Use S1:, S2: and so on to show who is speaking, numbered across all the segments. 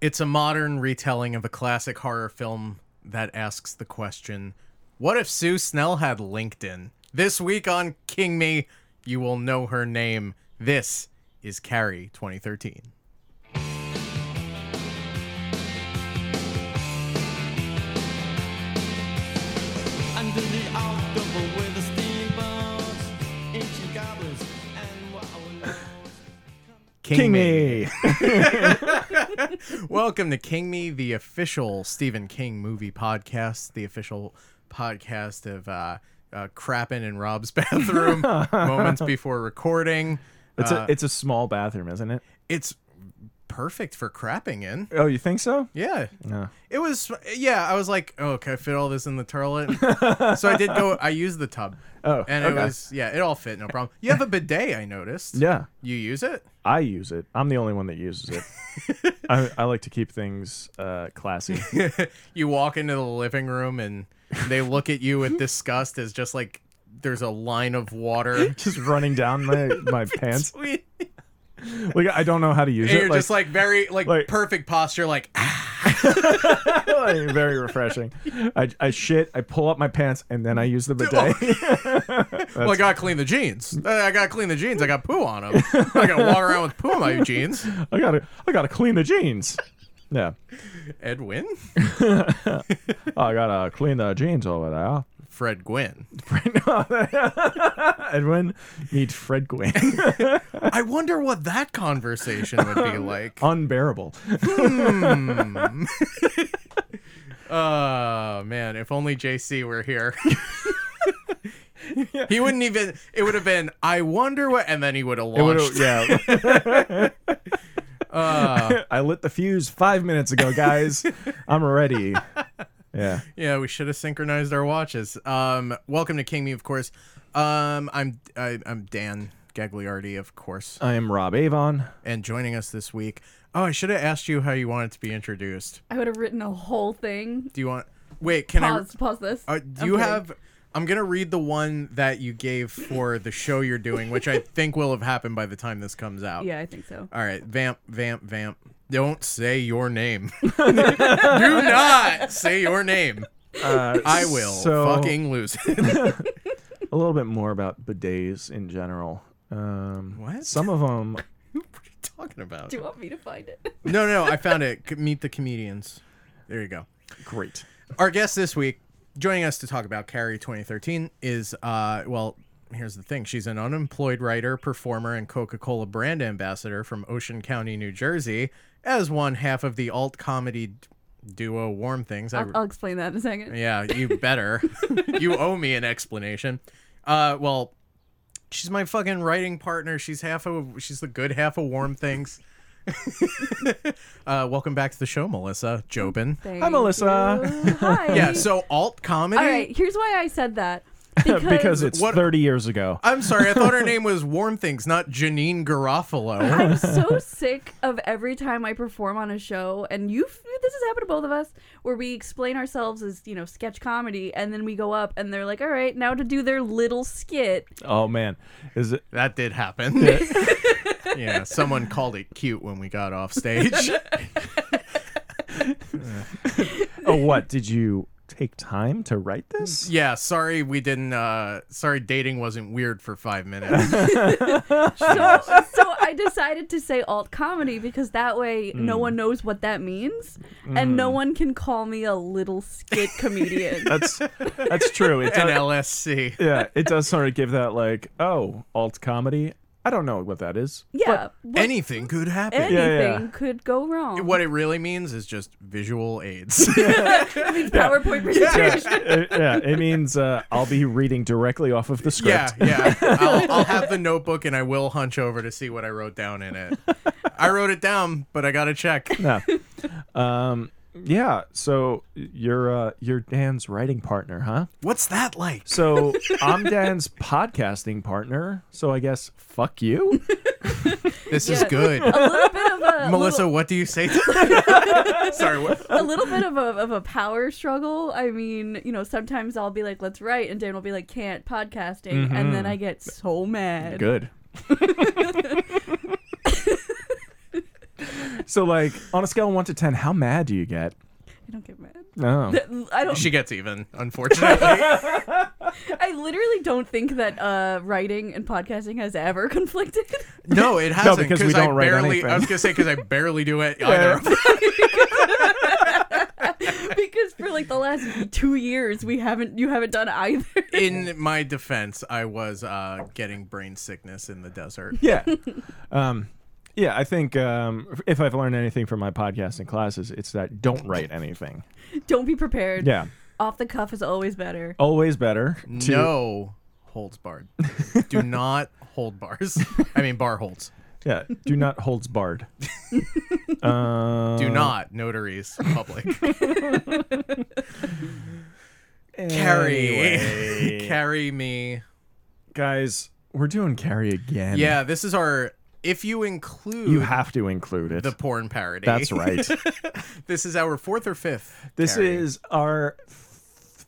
S1: It's a modern retelling of a classic horror film that asks the question What if Sue Snell had LinkedIn? This week on King Me, you will know her name. This is Carrie 2013.
S2: Under the October with the steamboats, ancient goblins, and what I will know.
S1: King, Welcome to King Me, the official Stephen King movie podcast, the official podcast of uh, uh, crapping in Rob's bathroom moments before recording.
S3: It's
S1: Uh,
S3: a it's a small bathroom, isn't it?
S1: It's perfect for crapping in.
S3: Oh, you think so?
S1: Yeah.
S3: No.
S1: It was, yeah, I was like, oh, can I fit all this in the toilet? so I did go, I used the tub.
S3: Oh,
S1: And it
S3: okay.
S1: was, yeah, it all fit, no problem. You have a bidet, I noticed.
S3: Yeah,
S1: You use it?
S3: I use it. I'm the only one that uses it. I, I like to keep things uh, classy.
S1: you walk into the living room and they look at you with disgust as just like there's a line of water.
S3: Just running down my, my pants.
S1: Sweet.
S3: Like I don't know how to use
S1: And
S3: it.
S1: you're
S3: like,
S1: just like very like,
S3: like-
S1: perfect posture, like ah,
S3: like, very refreshing. I, I shit. I pull up my pants and then I use the
S1: oh.
S3: bidet.
S1: well, I gotta clean the jeans. Uh, I gotta clean the jeans. I got poo on them. I gotta walk around with poo on my jeans.
S3: I gotta I gotta clean the jeans. Yeah,
S1: Edwin,
S3: I gotta clean the jeans over there.
S1: Fred Gwynn.
S3: Edwin needs Fred Gwynn.
S1: I wonder what that conversation would be like.
S3: Unbearable.
S1: Oh man, if only JC were here. He wouldn't even. It would have been. I wonder what, and then he would have
S3: It would've-
S1: launched.
S3: yeah. I lit the fuse five minutes ago, guys. I'm ready. Yeah.
S1: Yeah, we should have synchronized our watches. Um, welcome to King Me, of course. Um, I'm I, I'm Dan Gagliardi, of course,
S3: I am Rob Avon.
S1: and joining us this week. Oh, I should have asked you how you wanted to be introduced.
S4: I would have written a whole thing.
S1: Do you want? Wait, can
S4: Pause. pause this.
S1: I? Uh, do
S4: I'm
S1: you
S4: kidding.
S1: have? I'm gonna read the one that you gave for the show you're doing, which I think will have happened by the time this comes out.
S4: Yeah, I think so.
S1: All right, vamp, vamp, vamp. Don't say your name. Do not say your name.
S3: Uh,
S1: I will
S3: So,
S1: fucking lose it.
S3: a little bit more about bidets in general. Um,
S1: What?
S3: Some of them.
S1: what are you talking about?
S4: Do you want me to find it?
S1: No, no, I found it. C- Meet the comedians. There you go.
S3: Great.
S1: Our guest this week, joining us to talk about Carrie 2013, is uh, well. Here's the thing. She's an unemployed writer, performer, and Coca Cola brand ambassador from Ocean County, New Jersey, as one half of the alt comedy d- duo Warm Things. I-
S4: I'll, I'll explain that in a second.
S1: Yeah, you better. you owe me an explanation. Uh, well, she's my fucking writing partner. She's half of she's the good half of warm things. uh, welcome back to the show, Melissa Jobin.
S4: Thank
S3: Hi, Melissa.
S4: you. Hi.
S1: Yeah, so alt comedy.
S4: All right, here's why I said that.
S3: Because,
S4: Because,
S3: it's
S1: What-
S3: 30 years ago.
S1: I'm sorry, I thought her name was Warm Things, not Janine Garofalo.
S4: I'm so sick of every time I perform on a show, and you, this has happened to both of us, where we explain ourselves as you know sketch comedy, and then we go up, and they're like, "All right, now to do their little skit."
S3: Oh man, is it?
S1: That did happen. yeah, someone called it cute when we got off stage.
S3: Oh, what did you take time to write this?
S1: yeah, sorry we didn't. Uh, sorry, dating wasn't weird for five minutes.
S4: So, so I decided to say alt comedy because that way
S3: Mm.
S4: no one knows what that means, and no one can call me a little skit comedian.
S3: Mm-hmm. That's that's true. It
S1: An
S3: does-
S1: LSC.
S3: yeah, it does sort of give that like, oh, alt comedy. I don't know what that is.
S4: yeah, what-
S1: Anything could happen.
S4: anything
S3: yeah.
S4: could go wrong.
S1: What it really means is just visual aids.
S4: PowerPoint presentation.
S3: Uh, yeah, it means uh, I'll be reading directly off of the
S1: yeah,
S3: script.
S1: yeah. I'll, I'll have the notebook and I will hunch over to see what I wrote down in it. I wrote it down, but I gotta check.
S3: Yeah. Um, yeah. So you're uh, you're Dan's writing partner, huh?
S1: What's that like?
S3: So I'm Dan's podcasting partner. So I guess fuck you.
S1: This is
S4: Yeah.
S1: good.
S4: A little bit of a
S1: Melissa,
S4: little-
S1: what do you say? To Sorry. What?
S4: a little bit of a, of a power struggle. I mean, you know, sometimes I'll be like, "Let's write," and Dan will be like, "Can't podcasting," and
S3: Mm-hmm.
S4: then I get so mad.
S3: Good. So like on a scale of one to ten, how mad do you get?
S4: I don't get mad.
S3: No.
S4: I don't.
S1: She gets even, unfortunately.
S4: I literally don't think that uh, writing and podcasting has ever conflicted.
S1: no, it hasn't
S3: because we
S1: I
S3: don't write
S1: barely.
S3: anything.
S1: I was gonna say because I barely do it either. of them.
S4: because for like the last two years we haven't you haven't done either
S1: In my defense, I was uh, getting brain sickness in the desert.
S3: Yeah. um, yeah, I think um, if I've learned anything from my podcasting classes, it's that don't write anything.
S4: don't be prepared
S3: Yeah.
S4: off the cuff is always better
S3: Always better to
S1: No holds barred. do not hold bars. I mean bar holds.
S3: Yeah, do not holds barred. uh,
S1: Do not notaries public. carry,
S3: anyway.
S1: carry me.
S3: guys, we're doing carry again.
S1: Yeah, this is our. If you include
S3: You have to include it.
S1: the porn parody,
S3: That's right.
S1: This is our fourth or fifth.
S3: this
S1: Carrie.
S3: is our th-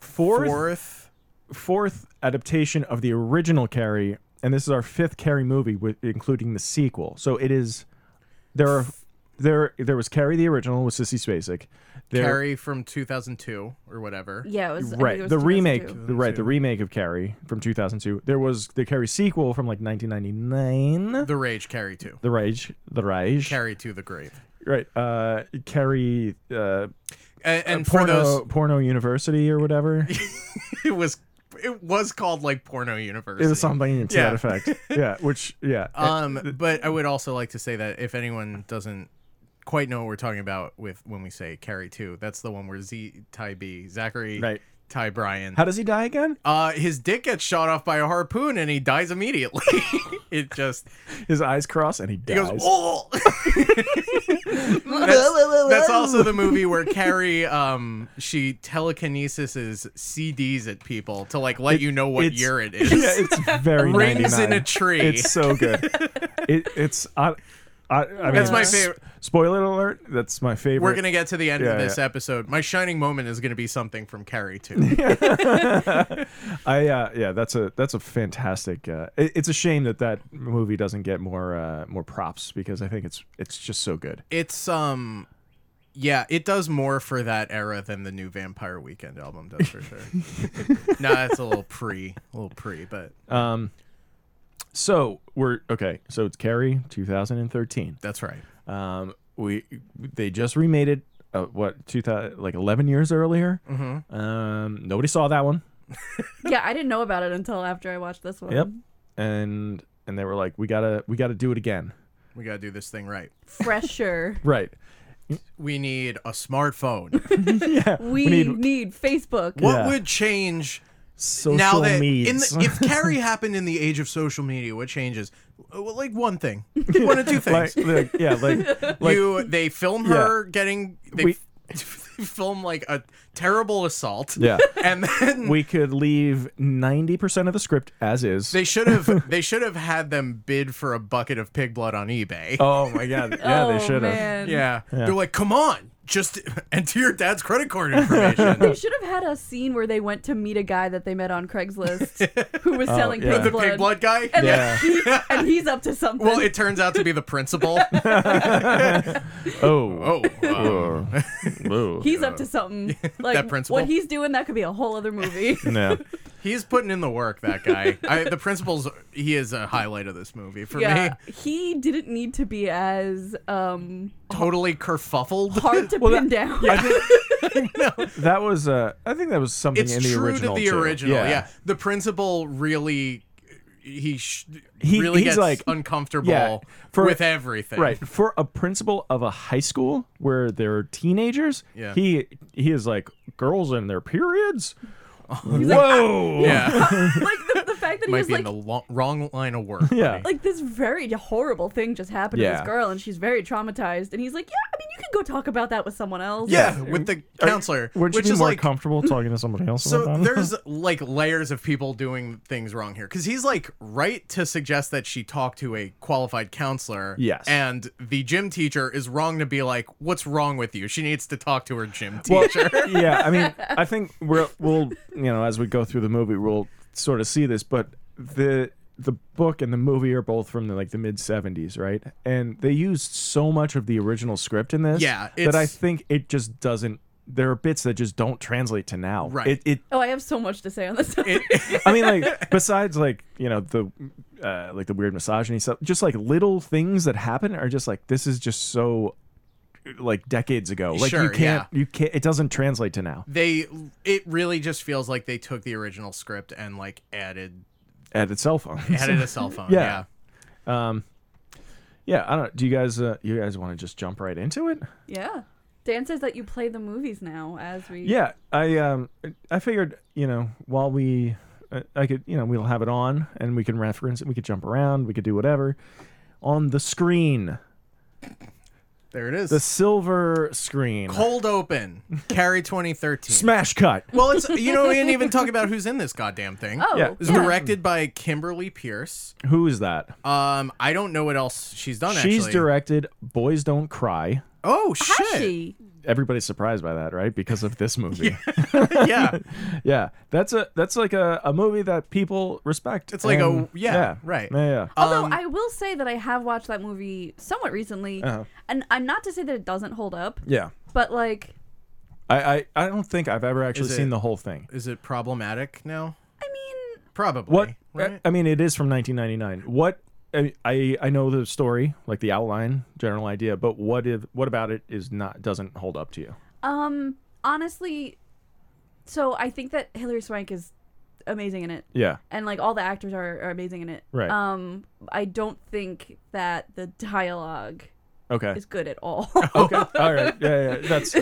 S3: fourth, fourth
S1: fourth.
S3: adaptation of the original Carrie, and this is our fifth Carrie movie, with, including the sequel. So it is there are there there was Carrie the original with Sissy Spacek. There,
S1: Carrie from 2002 or whatever.
S4: yeah it was I think it
S3: Right,
S4: was
S3: the remake,
S4: 2002.
S3: the, right, the remake of Carrie from 2002. There was the Carrie sequel from like 1999,
S1: The Rage Carrie 2.
S3: The Rage, The Rage,
S1: Carrie to the grave.
S3: right? Uh, Carrie, uh,
S1: And, and for
S3: porno,
S1: those,
S3: porno University or whatever.
S1: it was it was called like Porno University.
S3: It was something to
S1: Yeah.
S3: that effect. Yeah, which yeah.
S1: Um, but I would also like to say that if anyone doesn't quite know what we're talking about with when we say Carrie 2, that's the one where Z Ty B Zachary
S3: Right.
S1: Ty Bryan.
S3: How does he die again?
S1: uh, his dick gets shot off by a harpoon and he dies immediately. it just
S3: His eyes cross and he
S1: He
S3: dies.
S1: goes, oh! that's, that's also the movie where Carrie, um, she telekinesis CDs at people to like let you know what
S3: It's-
S1: year it is.
S3: Yeah, it's very
S1: Rings
S3: 99.
S1: in a tree.
S3: It's so good. it, it's I, I, I mean,
S1: That's my
S3: s-
S1: favorite.
S3: Spoiler alert! That's my favorite.
S1: We're gonna get to the end
S3: Yeah,
S1: of this
S3: yeah.
S1: episode. My shining moment is gonna be something from Carrie too.
S3: I uh, yeah, that's a that's a fantastic. Uh, it, it's a shame that that movie doesn't get more uh, more props because I think it's it's just so good.
S1: it's um, yeah, it does more for that era than the new Vampire Weekend album does for sure. no, that's a little pre, a little pre, but
S3: Um, so we're okay. So it's Carrie, 2013.
S1: that's right.
S3: Um, we they just remade it. Uh, what two thousand like eleven years earlier? Mm-hmm. Um, nobody saw that one.
S4: yeah i didn't know about it until after i watched this one
S3: Yep. And and they were like, we gotta we gotta do it again.
S1: We gotta do this thing right.
S4: fresher
S3: Right.
S1: We need a smartphone.
S4: we,
S3: need-
S4: need, facebook
S1: What
S3: Yeah.
S1: would change
S3: Social
S1: now that in
S3: needs.
S1: the, if Carrie happened in the age of social media? What changes? Uh, Well, like one thing, one of two
S3: like,
S1: things.
S3: like, yeah, like like
S1: you they film her getting they
S3: We-
S1: f- film like a terrible assault.
S3: yeah.
S1: and then
S3: We could leave ninety percent of the script as is.
S1: they should have they should have had them bid for a bucket of pig blood on eBay.
S3: oh my god. Yeah,
S4: oh,
S3: they should have.
S4: man.
S1: Yeah. they're like, come on, just enter your dad's credit card information.
S4: They should have had a scene where they went to meet a guy that they met on Craigslist who was selling
S3: Oh, yeah.
S4: pig,
S1: the
S4: blood,
S1: pig blood guy.
S4: And,
S3: Yeah.
S4: he, and he's up to something.
S1: Well, it turns out to be the principal.
S3: Oh.
S1: Oh, um,
S3: Oh. Whoa.
S4: he's up to something. Like
S1: principal?
S4: what he's doing, that could be a whole other movie.
S3: no.
S1: He's putting in the work, that guy. I, the principal's he is a highlight of this movie for
S4: yeah,
S1: me.
S4: he didn't need to be as um
S1: Totally kerfuffled.
S4: hard to
S3: Well, that-
S4: pin down.
S3: I think- That was uh I think that was something
S1: It's
S3: in the
S1: true to
S3: original.
S1: the
S3: too.
S1: original. Yeah. the principal really he, sh-
S3: He-
S1: really
S3: he's
S1: gets
S3: like-
S1: uncomfortable
S3: yeah, for-
S1: with everything.
S3: Right. For a principal of a high school where they're teenagers,
S1: Yeah.
S3: he he is like girls in their periods.
S1: "Ah."
S3: Whoa.
S1: Yeah.
S4: like the, the fact that he
S1: Might
S4: was
S1: be in
S4: like
S1: the lo- wrong line of work.
S3: Yeah.
S4: like this very horrible thing just happened to
S3: Yeah.
S4: this girl and she's very traumatized and he's like, Yeah, I mean you can go talk about that with someone else.
S1: Yeah, with the counselor,
S3: Wouldn't you
S1: which
S3: be
S1: is
S3: more
S1: like
S3: comfortable talking to somebody else
S1: So
S3: about that?
S1: there's like layers of people doing things wrong here because he's like right to suggest that she talk to a qualified counselor.
S3: Yes.
S1: And the gym teacher is wrong to be like, "What's wrong with you?" She needs to talk to her gym
S3: Well,
S1: teacher.
S3: yeah, I mean, I think we're, we'll, you know, as we go through the movie, we'll sort of see this, but the the book and the movie are both from the, like the mid 70s, right? And they used so much of the original script in this
S1: Yeah,
S3: that I
S1: it's-
S3: think it just doesn't there are bits that just don't translate to now.
S1: Right.
S3: It, it
S4: Oh, I have so much to say on this.
S1: It,
S3: I mean like besides like, you know, the uh, like the weird misogyny stuff, just like little things that happen are just like this is just so like decades ago. Like you
S1: Sure,
S3: can't you can't it doesn't translate to now.
S1: they it really just feels like they took the original script and like added
S3: Added cell phone.
S1: added a cell phone.
S3: Yeah.
S1: yeah.
S3: Um, yeah, I don't. Do you guys uh, you guys want to just jump right into it?
S4: yeah. Dan says that you play the movies now as we.
S3: Yeah, I um I figured you know while we I- I could you know we'll have it on and we can reference it. We could jump around. We could do whatever on the screen,
S1: There it is.
S3: the silver screen,
S1: cold open. Carry 2013.
S3: smash cut.
S1: well, it's you know we didn't even talk about who's in this goddamn thing.
S4: Oh,
S3: Yeah.
S4: okay.
S1: It's directed by Kimberly Pierce.
S3: Who is that?
S1: Um, I don't know what else she's done.
S3: She's
S1: actually.
S3: directed Boys Don't Cry.
S1: Oh
S4: Has
S1: shit!
S4: she?
S3: Everybody's surprised by that, right? Because of this movie. yeah.
S1: Yeah,
S3: that's a that's like a, a movie that people respect.
S1: It's like a-
S3: and-
S1: yeah, right. Uh,
S3: Yeah, yeah.
S4: Although I will say that I have watched that movie somewhat recently, and I'm not to say that it doesn't hold up,
S3: yeah.
S4: but like,
S3: I, I, I don't think I've ever actually
S1: Is it-
S3: seen the whole thing.
S1: is it problematic now?
S4: I mean,
S1: Probably.
S3: What? Uh,
S1: Right?
S3: I mean, it is from 1999. What? I, I I know the story, like the outline, general idea, but what if what about it is not doesn't hold up to you?
S4: um, honestly, so I think that Hilary Swank is amazing in it,
S3: Yeah,
S4: and like all the actors are, are amazing in it.
S3: Right.
S4: Um, I don't think that the dialogue
S3: okay,
S4: is good at all.
S3: okay, all right, yeah, yeah. That's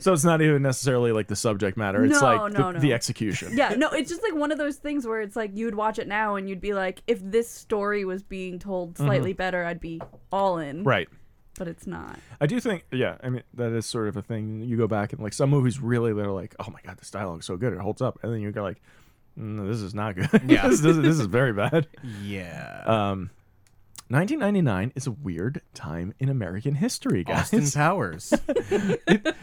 S3: so it's not even necessarily like the subject matter. It's
S4: No,
S3: like the,
S4: no, no.
S3: the execution.
S4: yeah, no, it's just like one of those things where it's like you'd watch it now and you'd be like, if this story was being told slightly better, I'd be all in.
S3: Mm-hmm. Right.
S4: But it's not.
S3: I do think, yeah, I mean, that is sort of a thing. You go back and like some movies really, they're like, oh my god, this dialogue's so good, it holds up, and then you go like, no, this is not good.
S1: Yeah.
S3: this, this, this is very bad.
S1: Yeah.
S3: Um, 1999 is a weird time in American history, guys.
S1: Austin Powers. he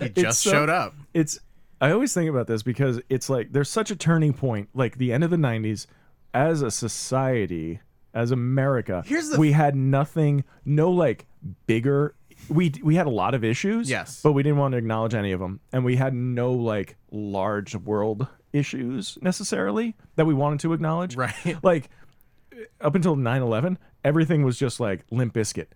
S1: just
S3: so-
S1: showed up.
S3: It's I always think about this because it's like there's such a turning point, like the end of the 90s as a society, as America.
S1: Here's the-
S3: we had nothing, no like bigger we we had a lot of issues,
S1: Yes.
S3: but we didn't want to acknowledge any of them, and we had no like large world issues necessarily that we wanted to acknowledge.
S1: Right.
S3: Like up until 9/11, everything was just like limp biscuit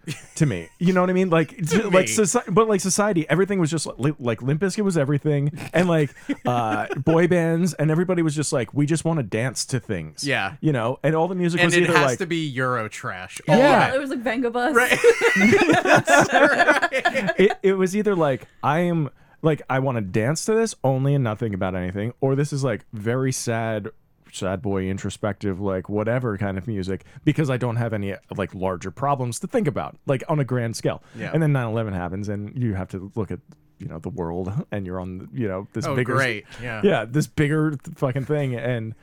S3: to me. You know what I mean? Like to- like
S1: me.
S3: society, but like society, everything was just like, like limp biscuit was everything, and like uh, boy bands, and everybody was just like, we just want to dance to things.
S1: Yeah.
S3: you know, and all the music
S1: And
S3: was
S1: it
S3: either
S1: has
S3: like
S1: to be Euro trash.
S3: Yeah.
S4: It was like Vangabus.
S3: it, it was either like I am like I want to dance to this only and nothing about anything, or this is like very sad, sad boy introspective, like whatever kind of music because I don't have any like larger problems to think about, like on a grand scale.
S1: Yeah.
S3: And then 9/11 happens, and you have to look at you know the world, and you're on you know this
S1: Oh,
S3: bigger
S1: great. Yeah.
S3: yeah, this bigger th- fucking thing, and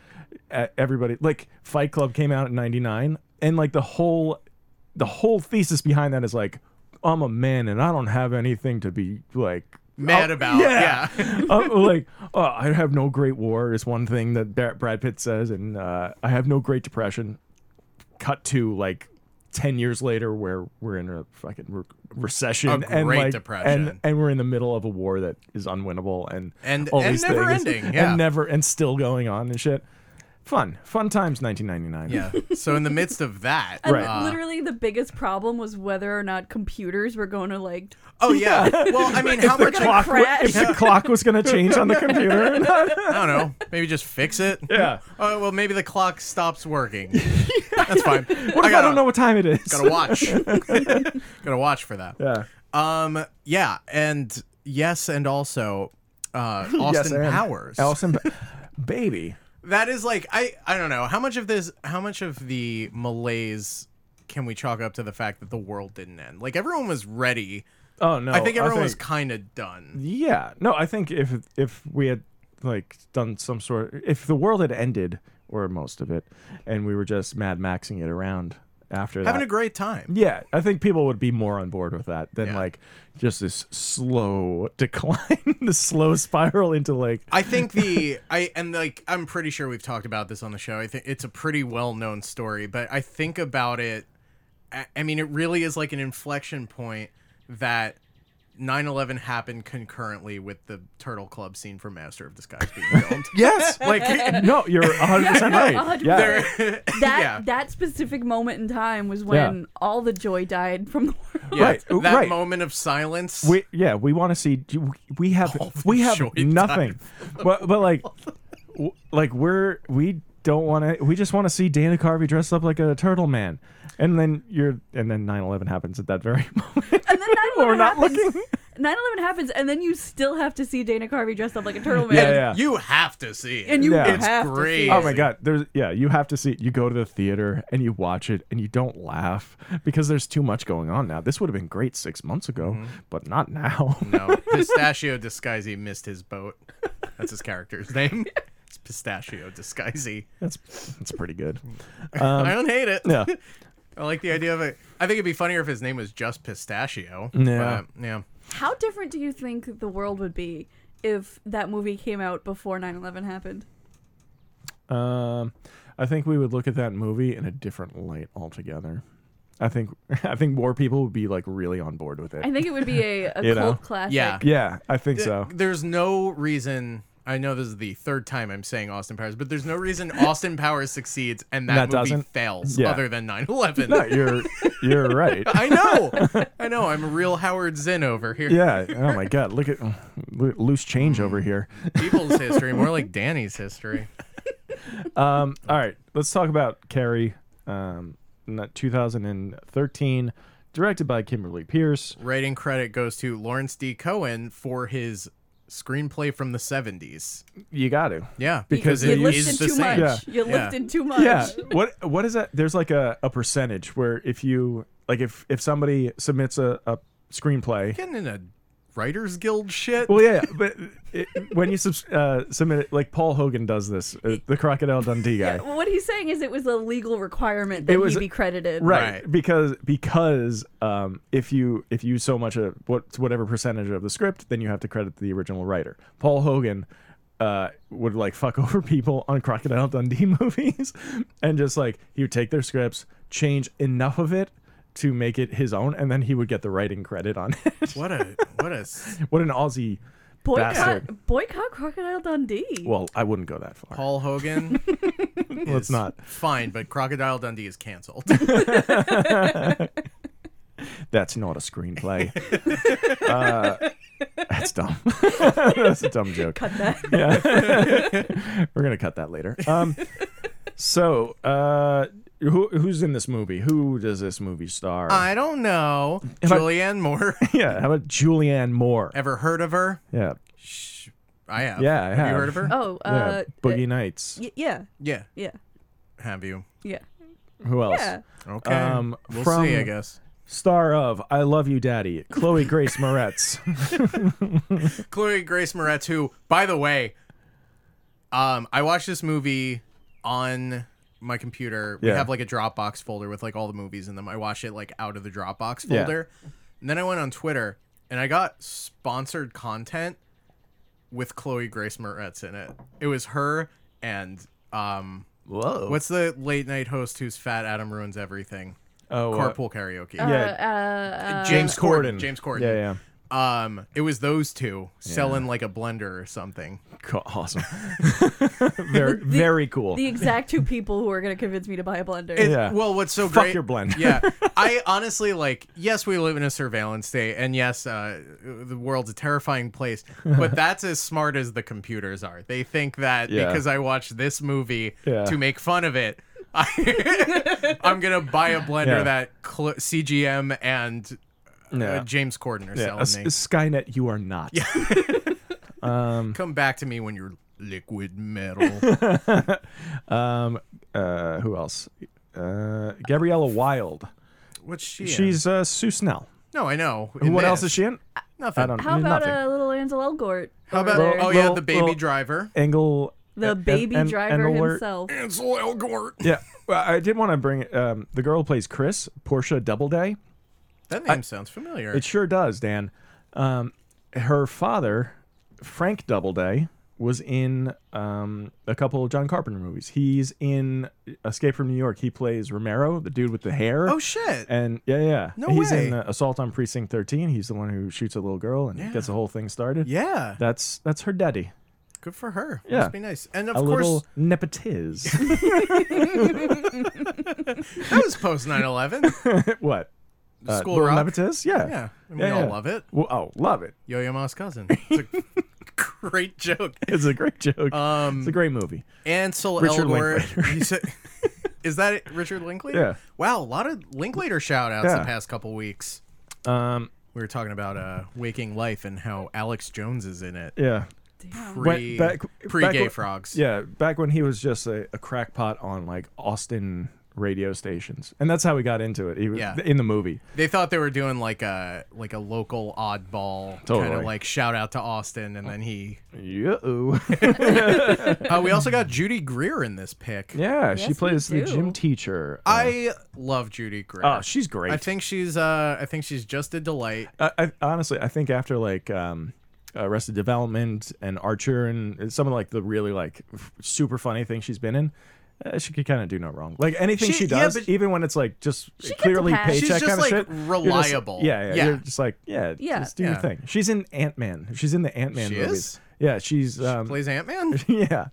S3: uh, everybody like Fight Club came out in '99, and like the whole the whole thesis behind that is like I'm a man and I don't have anything to be like
S1: Mad
S3: oh,
S1: about.
S3: Yeah,
S1: Yeah.
S3: Uh, like oh, I have no great war is one thing that Bar- Brad Pitt says, and uh, I have no great depression. Cut to like. 10 years later where we're in a fucking re- recession
S1: A
S3: and
S1: great
S3: like and
S1: depression.
S3: and we're in the middle of a war that is unwinnable and
S1: And-
S3: all
S1: and
S3: these
S1: never
S3: things.
S1: ending,
S3: and
S1: yeah.
S3: never and still going on and shit. Fun, fun times, 1999.
S1: Yeah. So in the midst of that,
S4: And
S3: Right.
S1: uh,
S4: literally the biggest problem was whether or not computers were going to like
S1: oh yeah. Well, I mean, how
S3: The
S1: much? I,
S3: clock, w- if the clock was gonna change on the computer. or not.
S1: I don't know. Maybe just fix it.
S3: yeah.
S1: Oh well, maybe the clock stops working. That's fine.
S3: What if I,
S1: gotta-
S3: don't know what time it is?
S1: Gotta watch. gotta watch for that.
S3: yeah.
S1: Um. Yeah. And yes, and also, uh, Austin
S3: and
S1: Powers.
S3: Allison, Ba- baby.
S1: that is like I. I don't know how much of this. How much of the malaise can we chalk up to the fact that the world didn't end? Like everyone was ready.
S3: Oh no.
S1: I think everyone was
S3: think-
S1: kind of done.
S3: Yeah. No, I think if if we had like done some sort, if the world had ended or most of it, and we were just Mad Maxing it around. after that.
S1: Having a great time.
S3: yeah, I think people would be more on board with that than
S1: Yeah.
S3: like just this slow decline, the slow spiral into like
S1: I think the I and like I'm pretty sure we've talked about this on the show. I think it's a pretty well-known story, but I think about it I, I mean it really is like an inflection point that 9/11 happened concurrently with the Turtle Club scene from Master of Disguise being filmed.
S3: yes,
S1: like
S3: no, you're 100 percent right.
S4: no, 100%.
S3: Yeah,
S1: there
S4: That
S1: yeah.
S4: that specific moment in time was when all the joy died from the world.
S1: yeah,
S3: right,
S1: That
S3: right.
S1: moment of silence.
S3: we yeah we want to see do- we have
S1: the
S3: we have
S1: joy died
S3: nothing, but but like w- like we're we don't want to we just want to see Dana Carvey dressed up like a turtle man, and then you're and then 9/11 happens at that very moment.
S4: And then 9/11
S3: We're not
S4: happens.
S3: looking.
S4: 9/11 happens, and then you still have to see Dana Carvey dressed up like a turtle man.
S3: Yeah, yeah.
S1: You have to see it.
S4: And you
S3: Yeah.
S4: have
S3: It's
S4: to
S1: great.
S4: see
S3: Oh
S4: it.
S3: my god, there's yeah, you have to see you go to the theater and you watch it and you don't laugh because there's too much going on now. This would have been great 6 months ago,
S1: Mm-hmm.
S3: but not now.
S1: No, Pistachio Disguisey missed his boat. That's his character's name. It's Pistachio Disguisey.
S3: that's that's pretty good. Um,
S1: I don't hate it.
S3: Yeah.
S1: I like the idea of it. I think it'd be funnier if his name was just Pistachio.
S3: Yeah.
S1: but, yeah.
S4: How different do you think the world would be if that movie came out before 9/11 happened?
S3: Um, I think we would look at that movie in a different light altogether. I think I think more people would be like really on board with it.
S4: I think it would be a, a
S3: You
S4: cult
S3: know?
S4: classic.
S1: Yeah.
S3: yeah, I think so.
S1: There's no reason. I know this is the third time I'm saying Austin Powers, but there's no reason Austin Powers succeeds and that,
S3: That
S1: movie
S3: doesn't-
S1: fails
S3: yeah.
S1: other than 9 11.
S3: No, you're you're right.
S1: I know. I know. I'm a real Howard Zinn over here.
S3: Yeah. Oh my God. Look at lo- loose change over here.
S1: People's history, more like Danny's history.
S3: Um. All right. Let's talk about Carrie. Um. not- 2013, directed by Kimberly Pierce.
S1: Writing credit goes to Lawrence D. Cohen for his screenplay from the 70s.
S3: You got to.
S1: Yeah.
S4: You-
S1: Because
S4: you,
S1: it
S4: lifted
S1: is the
S4: too
S1: same.
S4: much. You
S1: Yeah.
S4: lifted too much.
S3: yeah what what is that there's like a, a percentage where if you like if if somebody submits a, a screenplay
S1: Getting in a Writers Guild shit.
S3: well yeah but it, when you subs uh, submit it like paul hogan does this uh, the crocodile dundee guy
S4: Well, What he's saying is it was a legal requirement that
S3: It was-
S4: he be credited.
S3: Right.
S1: Right.
S3: because because um, if you if you so much a what whatever percentage of the script, then you have to credit the original writer. Paul Hogan uh, would like fuck over people on Crocodile Dundee movies, and just like he would take their scripts, change enough of it to make it his own, and then he would get the writing credit on it.
S1: What a what a s-
S3: what an Aussie bastard!
S4: Boycott, boycott Crocodile Dundee.
S3: Well, I wouldn't go that far.
S1: Paul Hogan.
S3: Let's
S1: is
S3: not.
S1: Fine, but Crocodile Dundee is canceled.
S3: That's not a screenplay. uh, that's dumb. that's a dumb joke.
S4: Cut that.
S3: Yeah. We're gonna cut that later. Um, so uh, who who's in this movie? Who does this movie star?
S1: I don't know.
S3: I-
S1: Julianne Moore.
S3: yeah, how about Julianne Moore?
S1: Ever heard of her?
S3: Yeah,
S1: Sh- I have.
S3: Yeah, I
S1: have, you
S3: have.
S1: heard of her?
S4: Oh,
S3: yeah.
S4: uh,
S3: Boogie Nights.
S4: y- yeah,
S1: Yeah,
S4: yeah,
S1: have you?
S4: yeah, Uh,
S3: Who else?
S4: yeah.
S1: Okay.
S3: Um,
S1: we'll
S3: from-
S1: see. I guess.
S3: Star of "I Love You, Daddy," Chloe Grace Moretz.
S1: Chloe Grace Moretz, who, by the way, um, I watched this movie on my computer. We
S3: Yeah.
S1: have like a Dropbox folder with like all the movies in them. I watched it like out of the Dropbox
S3: Yeah.
S1: folder. And then I went on Twitter and I got sponsored content with Chloe Grace Moretz in it. It was her and um
S3: Whoa.
S1: what's the late night host who's fat Adam ruins everything?
S3: oh, uh,
S1: Carpool karaoke.
S4: Uh, uh, uh,
S1: James Corden. James Corden.
S3: Yeah, yeah.
S1: Um it was those two selling like a blender or something.
S3: Co- awesome. very, very cool.
S4: the exact two people who are going to convince me to buy a blender.
S1: It-
S3: Yeah.
S1: Well, what's so
S3: Fuck
S1: great?
S3: your blend.
S1: yeah. I honestly like. Yes, we live in a surveillance state, and yes, uh, the world's a terrifying place. But that's as smart as the computers are. They think that
S3: Yeah.
S1: because I watched this movie
S3: Yeah.
S1: to make fun of it. I, I'm gonna buy a blender
S3: Yeah.
S1: that cl- CGM and uh,
S3: yeah.
S1: James Corden are
S3: yeah. a s-
S1: selling me.
S3: Skynet, you are not.
S1: Come back to me when you're liquid metal.
S3: Um. Uh. Who else? Uh. Gabriella Wild.
S1: What's she? in?
S3: She's uh, Sue Snell.
S1: no, I know.
S3: And what else is she in?
S1: Nothing.
S3: I don't-
S4: Uh, How about
S3: nothing.
S4: a little Ansel Elgort?
S1: How
S4: over
S1: about?
S4: there?
S1: Oh yeah,
S3: Little-
S1: the baby
S3: little-
S1: driver.
S3: Angle.
S4: the
S3: and-
S4: baby
S3: and- and
S4: driver
S3: alert-
S4: himself?
S1: Ansel Elgort.
S3: Yeah. Well, I did want to bring um, the girl who plays Chris Portia Doubleday.
S1: That name sounds familiar.
S3: It sure does, Dan. Um, her father, Frank Doubleday, was in um, a couple of John Carpenter movies. He's in Escape from New York. He plays Romero, the dude with the hair.
S1: Oh shit!
S3: And yeah, yeah.
S1: No
S3: He's
S1: way.
S3: in uh, Assault on Precinct 13. He's the one who shoots a little girl and gets the whole thing started.
S1: yeah,
S3: That's that's her daddy.
S1: good for her.
S3: Yeah.
S1: must be nice. And of
S3: a
S1: course,
S3: little nepotiz.
S1: that was post 9/11.
S3: what? Uh,
S1: School
S3: little
S1: Rock.
S3: nepotiz? Yeah.
S1: Yeah, and we all love it.
S3: Well, oh, love it.
S1: Yo-Yo Ma's cousin. It's a great joke.
S3: It's a great joke.
S1: Um,
S3: it's a great movie.
S1: Ansel
S3: Richard
S1: Elgort.
S3: Linklater.
S1: You said- Is that it, Richard Linklater?
S3: Yeah.
S1: Wow, a lot of Linklater shout outs
S3: Yeah.
S1: the past couple weeks.
S3: Um,
S1: We were talking about uh, Waking Life and how Alex Jones is in it.
S3: yeah.
S1: Pre,
S3: back-
S1: pre
S3: back
S1: Gay
S3: when-
S1: Frogs.
S3: Yeah, back when he was just a, a crackpot on like Austin radio stations, and that's how we got into it. He was
S1: Yeah.
S3: in the movie.
S1: They thought they were doing like a like a local oddball kind
S3: Totally.
S1: of like shout out to Austin, and then he.
S3: Yo.
S1: Uh, we also got Judy Greer in this pick.
S3: yeah,
S4: Yes,
S3: she
S4: we
S3: plays the
S4: do.
S3: gym teacher. Uh,
S1: I love Judy Greer.
S3: oh, she's great.
S1: I think she's uh I think she's just a delight.
S3: I, I honestly, I think after like um, Arrested Development and Archer and some of like the really like f- super funny things she's been in. Uh, she could kind of do no wrong. Like anything
S1: She-
S3: she,
S1: yeah,
S3: does,
S1: but-
S3: even when it's like just
S4: gets a
S3: clearly
S4: pass.
S3: paycheck
S4: She's
S1: just,
S3: kind of
S1: like,
S3: shit, you're just-
S1: reliable.
S3: yeah, yeah,
S1: Yeah.
S3: You're just like yeah,
S4: Yeah.
S3: just do
S1: Yeah.
S3: your thing. She's in Ant Man. She's in the Ant Man
S1: She
S3: movies.
S1: is?
S3: Yeah, she's um,
S1: Plays Ant Man.
S3: yeah,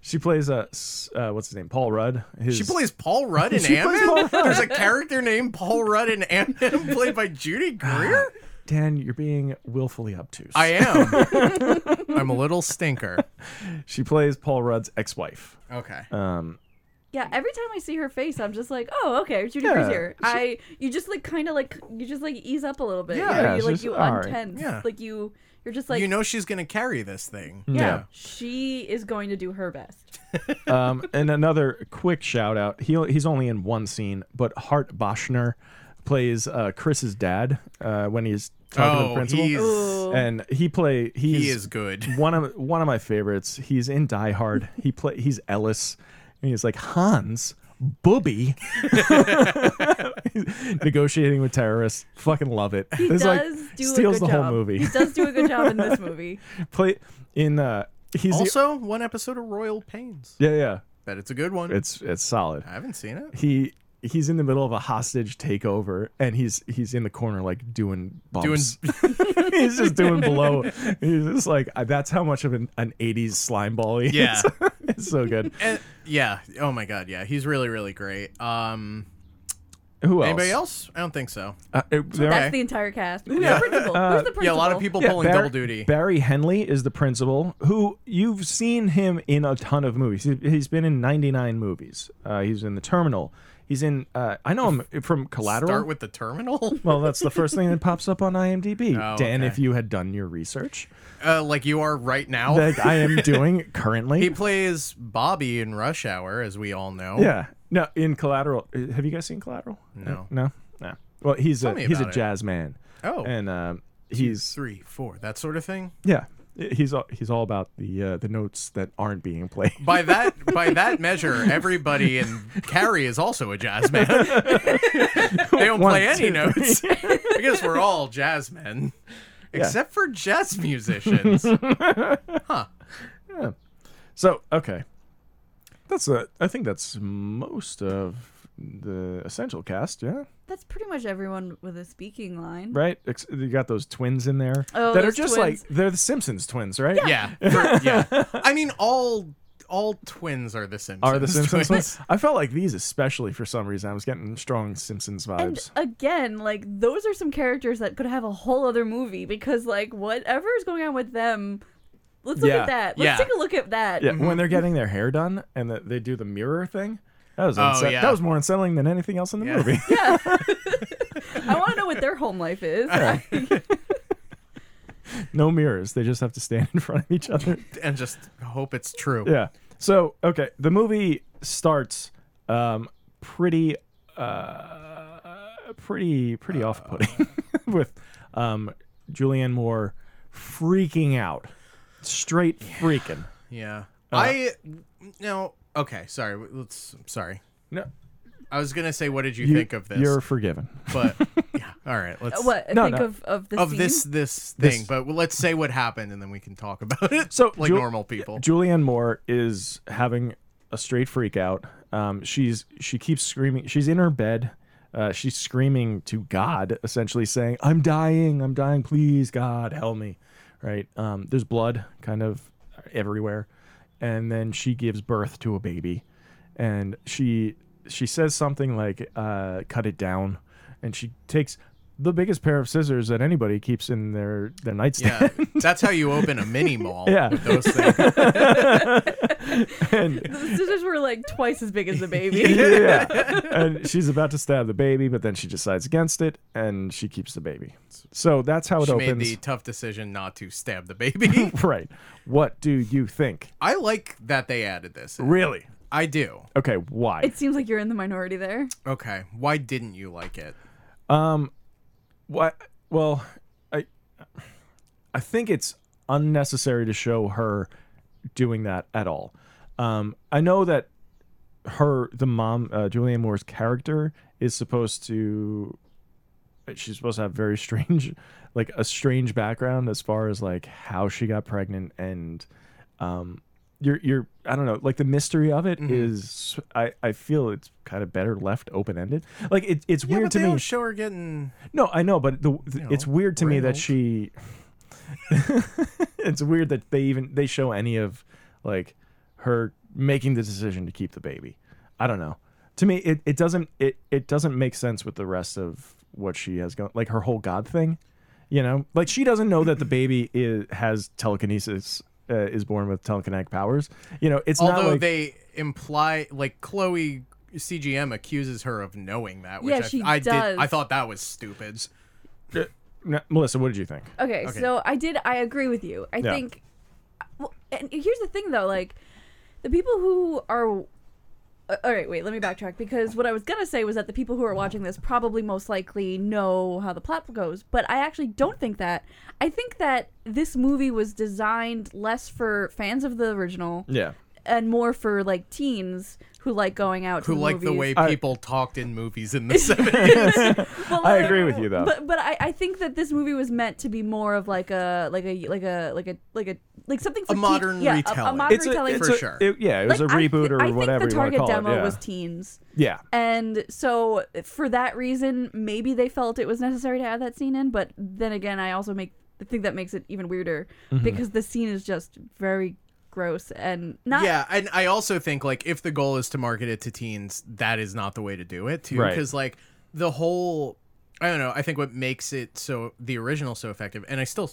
S3: she plays uh, s- uh what's his name, Paul Rudd. His,
S1: She plays Paul Rudd in
S3: She plays
S1: Ant-Man?
S3: Paul Rudd.
S1: There's a character named Paul Rudd in Ant-Man played by Judy Greer?
S3: Dan. You're being willfully obtuse.
S1: I am. I'm a little stinker.
S3: she plays Paul Rudd's ex-wife.
S1: Okay.
S3: Um,
S4: Yeah, every time I see her face, I'm just like, oh, okay, Judy
S3: Yeah,
S4: Greer's here. I you just like kind of like you just like ease up a little bit.
S1: Yeah,
S4: you, know, you
S3: it's
S4: like
S3: just,
S4: you
S3: all right.
S4: untense.
S1: Yeah.
S4: Like you you're just like
S1: you know she's going to carry this thing.
S4: yeah,
S3: Yeah.
S4: she is going to do her best.
S3: um, and another quick shout out. He he's only in one scene, but Hart Boschner plays uh, Chris's dad uh, when he's talking to the
S1: Oh,
S3: principal,
S1: he's
S4: Ooh.
S3: and he play he's,
S1: he is good.
S3: one of one of my favorites. He's in Die Hard. He play he's Ellis, and he's like Hans Booby, negotiating with terrorists. Fucking love it.
S4: He
S3: This,
S4: does
S3: like,
S4: do
S3: steals
S4: a good
S3: the
S4: job.
S3: whole movie.
S4: He does do a good job in this movie.
S3: play in uh he's the-
S1: Also, one episode of Royal Pains.
S3: yeah yeah
S1: That it's a good one.
S3: it's it's solid.
S1: I haven't seen it.
S3: He. He's in the middle of a hostage takeover, and he's he's in the corner like doing bumps. he's just doing blow. He's just like uh, that's how much of an, an '80s slime ball he
S1: Yeah.
S3: is. it's so good.
S1: And- yeah. Oh my god, yeah. He's really really great. Um
S3: Who else?
S1: anybody else? I don't think so.
S3: Uh, it- there-
S1: Okay.
S4: That's the entire cast. Who's the principal?
S3: Uh,
S4: Who's the principal?
S1: Yeah, a lot of people pulling
S3: Barry-
S1: double duty.
S3: Barry Henley is the principal, who you've seen him in a ton of movies. He- He's been in 99 movies. Uh, he's in The Terminal. He's in. Uh, I know him from Collateral.
S1: Start with the terminal.
S3: well, that's the first thing that pops up on IMDb.
S1: Oh,
S3: Dan,
S1: okay.
S3: if you had done your research,
S1: uh, like you are right now.
S3: like I am doing currently.
S1: Oh. he plays Bobby in Rush Hour, as we all know.
S3: yeah. No, in Collateral. uh, Have you guys seen Collateral? Uh,
S1: No.
S3: No. No. Well, he's
S1: me
S3: a he's a
S1: about it.
S3: jazz man.
S1: Oh.
S3: And um, he's
S1: Three, four, that sort of thing.
S3: yeah. He's all, he's all about the uh, the notes that aren't being played.
S1: By that by that measure, everybody in Carrie is also a jazz man. they don't
S3: One,
S1: play any
S3: two,
S1: notes. I guess we're all jazz men. Except for jazz musicians.
S3: So okay, that's a. I think that's most of the essential cast. Yeah,
S4: That's pretty much everyone with a speaking line.
S3: right. Ex- you got those twins in there
S4: Oh,
S3: that are
S4: those
S3: just
S4: twins.
S3: like they're the Simpsons twins, right?
S1: yeah. for- yeah. I mean all all twins are the Simpsons.
S3: Are the Simpsons
S1: twins.
S3: twins? I felt like these, especially for some reason, I was getting strong Simpsons
S4: And
S3: vibes.
S4: again, like those are some characters that could have a whole other movie because like whatever is going on with them, let's look
S3: Yeah,
S4: at that.
S1: yeah.
S4: Let's take a look at that.
S3: yeah,
S1: Mm-hmm.
S3: when they're getting their hair done and the, they do the mirror thing, that was
S1: Oh,
S3: unse-
S1: yeah.
S3: that was more unsettling than anything else in the
S1: Yeah.
S3: movie.
S4: I want to know what their home life is.
S3: no mirrors; they just have to stand in front of each other.
S1: And just hope it's true.
S3: Yeah. So okay, the movie starts um, pretty, uh, pretty,
S1: Uh.
S3: pretty off-putting with um, Julianne Moore freaking out, straight freaking.
S1: Yeah. I now okay, sorry. Let's sorry.
S3: No,
S1: I was gonna say, what did you, think of this?
S3: You're forgiven.
S1: But yeah, all right. Let's
S4: What?
S3: No,
S4: think
S3: no.
S4: of of the
S1: of
S4: scene?
S1: this this
S3: This-
S1: thing. But let's say what happened, and then we can talk about it.
S3: So,
S1: like
S3: Ju-
S1: normal people.
S3: Julianne Moore is having a straight freak out. Um, she's she keeps screaming. She's in her bed. Uh, she's screaming to God, essentially saying, "I'm dying. I'm dying. Please, God, help me." Right? Um, there's blood kind of everywhere, and then she gives birth to a baby, and she she says something like, uh, "Cut it down," and she takes the biggest pair of scissors that anybody keeps in their their nightstand.
S1: yeah, that's how you open a mini mall.
S3: Yeah.
S1: with those things.
S3: And-
S4: The scissors were like twice as big as the baby.
S3: yeah. And she's about to stab the baby, but then she decides against it and she keeps the baby. So that's how it
S1: She made
S3: opens.
S1: the tough decision not to stab the baby.
S3: Right. What do you think?
S1: I like that they added this.
S3: Really?
S1: I do.
S3: Okay, why?
S4: It seems like you're in the minority there.
S1: Okay. Why didn't you like it?
S3: why well, I I think it's unnecessary to show her doing that at all. Um, I know that her the mom uh, Julianne Moore's character is supposed to she's supposed to have very strange like a strange background as far as like how she got pregnant and um you're you're I don't know like the mystery of it is
S1: Mm-hmm.
S3: I I feel it's kind of better left open ended like it, it's
S1: yeah,
S3: weird
S1: but
S3: to
S1: they
S3: me
S1: don't show her getting.
S3: no, I know, but the, the-
S1: know,
S3: it's weird to me that
S1: wrangled.
S3: she. it's weird that they even they show any of like her making the decision to keep the baby. I don't know. To me, it, it doesn't it, it doesn't make sense with the rest of what she has going like her whole god thing. You know, like she doesn't know that the baby is has telekinesis. Uh, is born with telekinetic powers. You know, it's not
S1: Although
S3: like
S1: they imply, like Chloe CGM accuses her of knowing that, which
S4: Yeah,
S1: I,
S4: she
S1: I
S4: does.
S1: did. I thought that was stupid.
S3: No, Melissa. What did you think?
S4: Okay, so I did. I agree with you. I
S3: Yeah.
S4: think. Well, and here's the thing, though. Like, the people who are. uh, all right, wait. Let me backtrack because what I was gonna say was that the people who are watching this probably most likely know how the plot goes, but I actually don't think that. I think that this movie was designed less for fans of the original
S3: Yeah,
S4: and more for like teens who like going out.
S1: Who
S4: to the
S1: like the
S4: movies.
S1: way
S3: I-
S1: people talked in movies in the 70s.
S4: Well,
S3: I
S4: like-
S3: agree with you, though.
S4: But but I, I think that this movie was meant to be more of like a like a like a like a like a like something
S1: A
S4: for teen-
S1: modern
S4: yeah, a- A,
S1: retelling.
S4: modern
S1: It's
S4: retelling
S1: for
S4: like,
S1: sure.
S3: it- yeah, it was a
S4: I thi-
S3: reboot
S4: I
S3: or
S4: think
S3: whatever
S4: the
S3: you want to
S4: target
S3: call
S4: demo
S3: it. Yeah.
S4: was teens,
S3: yeah,
S4: and so for that reason, maybe they felt it was necessary to add that scene in. But then again, I also make the thing that makes it even weirder
S3: Mm-hmm.
S4: because the scene is just very gross and not
S1: yeah, and I also think like if the goal is to market it to teens, that is not the way to do it too.
S3: Right.
S1: Because like the whole, I don't know. I think what makes it so the original so effective, and I still,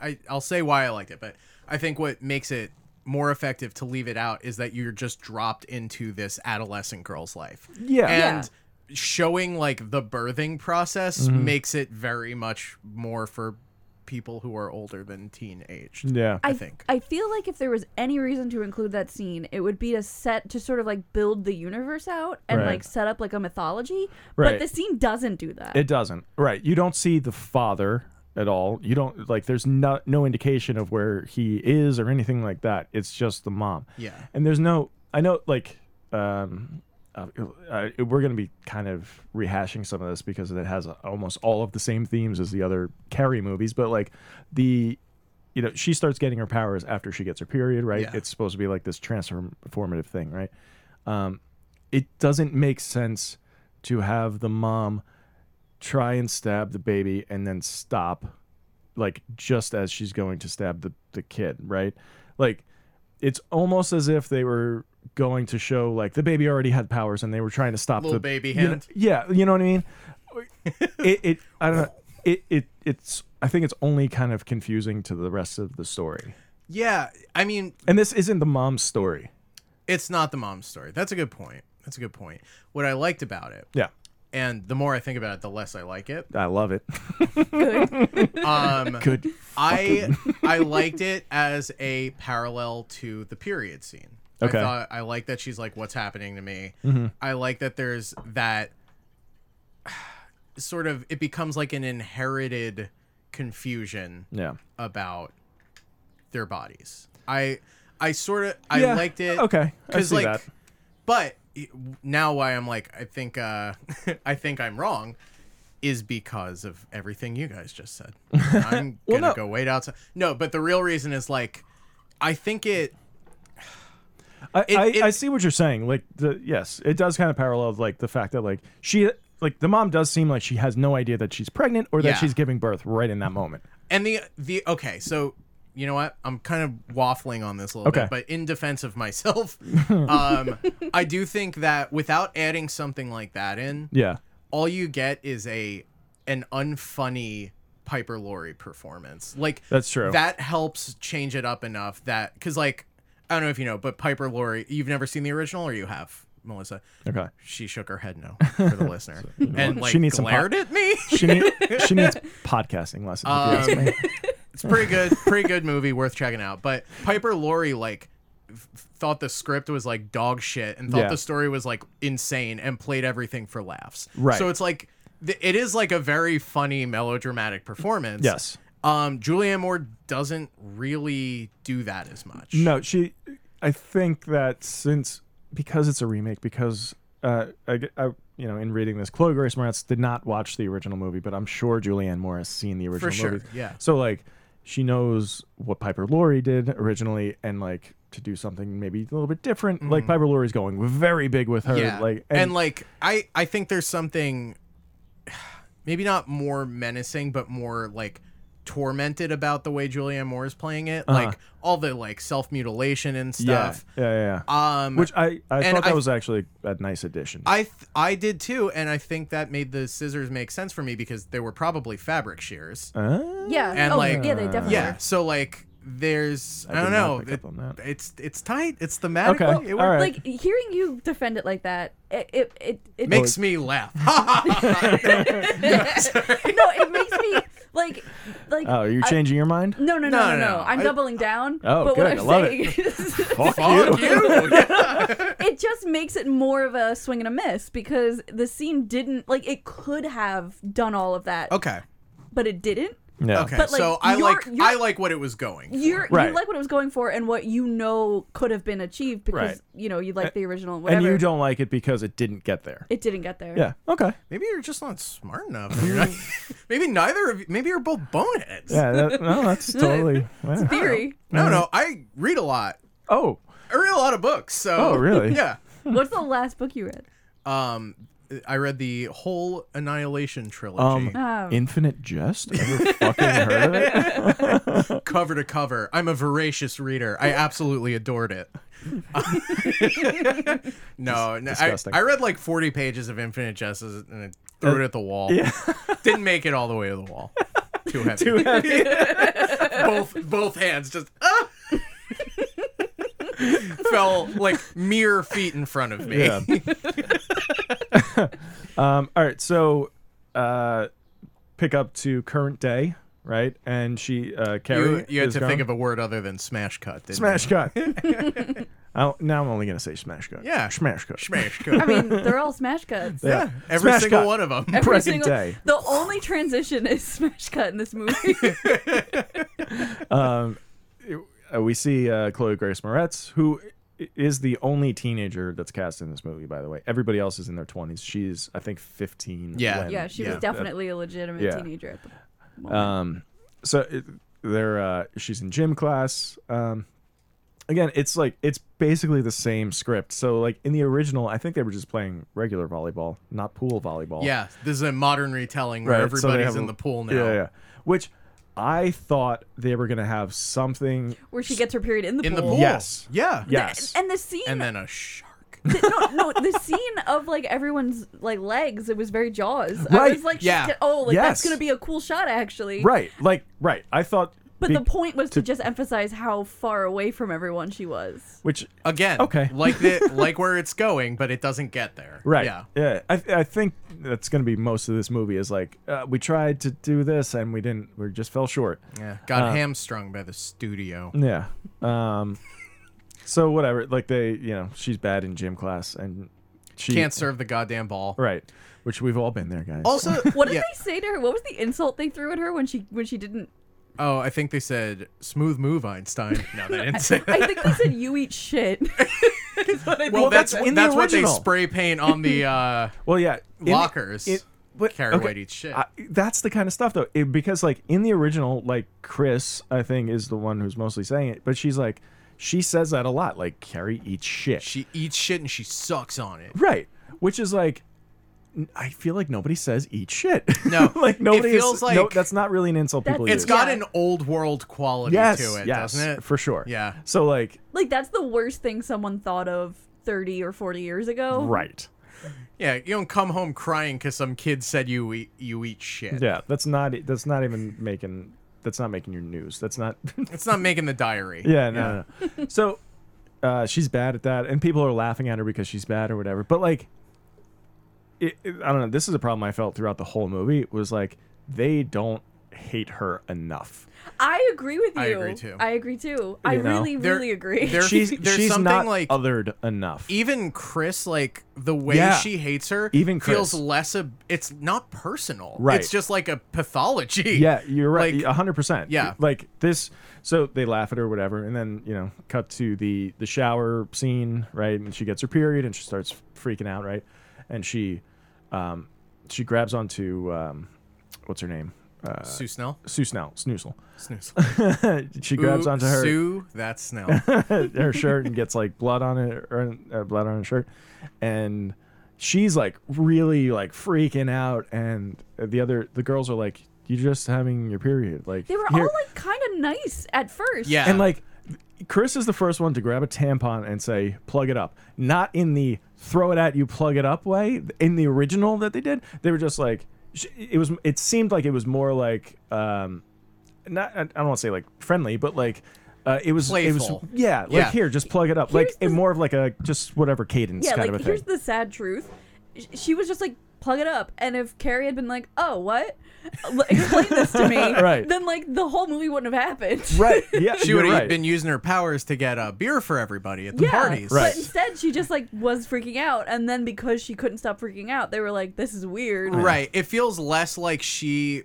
S1: I I'll say why I liked it, but I think what makes it more effective to leave it out is that you're just dropped into this adolescent girl's life.
S3: Yeah.
S1: and. Showing like the birthing process
S3: Mm-hmm.
S1: makes it very much more for people who are older than teenage.
S3: yeah.
S1: I think.
S4: I feel like if there was any reason to include that scene, it would be to set to sort of like build the universe out and
S3: Right.
S4: like set up like a mythology. But
S3: Right.
S4: the scene doesn't do that.
S3: It doesn't. Right. You don't see the father at all. You don't like there's no no indication of where he is or anything like that. It's just the mom.
S1: Yeah.
S3: And there's no I know like um uh, uh, we're going to be kind of rehashing some of this because it has almost all of the same themes as the other Carrie movies, but like the you know, she starts getting her powers after she gets her period, right?
S1: Yeah.
S3: It's supposed to be like this transformative thing, right? Um, it doesn't make sense to have the mom try and stab the baby and then stop, like just as she's going to stab the, the kid, right? Like, it's almost as if they were going to show like the baby already had powers and they were trying to stop
S1: Little
S3: the
S1: baby
S3: you know-
S1: hand.
S3: yeah, you know what I mean. it, it, I don't know. It, it, it's. I think it's only kind of confusing to the rest of the story.
S1: Yeah, I mean,
S3: And this isn't the mom's story.
S1: it's not the mom's story. That's a good point. That's a good point. What I liked about it,
S3: Yeah,
S1: and the more I think about it, the less I like it.
S3: I love it.
S1: Um,
S3: Good.
S1: I I liked it as a parallel to the period scene.
S3: Okay.
S1: I thought I like that she's like, "What's happening to me?" I like that there's that sort of it becomes like an inherited confusion
S3: Yeah.
S1: about their bodies. I I sort of I
S3: Yeah,
S1: liked it.
S3: Okay, I
S1: because
S3: see
S1: like
S3: that.
S1: but now why I'm like I think uh, I think I'm wrong is because of everything you guys just said. I'm
S3: Well,
S1: gonna
S3: no.
S1: go wait outside. No, but the real reason is like I think it
S3: I, I,
S1: it-
S3: I see what you're saying. Like the yes, it does kind of parallel like the fact that like she like the mom does seem like she has no idea that she's pregnant or that
S1: Yeah.
S3: she's giving birth right in that moment.
S1: and the the okay so you know what i'm kind of waffling on this a little
S3: Okay.
S1: bit but in defense of myself um i do think that without adding something like that in
S3: Yeah.
S1: all you get is a an unfunny Piper Laurie performance. Like
S3: That's true.
S1: That helps change it up enough that because like I don't know if you know, but Piper Laurie, you've never seen the original, or you have, Melissa.
S3: Okay.
S1: She shook her head no for the listener, and
S3: what?
S1: like
S3: She needs some pop-
S1: glared at me.
S3: She need, she needs podcasting lessons. if you
S1: Um,
S3: ask me.
S1: It's pretty good, pretty good movie, worth checking out. But Piper Laurie like f- thought the script was like dog shit and thought
S3: Yeah.
S1: the story was like insane and played everything for laughs.
S3: Right.
S1: So it's like th- it is like a very funny melodramatic performance.
S3: Yes.
S1: Um, Julianne Moore doesn't really do that as much.
S3: No, she. I think that since because it's a remake, because uh, I, I you know in reading this, Chloe Grace Moretz did not watch the original movie, but I'm sure Julianne Moore has seen the original
S1: sure,
S3: movie.
S1: yeah.
S3: So like she knows what Piper Laurie did originally, and like to do something maybe a little bit different. Like Piper Laurie's going very big with her.
S1: Mm-hmm. Yeah.
S3: Like
S1: and, like I I think there's something maybe not more menacing but more like tormented about the way Julianne Moore is playing it. Like all the like self-mutilation and
S3: Uh-huh. yeah,
S1: stuff.
S3: yeah, yeah. yeah.
S1: Um
S3: Which I I
S1: and
S3: thought that
S1: I-
S3: was actually a nice addition.
S1: I th- I did too and I think that made the scissors make sense for me because they were probably fabric shears.
S3: Uh,
S4: Yeah.
S1: And,
S4: oh,
S1: like-
S4: yeah, they definitely
S1: yeah.
S4: are.
S1: So like there's I,
S3: Uh-huh. did
S1: don't
S3: not
S1: know.
S3: pick up on that.
S1: It's it's tight. It's thematic.
S3: Okay,
S1: It
S3: all right.
S4: Like hearing you defend it like that, it it it, it
S1: makes me laugh.
S4: no, it makes me like like
S3: oh, you're
S4: I-
S3: changing your mind?
S4: No, no, no,
S1: No,
S4: no, no.
S1: no, no.
S4: I'm
S1: I-
S4: doubling down.
S3: Oh,
S4: but
S3: good.
S4: what
S3: I
S4: I'm
S3: love it.
S4: saying is
S1: Fuck you.
S4: it just makes it more of a swing and a miss because the scene didn't like it could have done all of that,
S1: Okay.
S4: but it didn't.
S3: Yeah.
S1: Okay,
S4: But, like,
S1: so I
S4: you're-
S1: like
S4: you're-
S1: I like what it was going.
S4: You're
S3: Right.
S4: you like what it was going for and what you know could have been achieved because
S3: Right.
S4: you know you like the original and whatever.
S3: And you don't like it because it didn't get there.
S4: It didn't get there.
S3: Yeah. Okay.
S1: Maybe you're just not smart enough. You're not- maybe neither of you. Maybe you're both boneheads.
S3: Mm. Yeah. Mm. that- no, that's totally. yeah.
S4: Theory.
S1: No, no. I read a lot.
S3: Oh.
S1: I read a lot of books. So.
S3: Oh, really?
S1: Yeah.
S4: What's the last book you read?
S1: Um, I read the whole Annihilation
S3: Um.
S1: trilogy,
S4: Oh.
S3: Infinite Jest. Ever fucking heard of it?
S1: cover to cover. I'm a voracious reader. I absolutely adored it. no, no I,
S3: disgusting. Uh,
S1: I read like 40 pages of Infinite Justice and I threw it at the wall.
S3: Yeah.
S1: Didn't make it all the way to the wall. Too heavy.
S3: Too heavy.
S1: both both hands just ah! fell like mere feet in front of me.
S3: Yeah. um. All right. So, uh, pick up to current day, right? And she, uh, Carrie.
S1: You, you had
S3: is
S1: to
S3: gone.
S1: think of a word other than smash cut. Didn't
S3: smash cut. I'll, now I'm only gonna say smash cut.
S1: Yeah.
S3: Smash cut.
S1: You? Smash cut.
S4: I mean, they're all smash cuts.
S1: yeah, every
S3: Smash
S1: single
S3: cut.
S1: one of them.
S4: Every
S3: Present day.
S4: The only transition is smash cut in this movie.
S3: uh, we see uh, Chloe Grace Moretz, who i- is the only teenager that's cast in this movie. By the way, everybody else is in their twenties. She's, I think, fifteen.
S1: Yeah.
S3: when-
S4: yeah, she
S1: Yeah.
S4: was definitely a legitimate
S3: Yeah.
S4: teenager at the moment.
S3: Um, so it, they're uh, she's in gym class. Um, again, it's like it's basically the same script. So like in the original, I think they were just playing regular volleyball, not pool volleyball.
S1: Yeah, this is a modern retelling where
S3: Right, so they
S1: everybody's
S3: have a-
S1: in the pool now.
S3: Yeah, yeah. Which I thought they were gonna have something.
S4: where she gets her period in the
S1: In the
S4: pool.
S1: pool.
S3: Yes.
S1: Yeah.
S4: The-
S3: Yes.
S4: And the scene
S1: And then a shark.
S4: the- no, no, the scene of like everyone's like legs, it was very jaws. I
S3: Right.
S4: was like,
S1: Yeah.
S4: shit, oh, like
S3: Yes.
S4: that's gonna be a cool shot actually.
S3: Right. Like right. I thought.
S4: But
S3: be-
S4: the point was to just emphasize how far away from everyone she was.
S3: which
S1: Again.
S3: Okay.
S1: Like the like where it's going, but it doesn't get there.
S3: Right.
S1: Yeah.
S3: Yeah. I, I think that's going to be most of this movie is like, uh, we tried to do this and we didn't, we just fell short.
S1: Yeah. Got
S3: Uh,
S1: hamstrung by the studio.
S3: Yeah. Um, so whatever, like they, you know, she's bad in gym class and she
S1: Can't serve the goddamn ball.
S3: Right. Which we've all been there, guys.
S1: Also,
S4: What did
S1: yeah.
S4: they say to her? What was the insult they threw at her when she when she didn't
S1: Oh, I think they said smooth move, Einstein. No, they didn't say that.
S4: I think they said you eat shit. is what I
S1: Well,
S4: think.
S1: that's
S3: that's in the
S1: that's what they
S3: original.
S1: spray paint on the uh,
S3: Well, yeah, in-
S1: lockers.
S3: it- but-
S1: Carrie
S3: okay,
S1: White eats shit.
S3: I, that's the kind of stuff though, it, because like in the original, like Chris, I think is the one who's mostly saying it, but she's like, she says that a lot, like Carrie eats shit,
S1: she eats shit and she sucks on it.
S3: right? Which is like, n- I feel like nobody says eat shit.
S1: No,
S3: like
S1: it
S3: nobody
S1: feels
S3: is, no,
S1: like-
S3: that's not really an insult people
S4: That's-
S1: It's
S3: use.
S1: got
S4: Yeah.
S1: an old world quality
S3: yes,
S1: to it,
S3: yes,
S1: doesn't it?
S3: for sure.
S1: Yeah.
S3: So like,
S4: like that's the worst thing someone thought of 30 or 40 years ago.
S3: right?
S1: Yeah, you don't come home crying because some kid said you eat you eat shit.
S3: Yeah, that's not e, that's not even making that's not making your news. That's not
S1: It's not making the diary.
S3: Yeah, no. no. so uh, she's bad at that, and people are laughing at her because she's bad or whatever. But like, it, it- I don't know. This is a problem I felt throughout the whole movie. Was like they don't hate her enough.
S4: I agree with you.
S1: I agree too.
S4: I agree too. I
S3: You know?
S4: really,
S1: There-
S4: really agree.
S1: there-
S3: She's
S1: there's
S3: she's
S1: something
S3: not
S1: like-
S3: othered enough.
S1: Even Chris, like the way
S3: Yeah.
S1: she hates her,
S3: Even
S1: feels
S3: Chris.
S1: less. A, it's not personal.
S3: Right.
S1: It's just like a pathology.
S3: yeah, you're right.
S1: like-
S3: A hundred percent.
S1: Yeah.
S3: like this. So they laugh at her, whatever, and then you know, cut to the the shower scene, right? And she gets her period, and she starts freaking out, right? And she, um, she grabs onto um, what's her name, uh,
S1: Sue Snell.
S3: Sue Snell, Snoozle.
S1: Snooze.
S3: she grabs
S1: Ooh,
S3: onto her
S1: Sue. That's Snell.
S3: her shirt and gets like blood on it or uh, blood on her shirt, and she's like really like freaking out, and the other the girls are like, "You're just having your period." Like
S4: they were
S3: "Here."
S4: all like kind of nice at first.
S1: Yeah.
S3: and like Chris is the first one to grab a tampon and say, "Plug it up," not in the throw it at you, plug it up way. In the original that they did, they were just like sh- it was. It seemed like it was more like um, not I I don't want to say like friendly, but like. Uh, it was it was
S1: Playful.
S3: yeah like
S1: Yeah.
S3: here just plug it up like
S4: Here's the-
S3: in more of like a just whatever cadence
S4: Yeah,
S3: kind
S4: like
S3: of a thing
S4: here's the sad truth. Sh- She was just like, plug it up. And if Carrie had been like, oh, what? L- Explain this to me.
S3: Right.
S4: Then, like, the whole movie wouldn't have happened.
S3: right yeah
S1: she
S3: you're
S1: would have
S3: right.
S1: been using her powers to get a beer for everybody at the
S4: Yeah.
S1: parties.
S3: Right.
S4: But instead, she just, like, was freaking out. And then because she couldn't stop freaking out, they were like, this is weird.
S1: Right. It feels less like she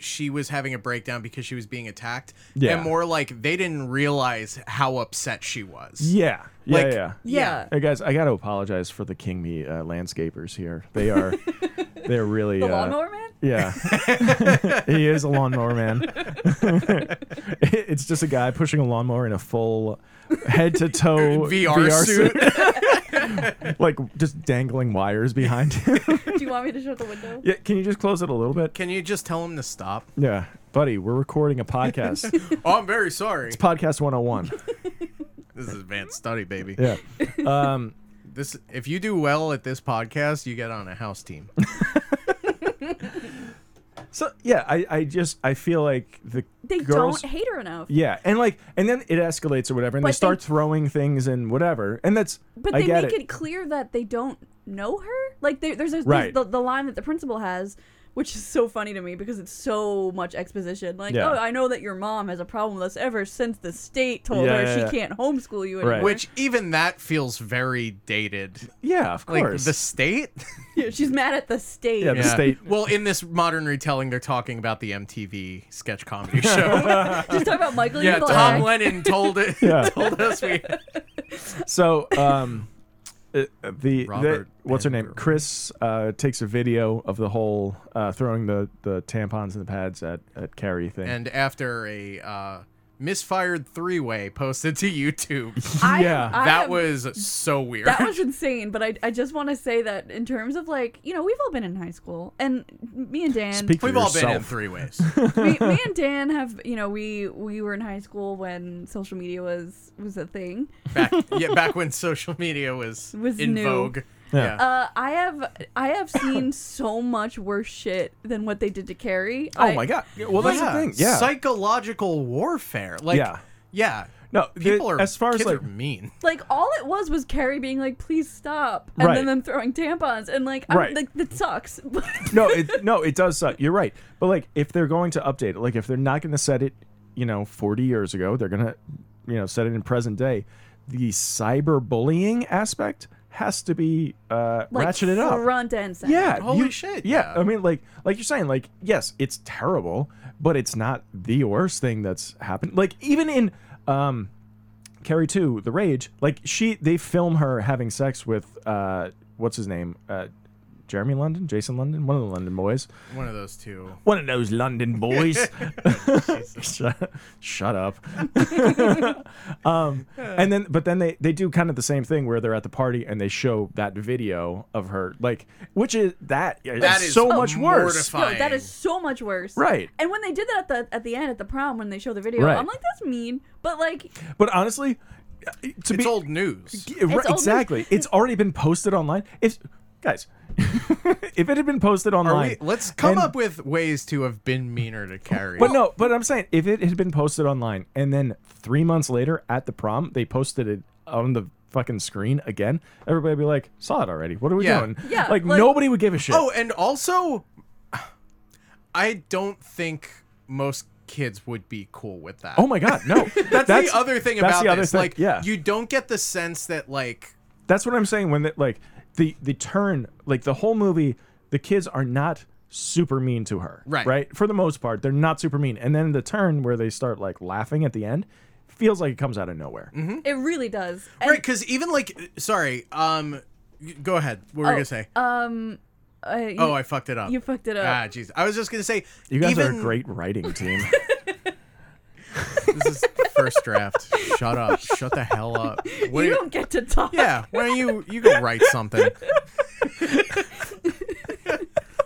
S1: she was having a breakdown because she was being attacked
S3: Yeah.
S1: and more like they didn't realize how upset she was.
S3: yeah yeah
S1: Like-
S3: yeah
S4: Yeah.
S3: Hey guys, I gotta apologize for the King Me uh, landscapers here. They are, they're really
S4: The
S3: uh,
S4: lawnmower man?
S3: Yeah, he is a lawnmower man. it's just a guy pushing a lawnmower in a full head to toe
S1: VR, suit.
S3: like just dangling wires behind him.
S4: Do you want me to shut the window?
S3: yeah, can you just close it a little bit?
S1: Can you just tell him to stop?
S3: Yeah, buddy, we're recording a podcast.
S1: Oh, I'm very sorry.
S3: podcast 101.
S1: This is advanced study, baby.
S3: Yeah. Um,
S1: This if you do well at this podcast, you get on a house team.
S3: so yeah, I, I just I feel like the
S4: They
S3: girls
S4: don't hate her enough.
S3: Yeah, and like, and then it escalates or whatever, and
S4: But
S3: they
S4: they-
S3: start throwing things and whatever, and that's
S4: But
S3: I
S4: they
S3: get
S4: make
S3: it.
S4: it. clear that they don't know her. Like there, there's, there's,
S3: Right.
S4: there's the, the line that the principal has, which is so funny to me because it's so much exposition. Like,
S3: Yeah.
S4: oh, I know that your mom has a problem with us ever since the state told
S3: Yeah,
S4: her
S3: yeah,
S4: she
S3: yeah.
S4: can't homeschool you
S3: Right.
S4: anymore.
S1: Which even that feels very dated.
S3: Yeah, of
S1: Like
S3: course.
S1: the state?
S4: Yeah, she's mad at the state.
S3: Yeah, the state.
S1: Well, in this modern retelling, they're talking about the MTV sketch comedy show.
S4: She's talking about Michael.
S1: yeah,
S4: Eagle
S1: Tom
S4: Eye.
S1: Lennon told it
S3: Yeah.
S1: told us we
S3: So, um, uh, uh, the, the
S1: Robert
S3: what's her name?
S1: Vanderbilt.
S3: Chris uh, takes a video of the whole uh, throwing the the tampons and the pads at at Carrie thing.
S1: and after a uh, misfired three way posted to YouTube.
S4: I am-
S3: Yeah.
S4: I
S1: that
S4: am-
S1: was so weird.
S4: That was insane, but I, I just want to say that in terms of like you know we've all been in high school and me and Dan
S3: Speak for
S1: We've all been in
S3: yourself.
S1: three ways.
S4: me, me and Dan have you know we we were in high school when social media was was a thing.
S1: Back yeah, back when social media was,
S4: Was
S1: in
S4: new.
S1: vogue.
S3: Yeah.
S1: Yeah.
S4: Uh, I have I have seen so much worse shit than what they did to Carrie.
S3: oh my god! Yeah, Well, that's
S1: Yeah.
S3: the thing. Yeah,
S1: Psychological warfare. Like
S3: Yeah.
S1: yeah.
S3: no. the-
S1: People are
S3: as far as
S1: kids
S3: like
S1: are mean.
S4: Like all it was was Carrie being like, "Please stop," and
S3: Right.
S4: then them throwing tampons, and like, I'm,
S3: Right.
S4: like that sucks.
S3: no, it no, it does suck. You're right. But like if they're going to update it, like if they're not going to set it, you know, 40 years ago, they're going to, you know, set it in present day. The cyberbullying aspect has to be uh
S4: like
S3: ratcheted up.
S4: front and center.
S3: Yeah.
S1: Holy
S3: you-
S1: shit,
S3: Yeah.
S1: yeah.
S3: I mean, like, like you're saying, like, yes, it's terrible, but it's not the worst thing that's happened. Like, even in um, Carrie Two, The Rage, like she they film her having sex with uh what's his name? Uh Jeremy London, Jason London, one of the London boys.
S1: One of those two.
S3: One of those London boys.
S1: Oh,
S3: shut, shut up. um, and then, but then they they do kind of the same thing where they're at the party and they show that video of her, like, which is that,
S1: That
S3: is
S1: is
S3: so much worse.
S1: mortifying.
S4: No, that is so much worse.
S3: Right.
S4: And when they did that at the at the end at the prom when they show the video,
S3: Right.
S4: I'm like, that's mean. But like,
S3: But honestly, to
S1: It's
S3: be
S1: old news.
S3: Yeah, right,
S4: old news.
S3: exactly, it's already been posted online. It's guys, if it had been posted
S1: Are
S3: online,
S1: we, let's come
S3: and-
S1: up with ways to have been meaner to Carrie.
S3: But no, but I'm saying if it had been posted online and then three months later at the prom they posted it on the fucking screen again, everybody would be like, "Saw it already. What are we
S1: Yeah.
S3: doing?"
S4: Yeah,
S3: like,
S4: like-
S3: nobody would give a shit.
S1: Oh, and also, I don't think most kids would be cool with that.
S3: Oh my god, no.
S1: That's, the other thing
S3: that's
S1: about
S3: the other
S1: this.
S3: thing,
S1: Like,
S3: yeah.
S1: you don't get the sense that like
S3: That's what I'm saying when that like the the turn like the whole movie the kids are not super mean to her.
S1: Right.
S3: Right? For the most part, they're not super mean. And then the turn where they start like laughing at the end feels like it comes out of nowhere.
S1: Mm-hmm.
S4: it really does.
S1: right because even like sorry. Um, y- go ahead. What were you gonna say?
S4: Oh, Um, uh, you,
S1: oh, I fucked it up.
S4: you fucked it up.
S1: Ah, jeez. I was just gonna say
S3: You guys
S1: even,
S3: are a great writing team.
S1: This is first draft. Shut up. Shut the hell up. What
S4: you
S1: do you-
S4: don't get to talk.
S1: Yeah, why don't you you go write something?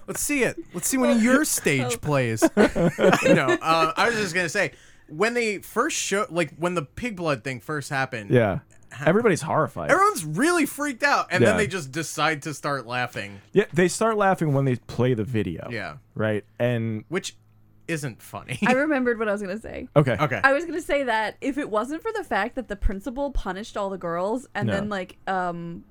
S1: Let's see it. Let's see one of your stage plays. no, uh, I was just gonna say when they first show, like when the pig blood thing first happened.
S3: yeah. Everybody's horrified.
S1: Everyone's really freaked out, and
S3: Yeah.
S1: then they just decide to start laughing.
S3: Yeah, they start laughing when they play the video.
S1: Yeah.
S3: Right. And
S1: which isn't funny.
S4: I remembered what I was gonna say.
S3: okay.
S1: okay,
S4: I was gonna say that if it wasn't for the fact that the principal punished all the girls and
S3: No.
S4: then like um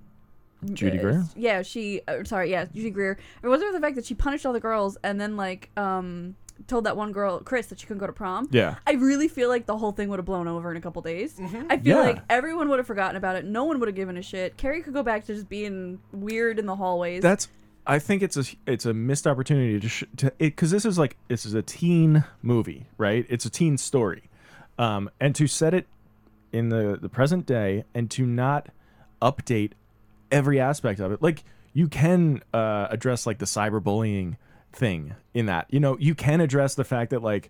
S3: Judy
S4: uh,
S3: Greer?
S4: yeah she uh, sorry yeah Judy Greer if it wasn't for the fact that she punished all the girls and then like um told that one girl Chris that she couldn't go to prom
S3: Yeah.
S4: I really feel like the whole thing would have blown over in a couple days
S1: Mm-hmm.
S4: I feel
S3: Yeah.
S4: like everyone would have forgotten about it no one would have given a shit Carrie could go back to just being weird in the hallways
S3: That's I think it's a it's a missed opportunity to sh- to because this is like this is a teen movie, right? It's a teen story, um, and to set it in the the present day and to not update every aspect of it, like you can uh, address like the cyberbullying thing in that, you know, you can address the fact that like.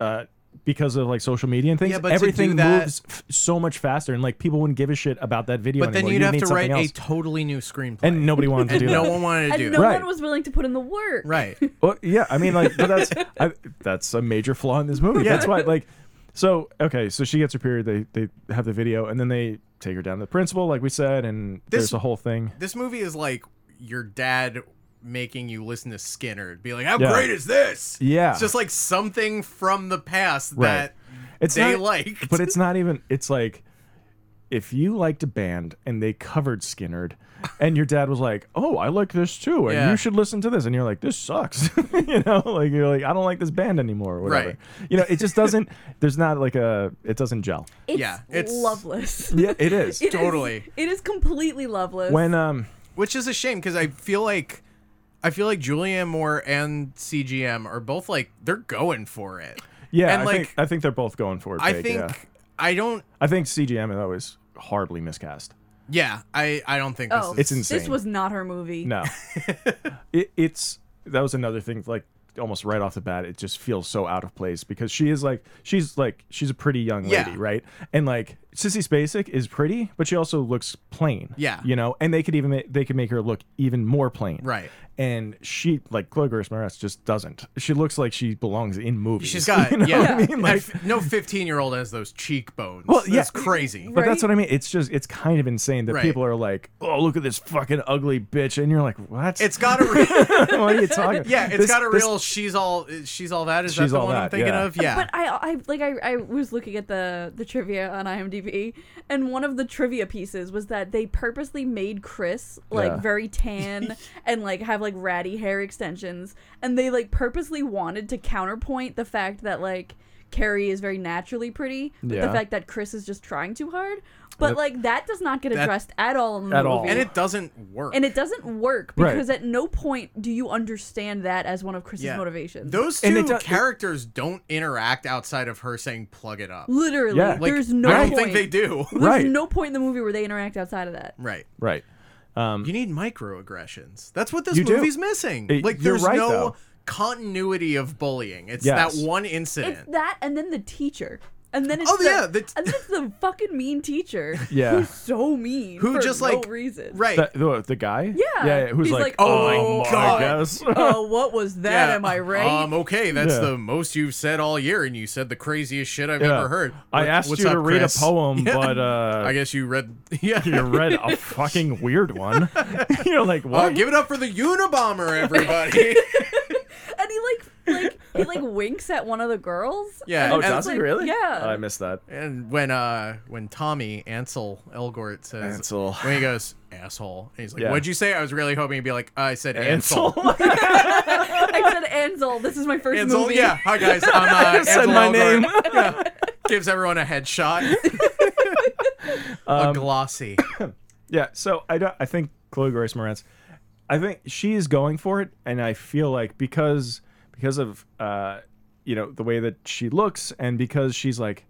S3: Uh, because of like social media and things,
S1: Yeah, but to
S3: everything
S1: do that-
S3: moves f- so much faster, and like people wouldn't give a shit about that video
S1: but then
S3: anymore.
S1: you'd
S3: You'd
S1: have
S3: need
S1: to
S3: something
S1: write
S3: else.
S1: a totally new screenplay,
S3: and nobody wanted to
S1: And
S3: do
S1: no
S3: that.
S1: one wanted to
S4: and
S1: do
S4: no
S1: that.
S3: Right.
S4: one was willing to put in the work
S1: Right.
S3: Well, yeah, I mean, like, but that's I, that's a major flaw in this movie. That's why, like, so okay, so she gets her period. They they have the video, and then they take her down to the principal, like we said, and there's
S1: This-
S3: a whole thing.
S1: This movie is like your dad making you listen to Skinner and be like, "How
S3: Yeah.
S1: great is this?"
S3: Yeah.
S1: it's just like something from the past
S3: Right.
S1: that
S3: It's
S1: they
S3: not-
S1: liked.
S3: but it's not even. It's like if you liked a band and they covered Skinnerd, and your dad was like, "Oh, I like this too, and
S1: Yeah.
S3: you should listen to this," and you're like, "This sucks," you know, like you're like, "I don't like this band anymore," or whatever.
S1: Right.
S3: You know, it just doesn't. there's not like a. It doesn't gel.
S4: it's
S1: Yeah, it's-
S4: loveless
S3: Yeah, it is.
S4: It is-
S1: Totally.
S4: it is completely loveless
S3: when um.
S1: which is a shame because I feel like I feel like Julianne Moore and CGM are both like they're going for it.
S3: Yeah,
S1: And,
S3: I think
S1: like,
S3: I think they're both going for it.
S1: I
S3: big,
S1: think
S3: yeah.
S1: I don't.
S3: I think CGM though is horribly miscast.
S1: Yeah, I I don't think
S4: Oh,
S1: this
S3: It's
S1: is.
S3: insane.
S4: This was not her movie.
S3: No, it, it's that was another thing. Like almost right off the bat, it just feels so out of place because she is like she's like she's a pretty young
S1: Yeah.
S3: lady, right? And like Sissy Spacek is pretty, but she also looks plain.
S1: Yeah.
S3: you know, and they could even make, they could make her look even more plain.
S1: Right.
S3: And she like Chloe Grace Moretz just doesn't. She looks like she belongs in movies.
S1: She's got
S3: you know
S1: yeah.
S3: what I mean? Like-
S1: I f- no fifteen year old has those cheekbones.
S3: Well,
S1: That's
S3: yeah.
S1: crazy.
S3: But that's what
S4: Right?
S3: I mean. It's just it's kind of insane that
S1: Right.
S3: people are like, "Oh, look at this fucking ugly bitch," and you're like, "What?
S1: It's got a re-
S3: what are you talking?"
S1: yeah. It's
S3: This-
S1: got a
S3: this-
S1: real. she's all. She's all that. Is
S3: She's
S1: that the
S3: all
S1: one I'm
S3: that,
S1: thinking
S3: yeah.
S1: of? Yeah.
S4: But I, I like I, I was looking at the the trivia on IMDb, and one of the trivia pieces was that they purposely made Chris like
S3: Yeah.
S4: very tan and like have like ratty hair extensions, and they like purposely wanted to counterpoint the fact that like Carrie is very naturally pretty, but
S3: Yeah.
S4: the fact that Chris is just trying too hard. But
S1: That-
S4: like that does not get
S1: That-
S4: addressed at all in the
S3: At all.
S4: movie.
S1: and it doesn't work.
S4: And it doesn't work
S3: Right.
S4: because at no point do you understand that as one of Chris's
S1: Yeah.
S4: motivations.
S1: Those
S3: And
S1: two
S3: it do-
S1: characters don't interact outside of her saying "plug it up."
S4: Literally,
S3: Yeah.
S1: Like,
S4: there's no
S1: I don't
S4: point.
S1: think they do.
S4: There's
S3: Right.
S4: no point in the movie where they interact outside of that.
S1: right.
S3: Right.
S1: You need microaggressions. That's what this
S3: You do.
S1: movie's missing.
S3: It-
S1: like
S3: you're
S1: there's
S3: right,
S1: no
S3: though.
S1: continuity of bullying. It's
S3: Yes.
S1: that one
S4: It's
S1: incident.
S4: that, and then the teacher, and then it's
S1: Oh,
S4: the,
S1: yeah, the t-
S4: and then it's the fucking mean teacher.
S3: Yeah.
S4: who's so mean.
S1: Who
S4: for
S1: just,
S4: no
S1: like-
S4: reason.
S1: right.
S3: The, the, the guy?
S4: Yeah.
S3: Yeah. Who's
S4: He's
S3: like,
S4: like,
S3: oh,
S1: "Oh
S3: my
S1: God."
S3: guess.
S4: Oh, what was that?
S1: Yeah.
S4: Am I right?
S1: Um, okay, that's
S3: Yeah.
S1: the most you've said all year, and you said the craziest shit I've
S3: Yeah.
S1: ever heard.
S3: I
S1: What-
S3: asked
S1: what's
S3: you to
S1: up,
S3: read
S1: Chris?
S3: a poem,
S1: Yeah.
S3: but uh,
S1: I guess you read. Yeah,
S3: you read a fucking weird one. You're like,
S1: Uh,
S3: what?
S1: give it up for the Unabomber, everybody.
S4: and he like like he like winks at one of the girls.
S1: Yeah.
S4: and
S1: Oh,
S4: it's
S1: does
S4: like,
S1: he
S4: Yeah.
S3: Oh, I missed that.
S1: and when uh when Tommy Ansel Elgort says
S3: Ansel.
S1: when he goes asshole, and he's like,
S3: Yeah.
S1: "What'd you say?" I was really hoping he'd be like, "I said
S3: Ansel.
S1: Ansel."
S4: I said Ansel. This is my first
S1: Ansel,
S4: movie.
S1: yeah. Hi guys, I'm uh,
S3: said
S1: Ansel
S3: my
S1: Elgort.
S3: name.
S1: Yeah. Gives everyone a headshot.
S3: Um,
S1: a glossy.
S3: yeah. So I don't. I think Chloe Grace Moretz. I think she is going for it, and I feel like because because of uh, you know the way that she looks, and because she's like.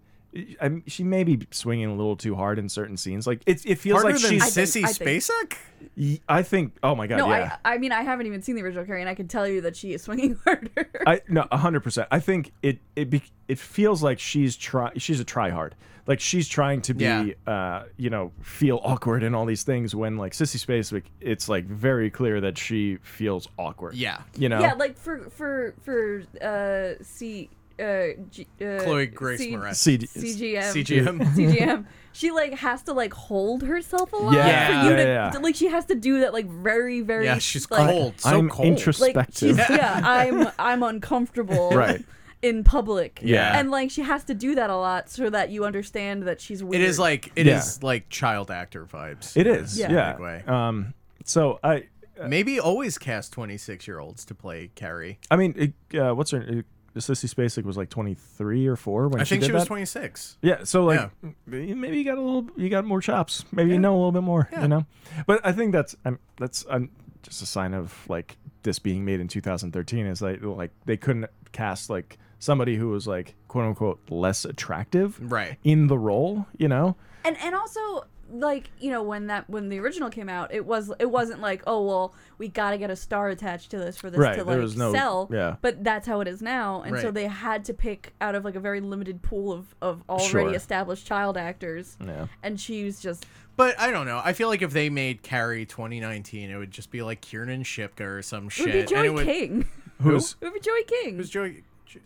S3: I, she may be swinging a little too hard in certain scenes. Like it, it feels
S1: Harder
S3: like
S1: than
S3: she's.
S1: Sissy
S4: I think-
S1: Spacek.
S3: y- I think. Oh my god.
S4: No,
S3: yeah.
S4: I I mean I haven't even seen the original Carrie, and I can tell you that she is swinging harder.
S3: I no, hundred percent. I think it it be, it feels like she's try she's a tryhard. Like she's trying to be,
S1: Yeah.
S3: uh, you know, feel awkward and all these things. When like Sissy Spacek, it's like very clear that she feels awkward.
S1: Yeah.
S3: you know.
S4: Yeah, like for for for uh C uh, G, uh
S1: Chloe Grace
S4: C-
S1: Moretz.
S3: C-
S4: CGM.
S1: CGM.
S4: CGM. She like has to like hold herself a lot
S3: Yeah,
S4: for you
S3: yeah,
S4: to
S3: yeah.
S4: like she has to do that like very very
S1: Yeah, she's
S4: like,
S1: cold. So
S3: I'm
S1: cold.
S3: interested-
S4: like she's
S3: Perspective.
S4: yeah, I'm I'm uncomfortable.
S3: Right.
S4: In public.
S1: Yeah.
S4: And like she has to do that a lot so that you understand that she's weird.
S1: It is like it is
S3: Yeah.
S1: like child actor vibes.
S3: It is.
S4: Yeah.
S3: Yeah.
S1: Big way.
S3: Um. So I.
S1: Maybe always cast twenty six year olds to play Carrie. I
S3: I mean, it, uh, what's her? It, Sissy Spacek was like twenty three or four when she
S1: think
S3: did
S1: she was
S3: that.
S1: twenty six.
S3: Yeah, so like m- maybe you got a little, you got more chops. Maybe you know a little bit more, you know. But I think that's um, that's um, just a sign of like this being made in 2013 is like like they couldn't cast like somebody who was like quote unquote less attractive
S1: Right.
S3: in the role, you know.
S4: and and also like you know when that when the original came out it was it wasn't like oh well we got to get a star attached to this for this
S3: Right,
S4: to
S3: there
S4: like
S3: was no-
S4: sell
S3: yeah.
S4: but that's how it is now and so
S1: Right.
S4: they had to pick out of like a very limited pool of of already
S3: Sure.
S4: established child actors
S3: Yeah.
S4: and she was just
S1: But I don't know. I feel like if they made Carrie 2019, it would just be like Kiernan Shipka or some
S4: it
S1: shit.
S4: would be
S1: and
S4: Joey
S1: it would,
S4: King
S3: Who's
S4: it would be Joey King
S1: Who's Joey?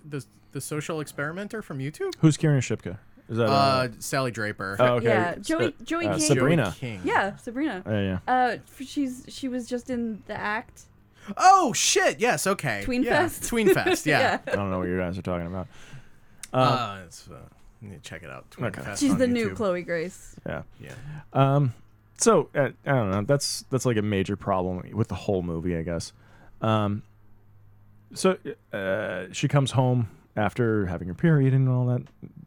S1: The the social experimenter from YouTube?
S3: who's Kieran Shipka? Is that
S1: Uh, Sally Draper.
S3: oh, okay.
S4: yeah,
S3: S-
S4: Joey- Joey
S3: uh,
S4: King.
S1: Joey
S3: Sabrina.
S1: King.
S4: yeah Sabrina
S3: Yeah, yeah.
S4: uh f- she's she was just in the act
S1: Oh shit. Yes. Okay.
S4: Tween
S1: yeah.
S4: Fest.
S1: Tween Fest. Yeah.
S3: I don't know what you guys are talking about.
S1: Uh, it's, uh, you need to check it out. Tween
S3: Okay.
S1: Fest
S4: she's
S1: on
S4: the new
S1: YouTube.
S4: Chloe Grace
S3: Yeah.
S1: Yeah.
S3: Um, so uh, I don't know. That's that's like a major problem with the whole movie, I guess. Um, so uh, she comes home after having her period and all that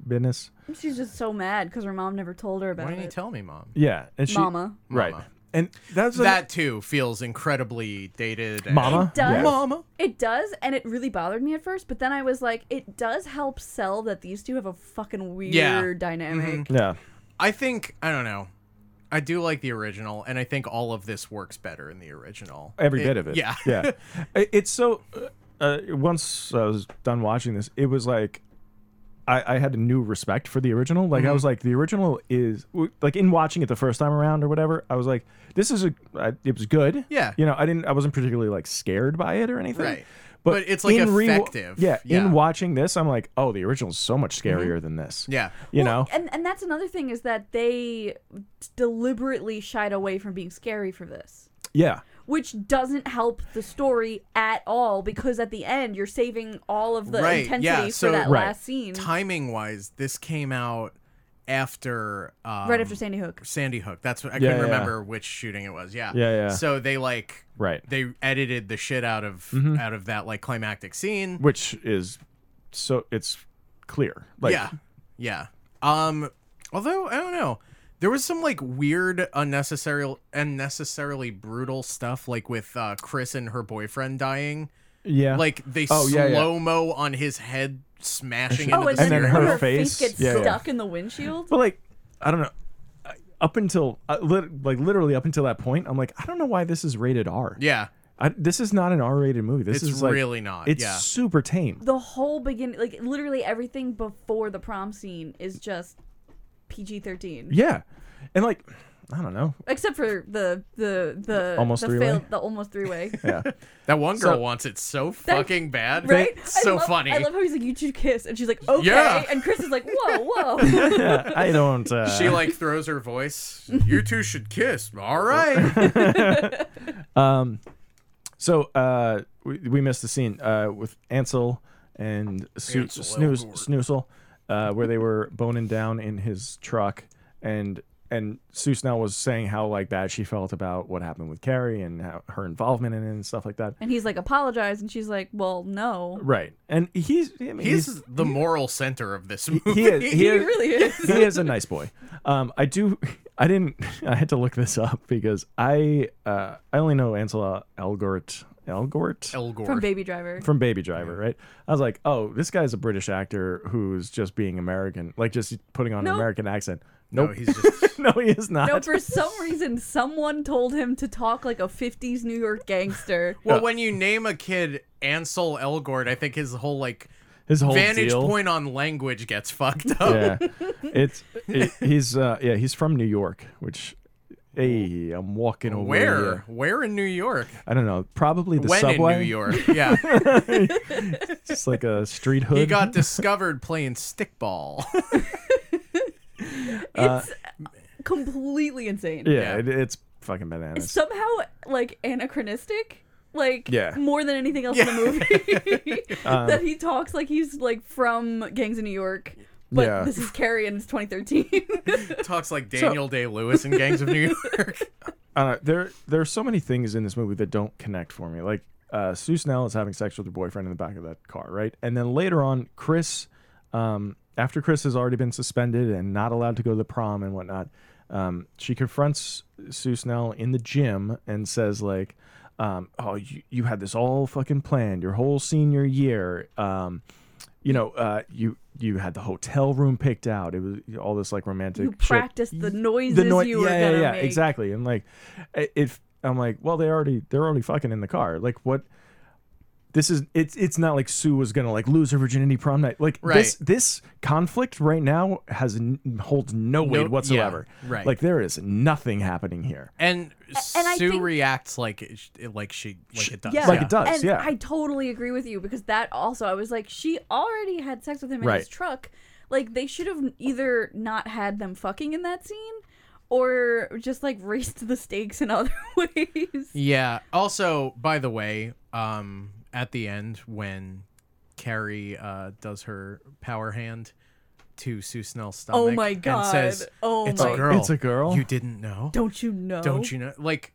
S3: business.
S4: she's just so mad because her mom never told her about
S1: Why didn't you
S4: it
S1: tell me, mom?
S3: Yeah, and she,
S4: Mama
S3: right?
S1: Mama.
S3: And that's like-
S1: That too feels incredibly dated. and-
S3: Mama,
S4: It does.
S3: Yeah.
S1: Mama.
S4: It does, and it really bothered me at first, but then I was like, it does help sell that these two have a fucking weird
S1: Yeah. Mm-hmm.
S4: dynamic.
S3: Yeah,
S1: I think I don't know. I do like the original, and I think all of this works better in the original.
S3: every bit of it.
S1: Yeah.
S3: yeah. I- It's so. Uh, once I was done watching this, it was like. I, I had a new respect for the original. Like I
S1: Mm-hmm.
S3: was like, the original is w- like in watching it the first time around or whatever. I was like, this is a. I, it was good.
S1: Yeah.
S3: You know, I didn't. I wasn't particularly like scared by it or anything.
S1: Right. But it's, like,
S3: in rewa-
S1: effective.
S3: yeah,
S1: Yeah. Mm-hmm.
S3: In watching this, I'm like, oh, the original is so much scarier than this.
S1: Yeah.
S3: You
S4: Well,
S3: know.
S4: and and that's another thing is that they deliberately shied away from being scary for this,
S3: Yeah.
S4: which doesn't help the story at all because at the end you're saving all of the
S1: Right,
S4: intensity
S1: yeah, so-
S4: for that
S3: Right.
S4: last scene,
S1: Timing wise, this came out after um,
S4: right after Sandy Hook.
S1: Sandy Hook. That's what I
S3: Yeah,
S1: couldn't
S3: yeah.
S1: remember which shooting it was. Yeah.
S3: Yeah, yeah.
S1: So they like
S3: Right.
S1: they edited
S3: Mm-hmm.
S1: the shit out of out of that like climactic scene.
S3: Which is so it's clear. Like,
S1: yeah. Yeah. Um although I don't know. There was some like weird unnecessary unnecessarily brutal stuff like with uh Chris and her boyfriend dying.
S3: yeah.
S1: Like they
S3: Oh, yeah, yeah.
S1: slow-mo on his head smashing into
S4: Oh, and
S1: the
S4: then,
S3: And then
S1: steering
S3: her
S4: her,
S1: wheel.
S3: face-
S4: face, gets
S3: yeah, yeah.
S4: stuck in the windshield.
S3: But like, I don't know. I- Up until uh, lit- like literally up until that point, I'm like, I don't know why this is rated R.
S1: Yeah.
S3: I, this is not an R-rated movie. This
S1: It's
S3: is like,
S1: really not,
S3: It's
S1: yeah.
S3: super tame.
S4: the whole beginning, like literally everything before the prom scene, is just PG thirteen.
S3: Yeah, and like, I don't know.
S4: Except for the the the
S3: Almost
S4: the
S3: three-way?
S4: failed- the almost three way.
S3: Yeah,
S1: That one girl
S3: So-
S1: wants it so fucking bad.
S4: Right?
S1: It's so
S4: I love,
S1: funny.
S4: I love how he's like, "You two kiss," and she's like, "Okay,"
S1: Yeah.
S4: and Chris is like, "Whoa, whoa."
S3: yeah. I don't. Uh,
S1: she like throws her voice. You two should kiss. All right.
S3: So uh, we, we missed the scene uh, with Ansel and Su-
S1: Ansel
S3: Snooze,
S1: Elgort.
S3: Snoozle, uh, where they were boning down in his truck, and and Sue Snell was saying how like bad she felt about what happened with Carrie and how, her involvement in it and stuff like that.
S4: and he's like, "Apologize," and she's like, "Well, no."
S3: Right, and he's I mean,
S1: He's the moral center of this movie.
S3: he is he
S4: He
S3: is,
S4: really is.
S3: he is a nice boy. Um, I do. I didn't. I had to look this up because I uh, I only know Ansel Elgort. Elgort.
S1: Elgort.
S4: From Baby Driver.
S3: from Baby Driver, right? I was like, oh, this guy's a British actor who's just being American, like just putting on an
S4: Nope.
S3: American accent.
S1: no,
S3: Nope.
S1: he's just
S3: No, he is not.
S4: no, for some reason, someone told him to talk like a '50s New York gangster.
S1: Well, when you name a kid Ansel Elgort, I think his whole like
S3: His whole
S1: vantage
S3: deal.
S1: point on language gets fucked up.
S3: Yeah, it's it, he's uh, yeah he's from New York, which hey, I'm walking over
S1: Where?
S3: here.
S1: Where in New York?
S3: I don't know, probably Oh, the
S1: when
S3: subway.
S1: in New York? Yeah.
S3: It's like a street hood.
S1: he got discovered playing stickball.
S4: It's completely insane.
S3: yeah,
S1: yeah.
S3: It, it's fucking bananas.
S4: Somehow, like anachronistic. Like
S3: Yeah. Um,
S4: more than anything else in the movie, that he talks like he's like from Gangs of New York, but
S3: Yeah.
S4: this is Carrie and it's 2013.
S1: Talks like Daniel Day Lewis in Gangs of New York.
S3: uh, there there are so many things in this movie that don't connect for me. Like uh, Sue Snell is having sex with her boyfriend in the back of that car, right? And then later on, Chris, um, after Chris has already been suspended and not allowed to go to the prom and whatnot, um, she confronts Sue Snell in the gym and says like. Um, oh, you, you had this all fucking planned your whole senior year. Um, you know, uh, you you had the hotel room picked out. It was all this like romantic.
S4: you
S3: shit
S4: practice the noises
S3: the noise.
S4: you were
S3: yeah, yeah,
S4: gonna
S3: yeah,
S4: make.
S3: exactly. And like, i- if I'm like, well, they already they're already fucking in the car. Like, what? This is it's it's not like Sue was gonna like lose her virginity prom night. Like this
S1: Right.
S3: this conflict right now has n- holds no weight
S1: yeah,
S3: whatsoever.
S1: right.
S3: Like there is nothing happening here.
S1: And,
S4: and I
S1: Sue
S4: think-
S1: reacts like it, sh- like she like it does.
S4: Yeah.
S3: Like it does,
S4: And
S3: yeah.
S4: I totally agree with you because that also I was like, she already had sex with him in
S3: Right.
S4: his truck. Like they should have either not had them fucking in that scene or just like raised the stakes in other ways.
S1: Yeah. Also, by the way, um, at the end when Carrie uh, does her power hand to Sue Snell's stomach,
S4: Oh my
S1: and
S4: god.
S1: says,
S4: oh
S1: "It's
S4: my
S1: a girl.
S3: It's a girl."
S1: You didn't know?
S4: Don't you know?
S1: Don't you know? Like,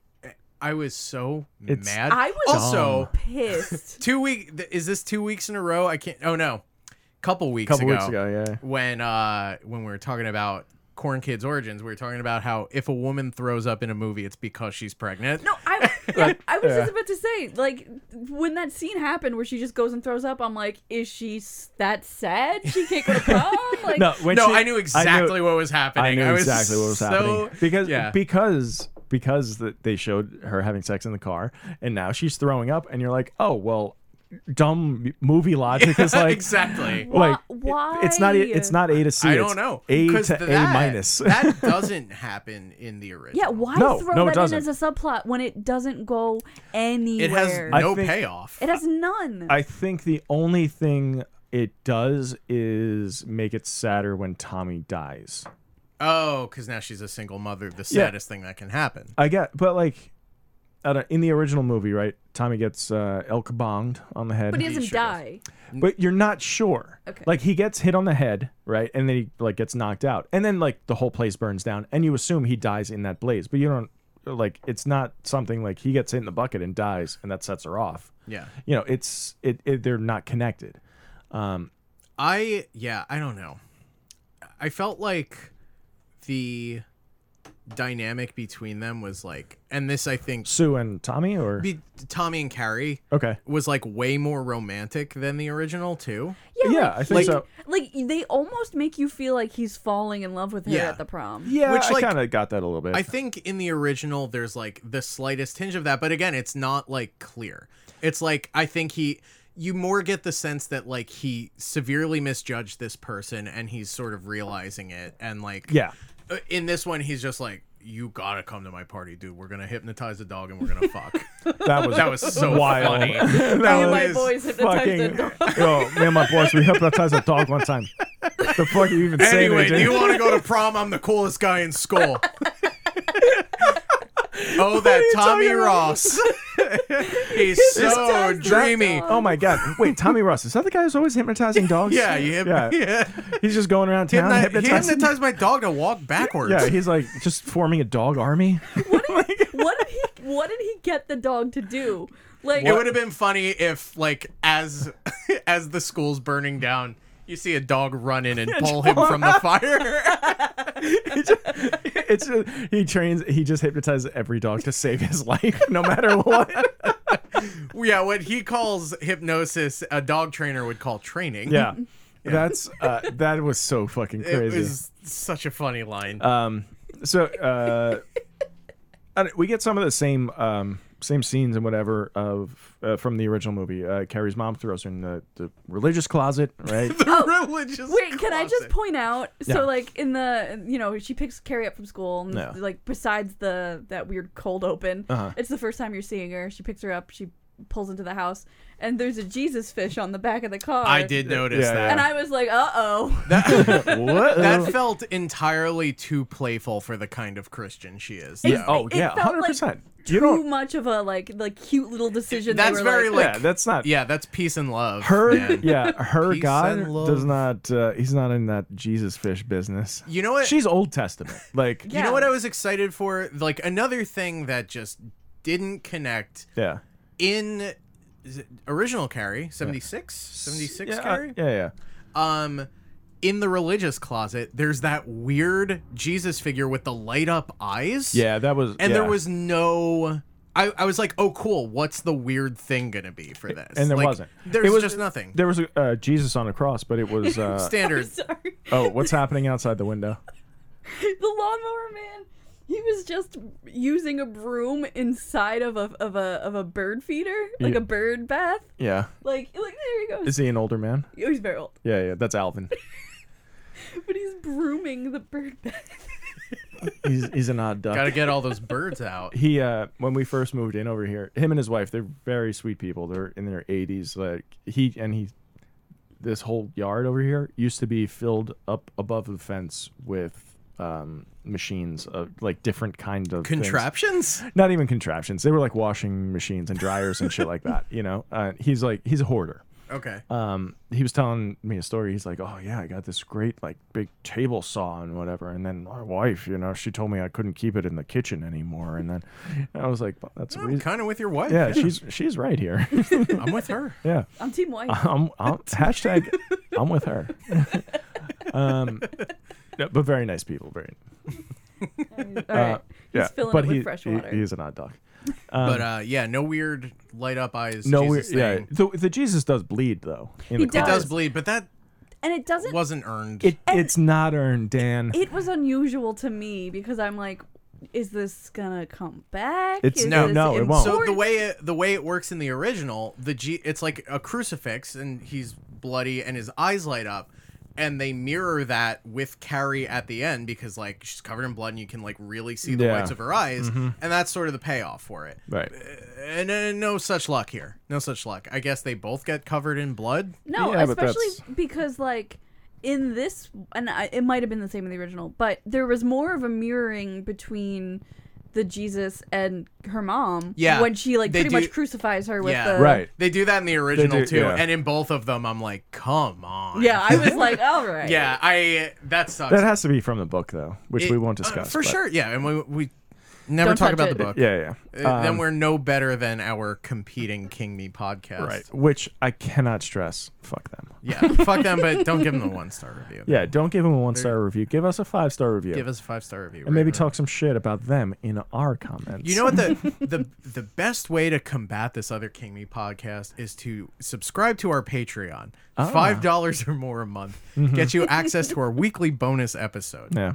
S1: I was so
S3: It's-
S1: mad.
S4: I was
S1: also
S4: pissed.
S1: two week. th- Is this two weeks in a row? I can't. Oh no, couple weeks.
S3: couple weeks ago, yeah.
S1: when uh when we were talking about corn kids origins we were talking about how if a woman throws up in a movie it's because she's pregnant
S4: No, I, yeah, I was just about to say, like, when that scene happened where she just goes and throws up, I'm like, is she s- that sad? She can't go to prom? Like,
S3: No, when
S1: no
S3: she-
S1: i knew exactly what was
S3: I
S1: happening
S3: knew
S1: i, was
S3: exactly what was
S1: so,
S3: happening because
S1: yeah
S3: because because that they showed her having sex in the car, and now she's throwing up, and you're like, oh well, dumb m- movie logic is like
S1: exactly
S3: like
S4: Why-
S3: it- it's not a- it's not A to C.
S1: i
S3: it's
S1: don't know
S3: A
S1: 'Cause
S3: to
S1: that-
S3: A minus.
S1: that doesn't happen in the original
S4: Yeah, why
S3: No,
S4: throw
S3: no, it
S4: that in
S3: doesn't.
S4: as a subplot when it doesn't go anywhere?
S1: it has
S3: I
S1: no
S3: think-
S1: payoff
S4: It has none.
S3: I think the only thing it does is make it sadder when Tommy dies.
S1: oh because now she's a single mother the saddest thing that can happen
S3: I get, but like. I don't, in the original movie, right? Tommy gets uh, El Kabonged on the head.
S4: but he doesn't
S1: sure does.
S4: die.
S3: but you're not sure.
S4: Mm. Okay.
S3: Like he gets hit on the head, right? And then he like gets knocked out. And then like the whole place burns down and you assume he dies in that blaze, but you don't like it's not something like he gets hit in the bucket and dies and that sets her off.
S1: yeah
S3: You know, it's it, it they're not connected. Um
S1: I yeah, I don't know. I felt like the dynamic between them was like, and this I think
S3: Sue and Tommy, or
S1: be, Tommy and Carrie
S3: okay,
S1: was like way more romantic than the original too.
S4: Yeah,
S3: Yeah,
S4: like,
S3: I think
S4: he-
S3: so.
S4: Like they almost make you feel like he's falling in love with her
S1: Yeah.
S4: at the prom.
S3: yeah,
S1: Which,
S3: I
S1: like,
S3: kind of got that a little bit.
S1: I think in the original there's like the slightest tinge of that, but again, it's not like clear. It's like I think he you more get the sense that like he severely misjudged this person and he's sort of realizing it and like
S3: yeah,
S1: uh, in this one he's just like you got to come to my party, dude. We're going to hypnotize a dog and we're going to fuck.
S3: that was
S1: that was so
S3: wild.
S1: funny.
S4: Me and
S3: that
S4: my
S1: was
S4: boys hypnotized
S3: fucking.
S4: the dog.
S3: Yo, me and my boys, we hypnotized a dog one time. The fuck are you even saying,
S1: Anyway,
S3: AJ?
S1: do you want to go to prom? I'm the coolest guy in school. oh, that Tommy
S3: talking about?
S1: Ross. He's so
S4: hypnotized the
S1: dreamy.
S4: dog.
S3: Oh my god! Wait, Tommy Ross is that the guy who's always hypnotizing dogs?
S1: Yeah, you hyp- yeah.
S3: He's just going around town
S1: Hypno- he
S3: hypnotizing.
S1: hypnotized my dog to walk backwards.
S3: yeah, he's like just forming a dog army.
S4: What did he? What did he get the dog to do? Like
S1: it would have been funny if, like, as as the school's burning down, you see a dog run in and pull him from the fire.
S3: it's just, he trains. He just hypnotizes every dog to save his life, no matter what.
S1: yeah, what he calls hypnosis, a dog trainer would call training.
S3: Yeah, that's uh, that was so fucking
S1: it
S3: crazy.
S1: was such a funny line.
S3: Um, so uh, I don't- we get some of the same um, same scenes and whatever of uh, from the original movie. Uh, Carrie's mom throws her in the, the religious closet, right?
S1: religious.
S4: oh, Wait, can I just
S1: closet.
S4: point out?
S3: Yeah.
S4: So, like in the you know, she picks Carrie up from school, and
S3: Yeah.
S4: like besides the that weird cold open,
S3: Uh-huh.
S4: it's the first time you're seeing her. She picks her up, she pulls into the house, and there's a Jesus fish on the back of the car.
S1: I did notice
S3: Yeah,
S1: that.
S4: and I was like, uh oh.
S3: what?
S1: that felt entirely too playful for the kind of Christian she is.
S3: yeah.
S1: though.
S3: Oh
S4: it
S3: yeah,
S4: felt
S3: hundred percent.
S4: like
S3: You
S4: Too
S3: don't.
S4: much of a like like cute little decision. they
S1: That's
S4: were
S1: very
S4: like,
S1: like,
S3: Yeah, that's not
S1: yeah, that's peace and love.
S3: her.
S1: man.
S3: Yeah, her
S1: Peace
S3: God
S1: and love.
S3: does not. Uh, he's not in that Jesus fish business.
S1: You know what?
S3: She's Old Testament. Like
S1: You know
S4: Yeah.
S1: what I was excited for? Like another thing that just didn't connect
S3: yeah.
S1: in is it original Carrie 76 76
S3: yeah, uh,
S1: Carrie.
S3: yeah, yeah.
S1: Um in the religious closet, there's that weird Jesus figure with the light up eyes.
S3: Yeah, that was.
S1: And
S3: yeah.
S1: there was no I, I was like, oh cool, what's the weird thing gonna be for this?
S3: And there
S1: Like,
S3: wasn't.
S1: There's
S3: It was-
S1: just nothing.
S3: There was a uh, Jesus on a cross, but it was. Uh,
S1: Standard.
S4: Sorry.
S3: oh, what's happening outside the window?
S4: the lawnmower man he was just using a broom inside of a of a of a bird feeder like
S3: Yeah.
S4: a bird bath
S3: Yeah.
S4: like like there he goes
S3: Is he an older man?
S4: Oh, he's very old
S3: Yeah, yeah, that's Alvin.
S4: but he's brooming the bird bath
S3: He's he's an odd duck.
S1: Gotta get all those birds out.
S3: He uh when we first moved in over here, him and his wife, they're very sweet people. They're in their 80s like he and he this whole yard over here used to be filled up above the fence with um machines of like different kind of things.
S1: Contraptions?
S3: Not even contraptions. They were like washing machines and dryers and shit like that, you know. Uh, he's like he's a hoarder.
S1: Okay.
S3: um, he was telling me a story. He's like, "Oh yeah, I got this great like big table saw and whatever." And then my wife, you know, she told me I couldn't keep it in the kitchen anymore. And then I was like, well,
S4: Oh,
S3: "That's a
S1: I'm
S3: reason."
S1: kinda with your wife.
S3: Yeah, she's she's right here.
S1: I'm with her.
S3: yeah,
S4: i'm team white
S3: I'm, I'm hashtag I'm with her. um, yeah, but very nice people, very.
S4: all right
S3: uh, yeah,
S4: he's filling
S3: but
S4: it with
S3: he,
S4: fresh
S3: he-
S4: water
S3: he's an odd dog.
S1: but uh, yeah, no weird light up eyes.
S3: Um, No, we,
S1: Jesus
S3: yeah.
S1: thing.
S3: The, the Jesus does bleed though. in
S4: He
S3: the
S1: It
S3: comic.
S1: does bleed, but that
S4: and it doesn't
S1: wasn't earned.
S3: It, it's not earned, Dan.
S4: it was unusual to me because i'm like is this gonna come back
S3: It's-
S4: Is
S3: no,
S4: this
S3: no, it won't.
S1: so the
S4: important?
S1: way it, the way it works in the original, the G, it's like a crucifix, and he's bloody, and his eyes light up, and they mirror that with Carrie at the end because like she's covered in blood, and you can like really see the
S3: Yeah. Mm-hmm.
S1: whites of her eyes, and that's sort of the payoff for it.
S3: right.
S1: And uh, no such luck here. No such luck. I guess they both get covered in blood.
S4: No,
S3: Yeah, but
S4: especially because like in this, and I, it might have been the same in the original, but there was more of a mirroring between the Jesus and her mom.
S1: Yeah,
S4: when she like
S1: they
S4: pretty
S1: do-
S4: much crucifies her with
S1: Yeah.
S4: the
S3: Right.
S1: They do that in the original
S3: do,
S1: too,
S3: yeah.
S1: and in both of them, I'm like, come on.
S4: Yeah, I was like, all right.
S1: Yeah, I that sucks.
S3: That has to be from the book, though, which
S1: It-
S3: we won't
S1: uh,
S3: discuss.
S1: for
S3: but-
S1: sure. Yeah, and we we Never
S4: Don't
S1: talk
S4: touch
S1: about
S4: it.
S1: the book.
S3: Yeah, yeah. um,
S1: Uh, then we're no better than our competing King Me podcast.
S3: Right. Which I cannot stress. Fuck them.
S1: Yeah. Fuck them, but don't give them a one star review.
S3: Yeah, don't give them a one star review. Give us a five star review.
S1: Give us a five star review.
S3: and maybe
S1: right, right.
S3: talk some shit about them in our comments.
S1: You know what the the the best way to combat this other King Me podcast is to subscribe to our Patreon.
S3: Ah.
S1: Five dollars or more a month
S3: Mm-hmm.
S1: gets you access to our weekly bonus episode.
S3: Yeah.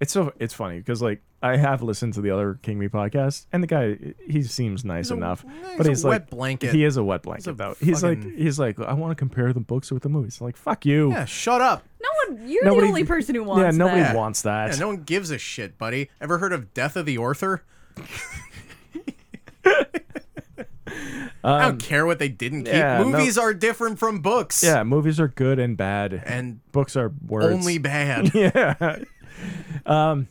S3: It's so it's funny because like I have listened to the other King Me podcast and the guy he seems nice
S1: a-
S3: enough,
S1: he's
S3: but
S1: a
S3: he's
S1: wet
S3: like
S1: blanket.
S3: He is a wet blanket
S1: a
S3: though. He's like
S1: fucking-
S3: he's like I want to compare the books with the movies. like fuck you.
S1: Yeah, shut up.
S4: No one. You're
S3: Nobody-
S4: the only person who wants
S3: yeah, nobody
S4: that.
S3: wants that.
S1: Yeah, no one gives a shit, buddy. Ever heard of Death of the Author? I don't care what they didn't keep.
S3: Um, yeah, no-
S1: Movies are different from books.
S3: Yeah, movies are good and bad,
S1: And
S3: books are words.
S1: only bad.
S3: yeah. um,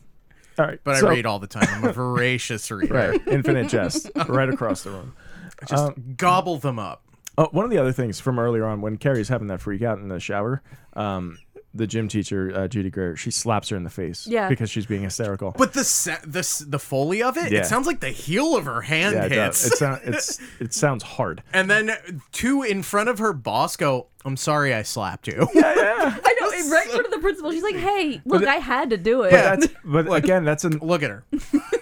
S3: all right,
S1: But
S3: so-
S1: I read all Oh. the time. I'm a voracious reader.
S3: Right, Um, infinite jest, right across the room.
S1: Just gobble them up.
S3: Oh, one of the other things from earlier on when Carrie's having that freak out in the shower, um, the gym teacher uh, Judy Greer, she slaps her in the face
S4: Yeah.
S3: because she's being hysterical.
S1: But the sa- the s- the foley of it,
S3: Yeah.
S1: it sounds like the heel of her hand
S3: yeah, it, does.
S1: hits.
S3: it sounds it's it sounds hard.
S1: and then two in front of her boss go, "I'm sorry, I slapped you."
S4: I know. it- Right in front of the principal, she's like, "Hey, look, I had to do it."
S3: That's, but again, that's an
S1: Look at her.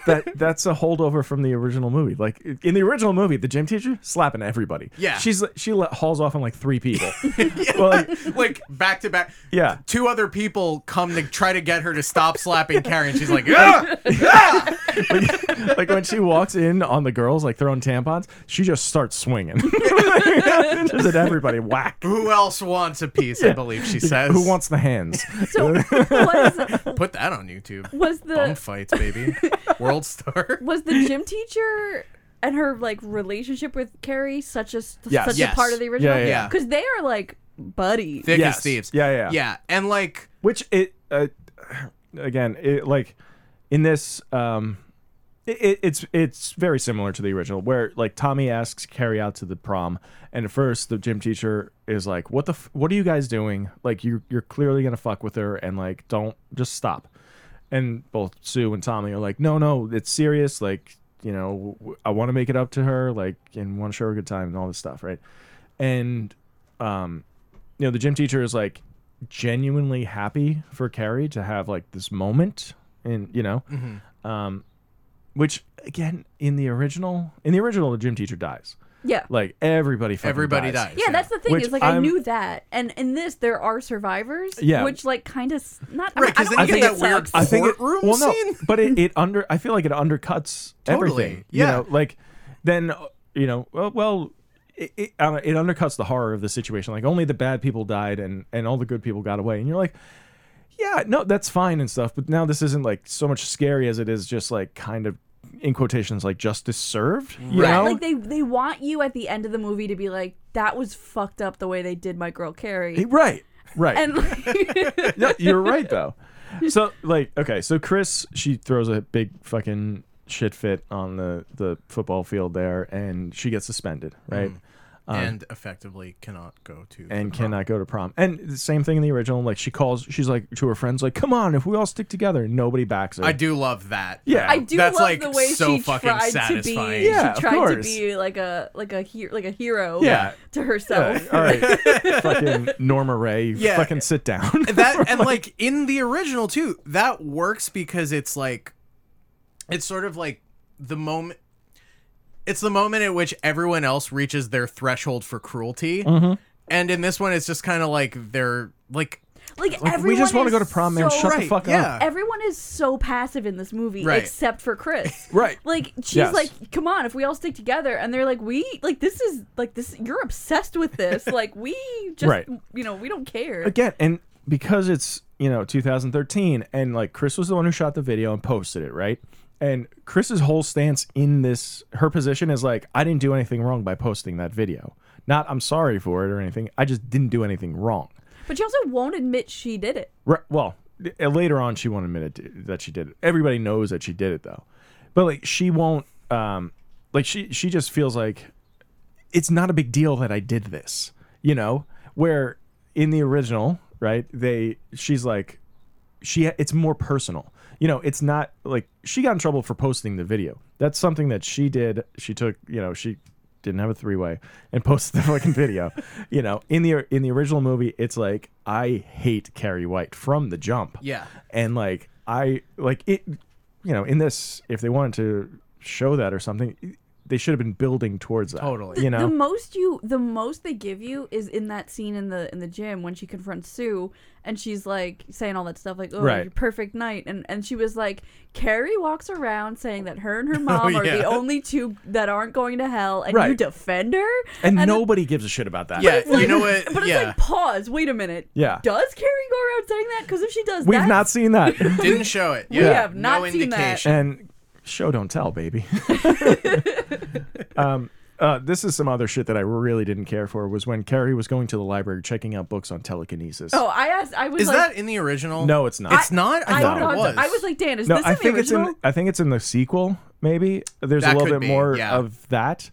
S3: that that's a holdover from the original movie. Like in the original movie, the gym teacher slapping everybody.
S1: Yeah.
S3: she's she let, hauls off on like three people. well, like,
S1: Like back to back.
S3: Yeah.
S1: Two other people come to try to get her to stop slapping Carrie, and she's like, "Yeah."
S3: like, like when she walks in on the girls like throwing tampons, she just starts swinging. just at everybody whack.
S1: Who else wants a piece? I believe she says.
S3: Who wants the hands?
S4: So was
S1: Put that on YouTube.
S4: was
S1: Bum
S4: the
S1: fights, baby. World star.
S4: was the gym teacher and her like relationship with Carrie such a s-
S3: Yes.
S4: such
S1: Yes.
S4: a part of the original?
S3: Yeah, yeah,
S1: yeah.
S4: Because they are like buddies.
S1: Thick
S3: Yes.
S1: as thieves.
S3: Yeah, yeah.
S1: Yeah, and like
S3: Which it uh, again, it, like in this, um, it, it, it's it's very similar to the original, where like Tommy asks Carrie out to the prom, and at first the gym teacher is like, "What the? F- what are you guys doing? Like you you're clearly gonna fuck with her, and like don't just stop." And both Sue and Tommy are like, "No, no, it's serious. Like you know, w- I want to make it up to her, like and want to show her a good time and all this stuff, right?" And um, you know, the gym teacher is like genuinely happy for Carrie to have like this moment, and you know,
S1: Mm-hmm.
S3: um, which again in the original, in the original, the gym teacher dies.
S4: Yeah.
S3: Like everybody, fucking
S1: everybody dies.
S4: Yeah, that's the thing.
S3: Which
S4: is like I
S3: I'm-
S4: knew that, and in this there are survivors.
S3: Yeah.
S4: which like kind of not.
S1: Right,
S4: I,
S1: 'cause
S4: mean,
S1: then
S4: I
S1: you get
S4: don't think
S1: that
S4: it
S1: weird
S4: sucks.
S3: I think it,
S1: Courtroom
S3: well, no,
S1: scene?
S3: but it, it under I feel like it undercuts
S1: Totally,
S3: everything.
S1: yeah.
S3: You know, like then uh, you know, well, well it, it, uh, it undercuts the horror of the situation. Like only the bad people died and and all the good people got away. And you're like, yeah, no, that's fine and stuff. But now this isn't like so much scary as it is just like kind of in quotations like justice served. You
S4: Yeah,
S3: know?
S4: like they they want you at the end of the movie to be like, that was fucked up the way they did my girl Carrie.
S3: right, right.
S4: And like,
S3: no, you're right though. So like, okay, so Chris, she throws a big fucking shit fit on the the football field there, and she gets suspended,
S1: Mm.
S3: right?
S1: and effectively cannot go to
S3: Um, And cannot go to prom. And the same thing in the original. Like she calls, she's like to her friends, like, "Come on, if we all stick together, nobody backs her."
S1: I do love that.
S3: Yeah.
S4: I do
S1: That's
S4: love
S1: like
S4: the way
S1: so
S4: she
S1: fucking
S4: tried to
S1: satisfying.
S4: be.
S3: Yeah, of
S4: she tried to
S3: course.
S4: be like a like a he- like a hero.
S3: Yeah.
S4: to
S3: Yeah,
S4: herself.
S3: all right, fucking Norma Ray, you
S1: Yeah.
S3: fucking sit down.
S1: that and like in the original too that works because it's like it's sort of like the moment it's the moment at which everyone else reaches their threshold for cruelty
S4: Mm-hmm.
S1: and in this one it's just kind of like they're like
S4: Like,
S3: Like, we
S4: everyone
S3: just
S4: want to
S3: go to prom, man. Shut the
S1: Right,
S3: fuck
S1: yeah.
S3: up.
S4: Everyone is so passive in this movie,
S1: Right.
S4: except for Chris.
S3: Right.
S4: Like she's
S3: Yes.
S4: like, "Come on, if we all stick together," and they're like, "We like this is like this. You're obsessed with this. like we just,
S3: Right.
S4: you know, we don't care."
S3: again and because it's you know 2013 and like chris was the one who shot the video and posted it right and chris's whole stance in this her position is like i didn't do anything wrong by posting that video not i'm sorry for it or anything i just didn't do anything wrong
S4: But she also won't admit she did it.
S3: Right. Well, th- later on, she won't admit it, that she did it. Everybody knows that she did it though, but like she won't. Um, like she she just feels like it's not a big deal that I did this. You know, where in the original, right? They she's like, she it's more personal. You know, it's not like she got in trouble for posting the video. That's something that she did. She took, you know, she didn't have a three way and posted the fucking video. You know, in the in the original movie, it's like I hate Carrie White from the jump.
S1: Yeah.
S3: and like I like it. You know, in this, if they wanted to show that or something, they should have been building towards that.
S1: Totally.
S3: You
S4: The
S3: know,
S4: most you, the most they give you is in that scene in the in the gym when she confronts Sue and she's like saying all that stuff like, "Oh,
S3: Right.
S4: your perfect night," and and she was like, "Carrie walks around saying that her and her mom are the
S1: yeah.
S4: only two that aren't going to hell, and you
S3: Oh, Right.
S4: defend her."
S3: and,
S4: it-
S3: nobody gives a shit about that.
S1: Yeah, you know what?
S4: But it's
S1: yeah.
S4: like, pause. Wait a minute.
S3: Yeah.
S4: Does Carrie go around saying that? Because if she does,
S3: we've
S4: that's-
S3: not seen that.
S1: Didn't show it. Yeah.
S4: have not
S1: no
S4: seen that.
S1: indication.
S3: and show don't tell baby um uh, this is some other shit that I really didn't care for was when Carrie was going to the library checking out books on telekinesis.
S4: Oh, I asked. I was
S1: Is
S4: like,
S1: that in the original?
S3: No, it's not.
S1: It's not. I, thought
S4: thought
S1: it was.
S4: so. I was like, Dan, is
S3: no,
S4: this
S3: I
S4: in
S3: think
S4: the
S3: it's
S4: original?
S3: in I think it's in the sequel maybe. There's
S1: That
S3: a little
S1: could
S3: bit
S1: be,
S3: more
S1: yeah.
S3: of that,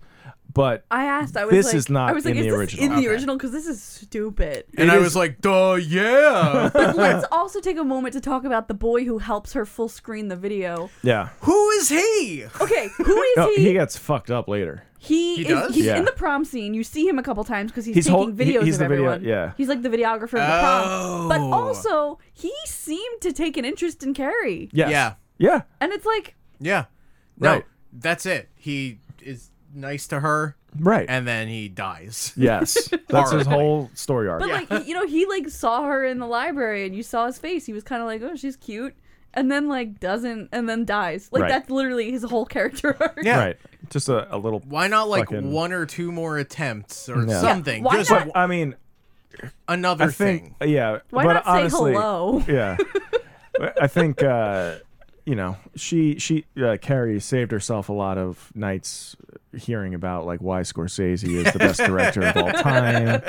S3: but
S4: I asked. I was
S3: This
S4: like,
S3: is not
S4: I was like,
S3: in
S4: is
S3: the
S4: this
S3: original.
S4: in the
S1: Okay.
S4: original? Because this is stupid.
S1: and
S3: it
S1: I
S3: is-
S1: was like, duh, yeah.
S4: But let's also take a moment to talk about the boy who helps her full screen the video.
S3: yeah.
S1: Who is he?
S4: Okay, who is
S3: No, Oh,
S4: he?
S3: he gets fucked up later.
S4: He
S1: He
S4: is
S1: does?
S4: he's
S3: Yeah.
S4: in the prom scene. You see him a couple times because he's,
S3: He's
S4: taking
S3: hol- he-
S4: videos
S3: he's
S4: of
S3: the video-
S4: everyone.
S3: yeah.
S4: He's like the videographer of the prom. But
S1: Oh.
S4: also, he seemed to take an interest in Carrie.
S3: Yes.
S1: Yeah.
S3: Yeah.
S4: And it's like,
S1: Yeah. No,
S3: Right.
S1: that's it. He is nice to her,
S3: Right.
S1: and then he dies.
S3: yes. That's
S1: Horribly.
S3: his whole story arc.
S4: but like he- you know, he like saw her in the library and you saw his face. He was kind of like, oh, she's cute. And then like doesn't, and then dies. Like
S3: Right.
S4: that's literally his whole character arc.
S1: yeah.
S3: Right. Just a, a little
S1: Why not like
S3: Fucking-
S1: one or two more attempts or
S3: Yeah.
S1: something?
S4: Why
S1: Just
S4: not-
S3: I mean,
S1: another
S3: I think
S1: thing.
S3: yeah.
S4: Why
S3: but
S4: not say
S3: honestly,
S4: hello?
S3: Yeah, But I think uh, you know she she uh, Carrie saved herself a lot of nights hearing about like why Scorsese is the best director of all time,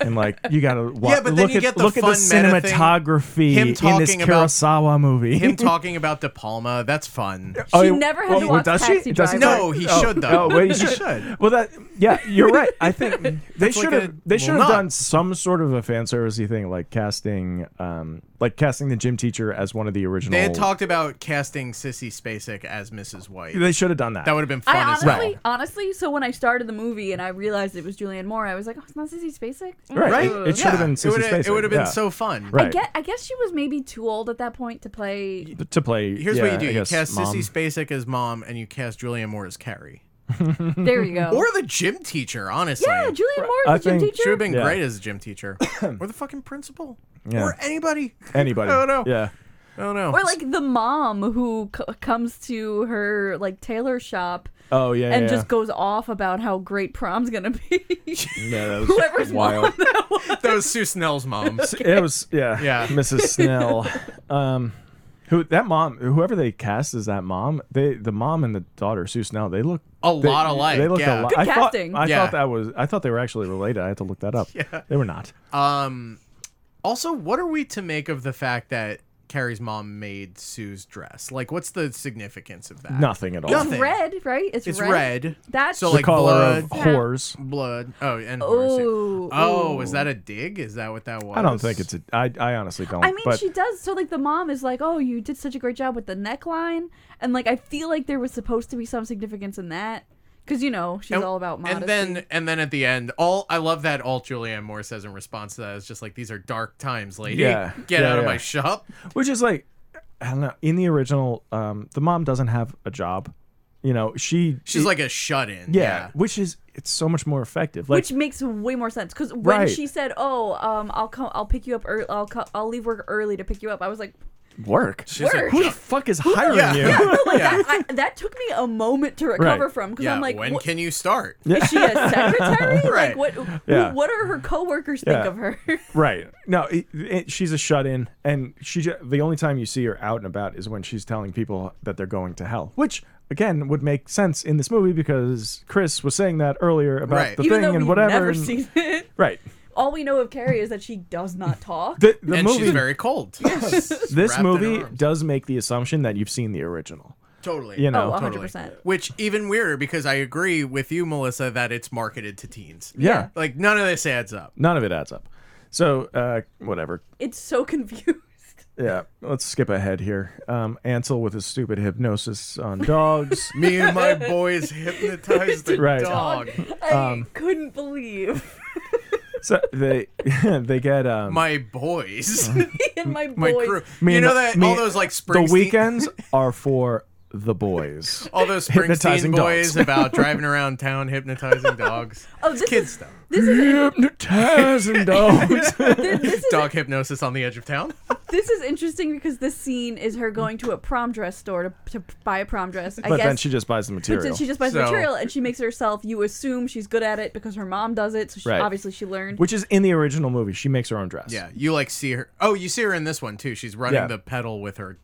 S3: and like you gotta wa-
S1: Yeah, but then
S3: look
S1: you
S3: at
S1: get the
S3: look at the
S1: fun meta thing.
S3: cinematography
S1: Him
S3: in this
S1: talking about-
S3: Kurosawa movie.
S1: Him talking about De Palma, that's fun.
S3: Oh,
S4: She
S3: you-
S4: never had
S3: oh,
S4: to
S3: well,
S4: watch
S3: does she?
S4: Taxi
S3: Does he
S4: Driver.
S1: No, he
S3: Oh,
S1: should, though.
S3: Oh, wait, he
S1: He
S3: should.
S1: should.
S3: Well, that yeah, you're right. I think they
S1: That's like
S3: should
S1: a-
S3: have they
S1: well,
S3: should have
S1: not.
S3: done some sort of a fan servicey thing, like casting um like casting the gym teacher as one of the original.
S1: They had talked about casting Sissy Spacek as Mrs. White.
S3: They should have done that.
S1: That would have been fun
S4: I
S1: as
S4: honestly,
S1: well.
S4: honestly, so when I started the movie and I realized it was Julianne Moore, I was like, oh, it's not Sissy Spacek.
S3: Right.
S1: Right?
S3: It- it should have been Sissy
S1: It would have,
S3: Spacek,
S1: been
S3: yeah.
S1: so fun.
S3: Right.
S4: I get. I guess she was maybe too old at that point to play.
S3: But to play.
S1: Here's
S3: yeah,
S1: what you do:
S3: I
S1: you
S3: guess,
S1: cast
S3: mom.
S1: Sissy Spacek as mom, and you cast Julianne Moore as Carrie,
S4: There you go.
S1: or the gym teacher. Honestly,
S4: Oh. yeah, Julianne Moore is
S3: I
S4: a gym
S3: think-
S4: teacher.
S1: Should have been
S3: Yeah.
S1: great as a gym teacher, or the fucking principal,
S3: Yeah.
S1: or anybody.
S3: Anybody.
S1: I don't know.
S3: Yeah.
S1: I don't know.
S4: Or like the mom who c- comes to her like tailor shop
S3: Oh yeah.
S4: and
S3: yeah.
S4: just goes off about how great prom's gonna be.
S3: yeah, that was
S4: Whoever's
S3: wild.
S4: mom that was.
S1: that was Sue Snell's mom.
S3: It was yeah.
S1: Yeah.
S3: Mrs. Snell. Um who that mom whoever they cast as that mom, they the mom and the daughter, Sue Snell, they look
S1: A
S3: they,
S1: lot alike.
S3: They look
S1: yeah.
S3: a lot.
S4: Good
S3: I thought,
S4: casting.
S3: I
S1: Yeah.
S3: thought that was I thought they were actually related. I had to look that up.
S1: Yeah.
S3: They were not.
S1: Um, also, what are we to make of the fact that Carrie's mom made Sue's dress? Like, what's the significance of that?
S3: Nothing at all.
S1: Nothing.
S4: It's red, right?
S1: It's red.
S4: That's
S1: So,
S3: The
S1: like,
S3: color of
S1: blood.
S3: whores.
S1: Blood. Oh, and horse.
S4: Oh,
S1: Oh,
S4: oh.
S1: is that a dig? Is that what that was?
S3: I don't think it's a I I honestly don't.
S4: I mean,
S3: but
S4: she does. So, like, the mom is like, "Oh, you did such a great job with the neckline," and like, I feel like there was supposed to be some significance in that, because you know she's all about modesty.
S1: And then and then at the end, all I love that all Julianne Moore says in response to that is just like these are dark times, lady.
S3: Yeah.
S1: Get
S3: Yeah,
S1: out of
S3: yeah.
S1: my shop.
S3: which is like I don't know. In the original, um, the mom doesn't have a job. You know, she
S1: She's like a shut in.
S3: yeah, which is it's so much more effective. Like
S4: which makes way more sense because when
S3: Right.
S4: she said, "Oh, um, I'll come, I'll pick you up, ear I'll co- I'll leave work early to pick you up," I was like,
S3: work.
S1: She's
S4: Work.
S1: like,
S3: Who the fuck is hiring
S1: Yeah.
S3: you?
S1: Yeah.
S4: "No, like that, I, that took me a moment to recover
S3: Right.
S4: from because
S1: yeah,
S4: I'm like,
S1: when
S4: "What-
S1: can you start?
S4: is she a secretary? Like,
S1: Right.
S4: what?
S3: Yeah.
S4: What are her coworkers
S3: Yeah.
S4: think of her?
S3: Right. No, it, it, she's a shut in, and she ju- the only time you see her out and about is when she's telling people that they're going to hell, which again would make sense in this movie because Chris was saying that earlier about
S1: Right.
S3: the
S4: Even though
S3: thing
S4: we've
S3: and whatever.
S4: never
S3: and-
S4: seen it,
S3: right.
S4: all we know of Carrie is that she does not talk.
S3: The, the
S1: and
S3: movie.
S1: she's very cold.
S3: this
S1: wrapped in
S3: movie
S1: arms.
S3: does make the assumption that you've seen the original.
S1: totally.
S3: You
S4: oh,
S3: know.
S4: 100
S1: Totally.
S4: percent.
S1: Which even weirder because I agree with you, Melissa, that it's marketed to teens.
S3: Yeah.
S1: Like none of this adds up.
S3: None of it adds up. So uh, whatever.
S4: It's so confused.
S3: Yeah, let's skip ahead here. Um, Ansel with his stupid hypnosis on dogs.
S1: Me and my boys hypnotized the
S3: Right.
S1: dog.
S4: I couldn't believe
S3: so they they get um
S1: My boys.
S4: in my voice.
S1: my crew.
S3: me
S1: you
S3: and
S1: know
S3: my-
S1: that
S3: me-
S1: all those like
S3: the
S1: Springsteen,
S3: weekends are for the boys.
S1: all those
S3: hypnotizing
S1: Springsteen boys
S3: dogs.
S1: about driving around town hypnotizing dogs.
S4: Oh, this
S1: Kids
S4: is
S1: stuff.
S4: this is
S3: Hypnotizing dogs.
S1: Dog hypnosis on the edge of town.
S4: this is interesting because this scene is her going to a prom dress store to, to buy a prom dress. I
S3: but
S4: guess
S3: then she just buys the
S4: But
S3: material.
S4: then she just buys
S1: So-
S4: material and she makes it herself. You assume she's good at it because her mom does it, so she,
S3: Right.
S4: obviously she learned.
S3: which is in the original movie. She makes her own dress.
S1: Yeah, you like see her. Oh, you see her in this one too. She's running
S3: Yeah.
S1: the pedal with her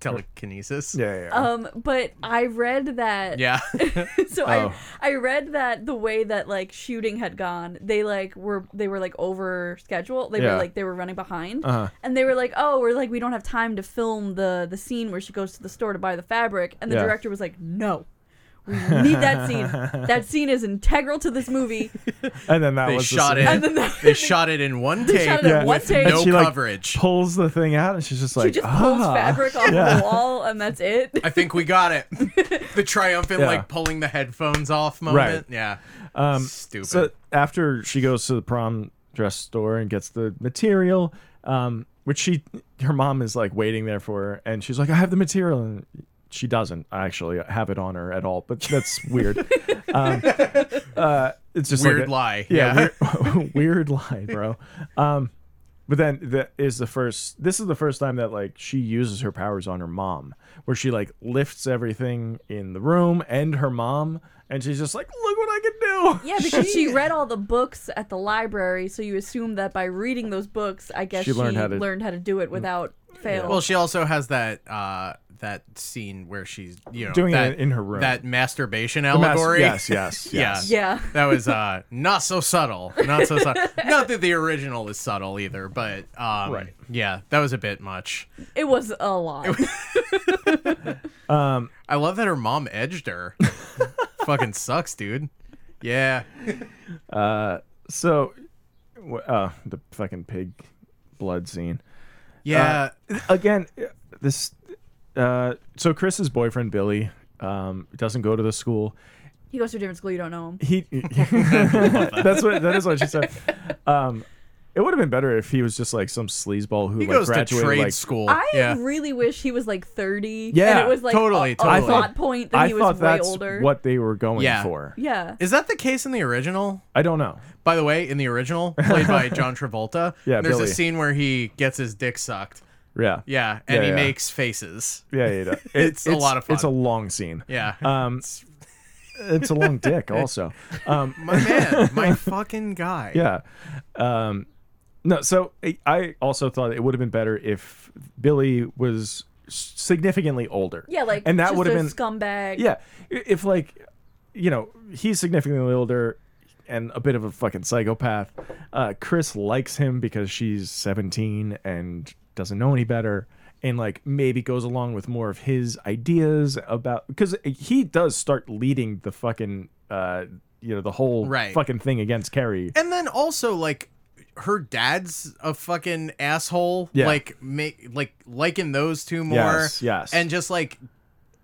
S1: telekinesis.
S3: Yeah, yeah. yeah.
S4: um, but I read that.
S1: Yeah.
S4: so
S3: Oh.
S4: I I read that the way that like shooting had gone, they like were they were like over schedule. They
S3: Yeah.
S4: were like they were running behind,
S3: Uh-huh.
S4: and they were like, oh, we're like we don't have time to film the the scene where she goes to the store to buy the fabric, and the
S3: Yeah.
S4: director was like, no. We need that scene. That scene is integral to this movie.
S3: and then that
S1: they
S3: was the
S1: shot it.
S3: scene.
S4: And then the-
S1: they shot it in one take
S4: shot it in
S1: with
S4: one take.
S1: no
S3: She, like,
S1: coverage.
S3: Pulls the thing out, and she's just like,
S4: she just pulls
S3: ah.
S4: fabric off the wall, and that's it.
S1: I think we got it. the triumphant,
S3: Yeah.
S1: like pulling the headphones off moment. Yeah. Um, Stupid.
S3: So after she goes to the prom dress store and gets the material, um, which she her mom is like waiting there for her, and she's like, "I have the material," and she doesn't actually have it on her at all. But that's weird. um, uh, it's just
S1: Weird
S3: like a-
S1: lie.
S3: Yeah, weird, weird lie, bro. Um, but then that is the first. This is the first time that like she uses her powers on her mom, where she like lifts everything in the room and her mom, and she's just like, "Look what I can do."
S4: Yeah, because she read all the books at the library, so you assume that by reading those books, I guess
S3: She
S4: she,
S3: learned how to-
S4: do it without fail.
S1: Well, she also has that uh, that scene where she's you know
S3: Doing it
S1: that,
S3: in her room.
S1: That masturbation
S3: Mas-
S1: allegory.
S3: Yes, yes, yes.
S4: yeah.
S1: That was uh, not so subtle. Not so subtle. Not that the original is subtle either, but um,
S3: Right.
S1: yeah, that was a bit much.
S4: It was a lot.
S1: I love that her mom edged her. Fucking sucks, dude. Yeah.
S3: So, wh- uh, the fucking pig blood scene.
S1: Yeah.
S3: Uh, again this uh so chris's boyfriend billy um doesn't go to the school
S4: he goes to a different school, you don't know him.
S3: he that's what that is what she said um it would have been better if he was just like some sleazeball who
S1: he
S3: like
S1: goes to
S3: graduated
S1: trade
S3: like
S1: school.
S4: I
S1: yeah.
S4: really wish he was like 30. And
S3: Yeah,
S4: it was like
S1: totally,
S4: a, a
S1: totally. I
S4: plot
S1: thought-
S4: point that
S3: i
S4: he was
S3: thought
S4: way
S3: that's
S4: older.
S3: what they were going
S1: Yeah.
S3: for
S4: Yeah.
S1: Is that the case in the original?
S3: i don't know
S1: By the way, in the original, played by John Travolta,
S3: Yeah,
S1: there's
S3: Billy.
S1: a scene where he gets his dick sucked.
S3: yeah
S1: Yeah, and
S3: Yeah,
S1: he
S3: yeah.
S1: makes faces.
S3: yeah, yeah, yeah. It-
S1: It's a lot of fun.
S3: it's a long scene
S1: Yeah.
S3: um it's a long dick also um
S1: my man, my fucking guy.
S3: Yeah. Um, no, so I- I also thought it would have been better if Billy was significantly older.
S4: Yeah, like
S3: and that
S4: just
S3: would have
S4: a
S3: been
S4: scumbag.
S3: yeah. i- If like, you know, he's significantly older and a bit of a fucking psychopath. Uh, Chris likes him because she's 17 and doesn't know any better. And like maybe goes along with more of his ideas about because he does start leading the fucking uh you know the whole
S1: Right.
S3: fucking thing against Carrie
S1: And then also like her dad's a fucking asshole.
S3: Yeah.
S1: Like make like liken those two more.
S3: Yes, yes.
S1: And just like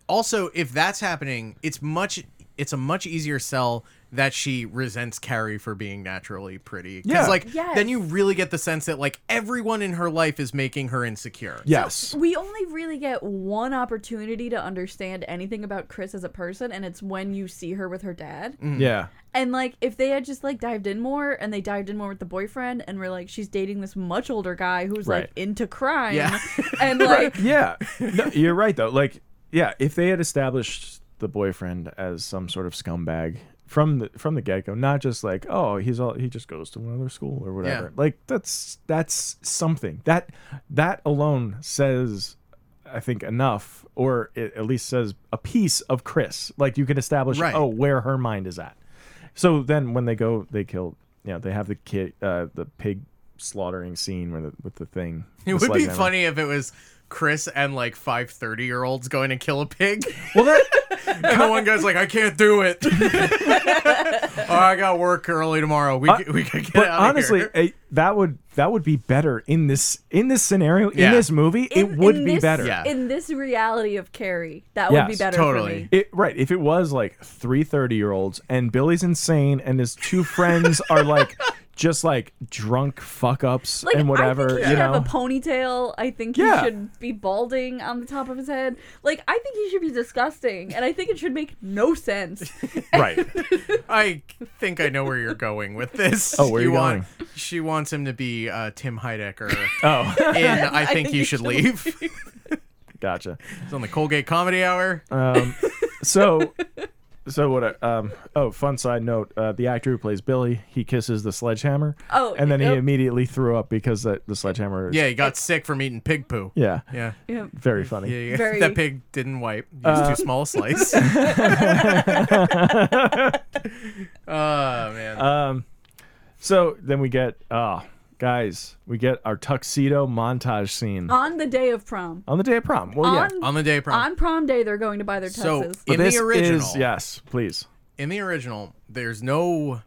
S1: also if that's happening, it's much it's a much easier sell that she resents Carrie for being naturally pretty.
S3: Yeah.
S1: Because like
S4: Yes.
S1: then you really get the sense that like everyone in her life is making her insecure.
S3: Yes.
S4: We only really get one opportunity to understand anything about Chris as a person, and it's when you see her with her dad.
S3: Yeah.
S4: And like, if they had just like dived in more, and they dived in more with the boyfriend, and were like, she's dating this much older guy who's
S3: Right.
S4: like into crime,
S1: Yeah.
S4: and like,
S3: Yeah. No, you're right though. Like, yeah, if they had established the boyfriend as some sort of scumbag from the from the get go, not just like, oh, he's all he just goes to another school or whatever.
S1: Yeah.
S3: Like that's that's something. That that alone says I think enough, or it at least says a piece of Chris. Like you can establish,
S1: Right.
S3: oh, where her mind is at. So then when they go, they kill. You know, they have the kid, uh, the pig slaughtering scene with the, with the thing.
S1: It would be funny if it was Chris and like five 30 year olds going to kill a pig.
S3: Well, that
S1: And the one guy's like, I can't do it. oh, I got work early tomorrow. We, c- we could get
S3: but
S1: out of
S3: honestly,
S1: here.
S3: eh, that would that would be better in this in this scenario
S1: Yeah.
S3: in this movie. it
S4: In-
S3: would
S4: in
S3: be
S4: this-
S3: better.
S1: Yeah.
S4: In this reality of Carrie, that would be
S3: Yes,
S4: better
S1: totally.
S4: for me.
S3: It, right. If it was like three 30 year olds and Billy's insane and his two friends are like just like drunk fuck ups
S4: Like,
S3: and
S4: I
S3: whatever,
S4: think he
S3: you
S4: should
S3: know.
S4: have a ponytail. I think
S3: Yeah.
S4: he should be balding on the top of his head. Like, I think he should be disgusting, and I think it should make no sense.
S3: right.
S1: I think I know where you're going with this.
S3: Oh, where you
S1: want, She wants him to be uh, Tim Heidecker
S3: Oh,
S1: in I, think You Should Leave.
S3: gotcha.
S1: it's on the Colgate Comedy Hour.
S3: Um, so, so what? I- Um, oh, fun side note: uh, the actor who plays Billy, he kisses the sledgehammer.
S4: Oh,
S3: and then he
S4: yep.
S3: immediately threw up because the, the sledgehammer. Is,
S1: Yeah, he got sick from eating pig poo.
S3: yeah,
S1: Yeah.
S4: Yeah.
S3: very funny.
S1: Yeah, yeah.
S4: Very-
S1: That pig didn't wipe. It was
S3: Uh,
S1: too small a slice. oh man.
S3: Um, so then we get, ah, guys, we get our tuxedo montage scene
S4: On the day of prom.
S3: on the day of prom. Well, yeah,
S4: On,
S1: on the day of prom.
S4: on prom day, they're going to buy their
S1: so
S4: tuxes.
S3: But
S1: in the
S3: this
S1: original,
S3: is- yes, please.
S1: in the original, there's no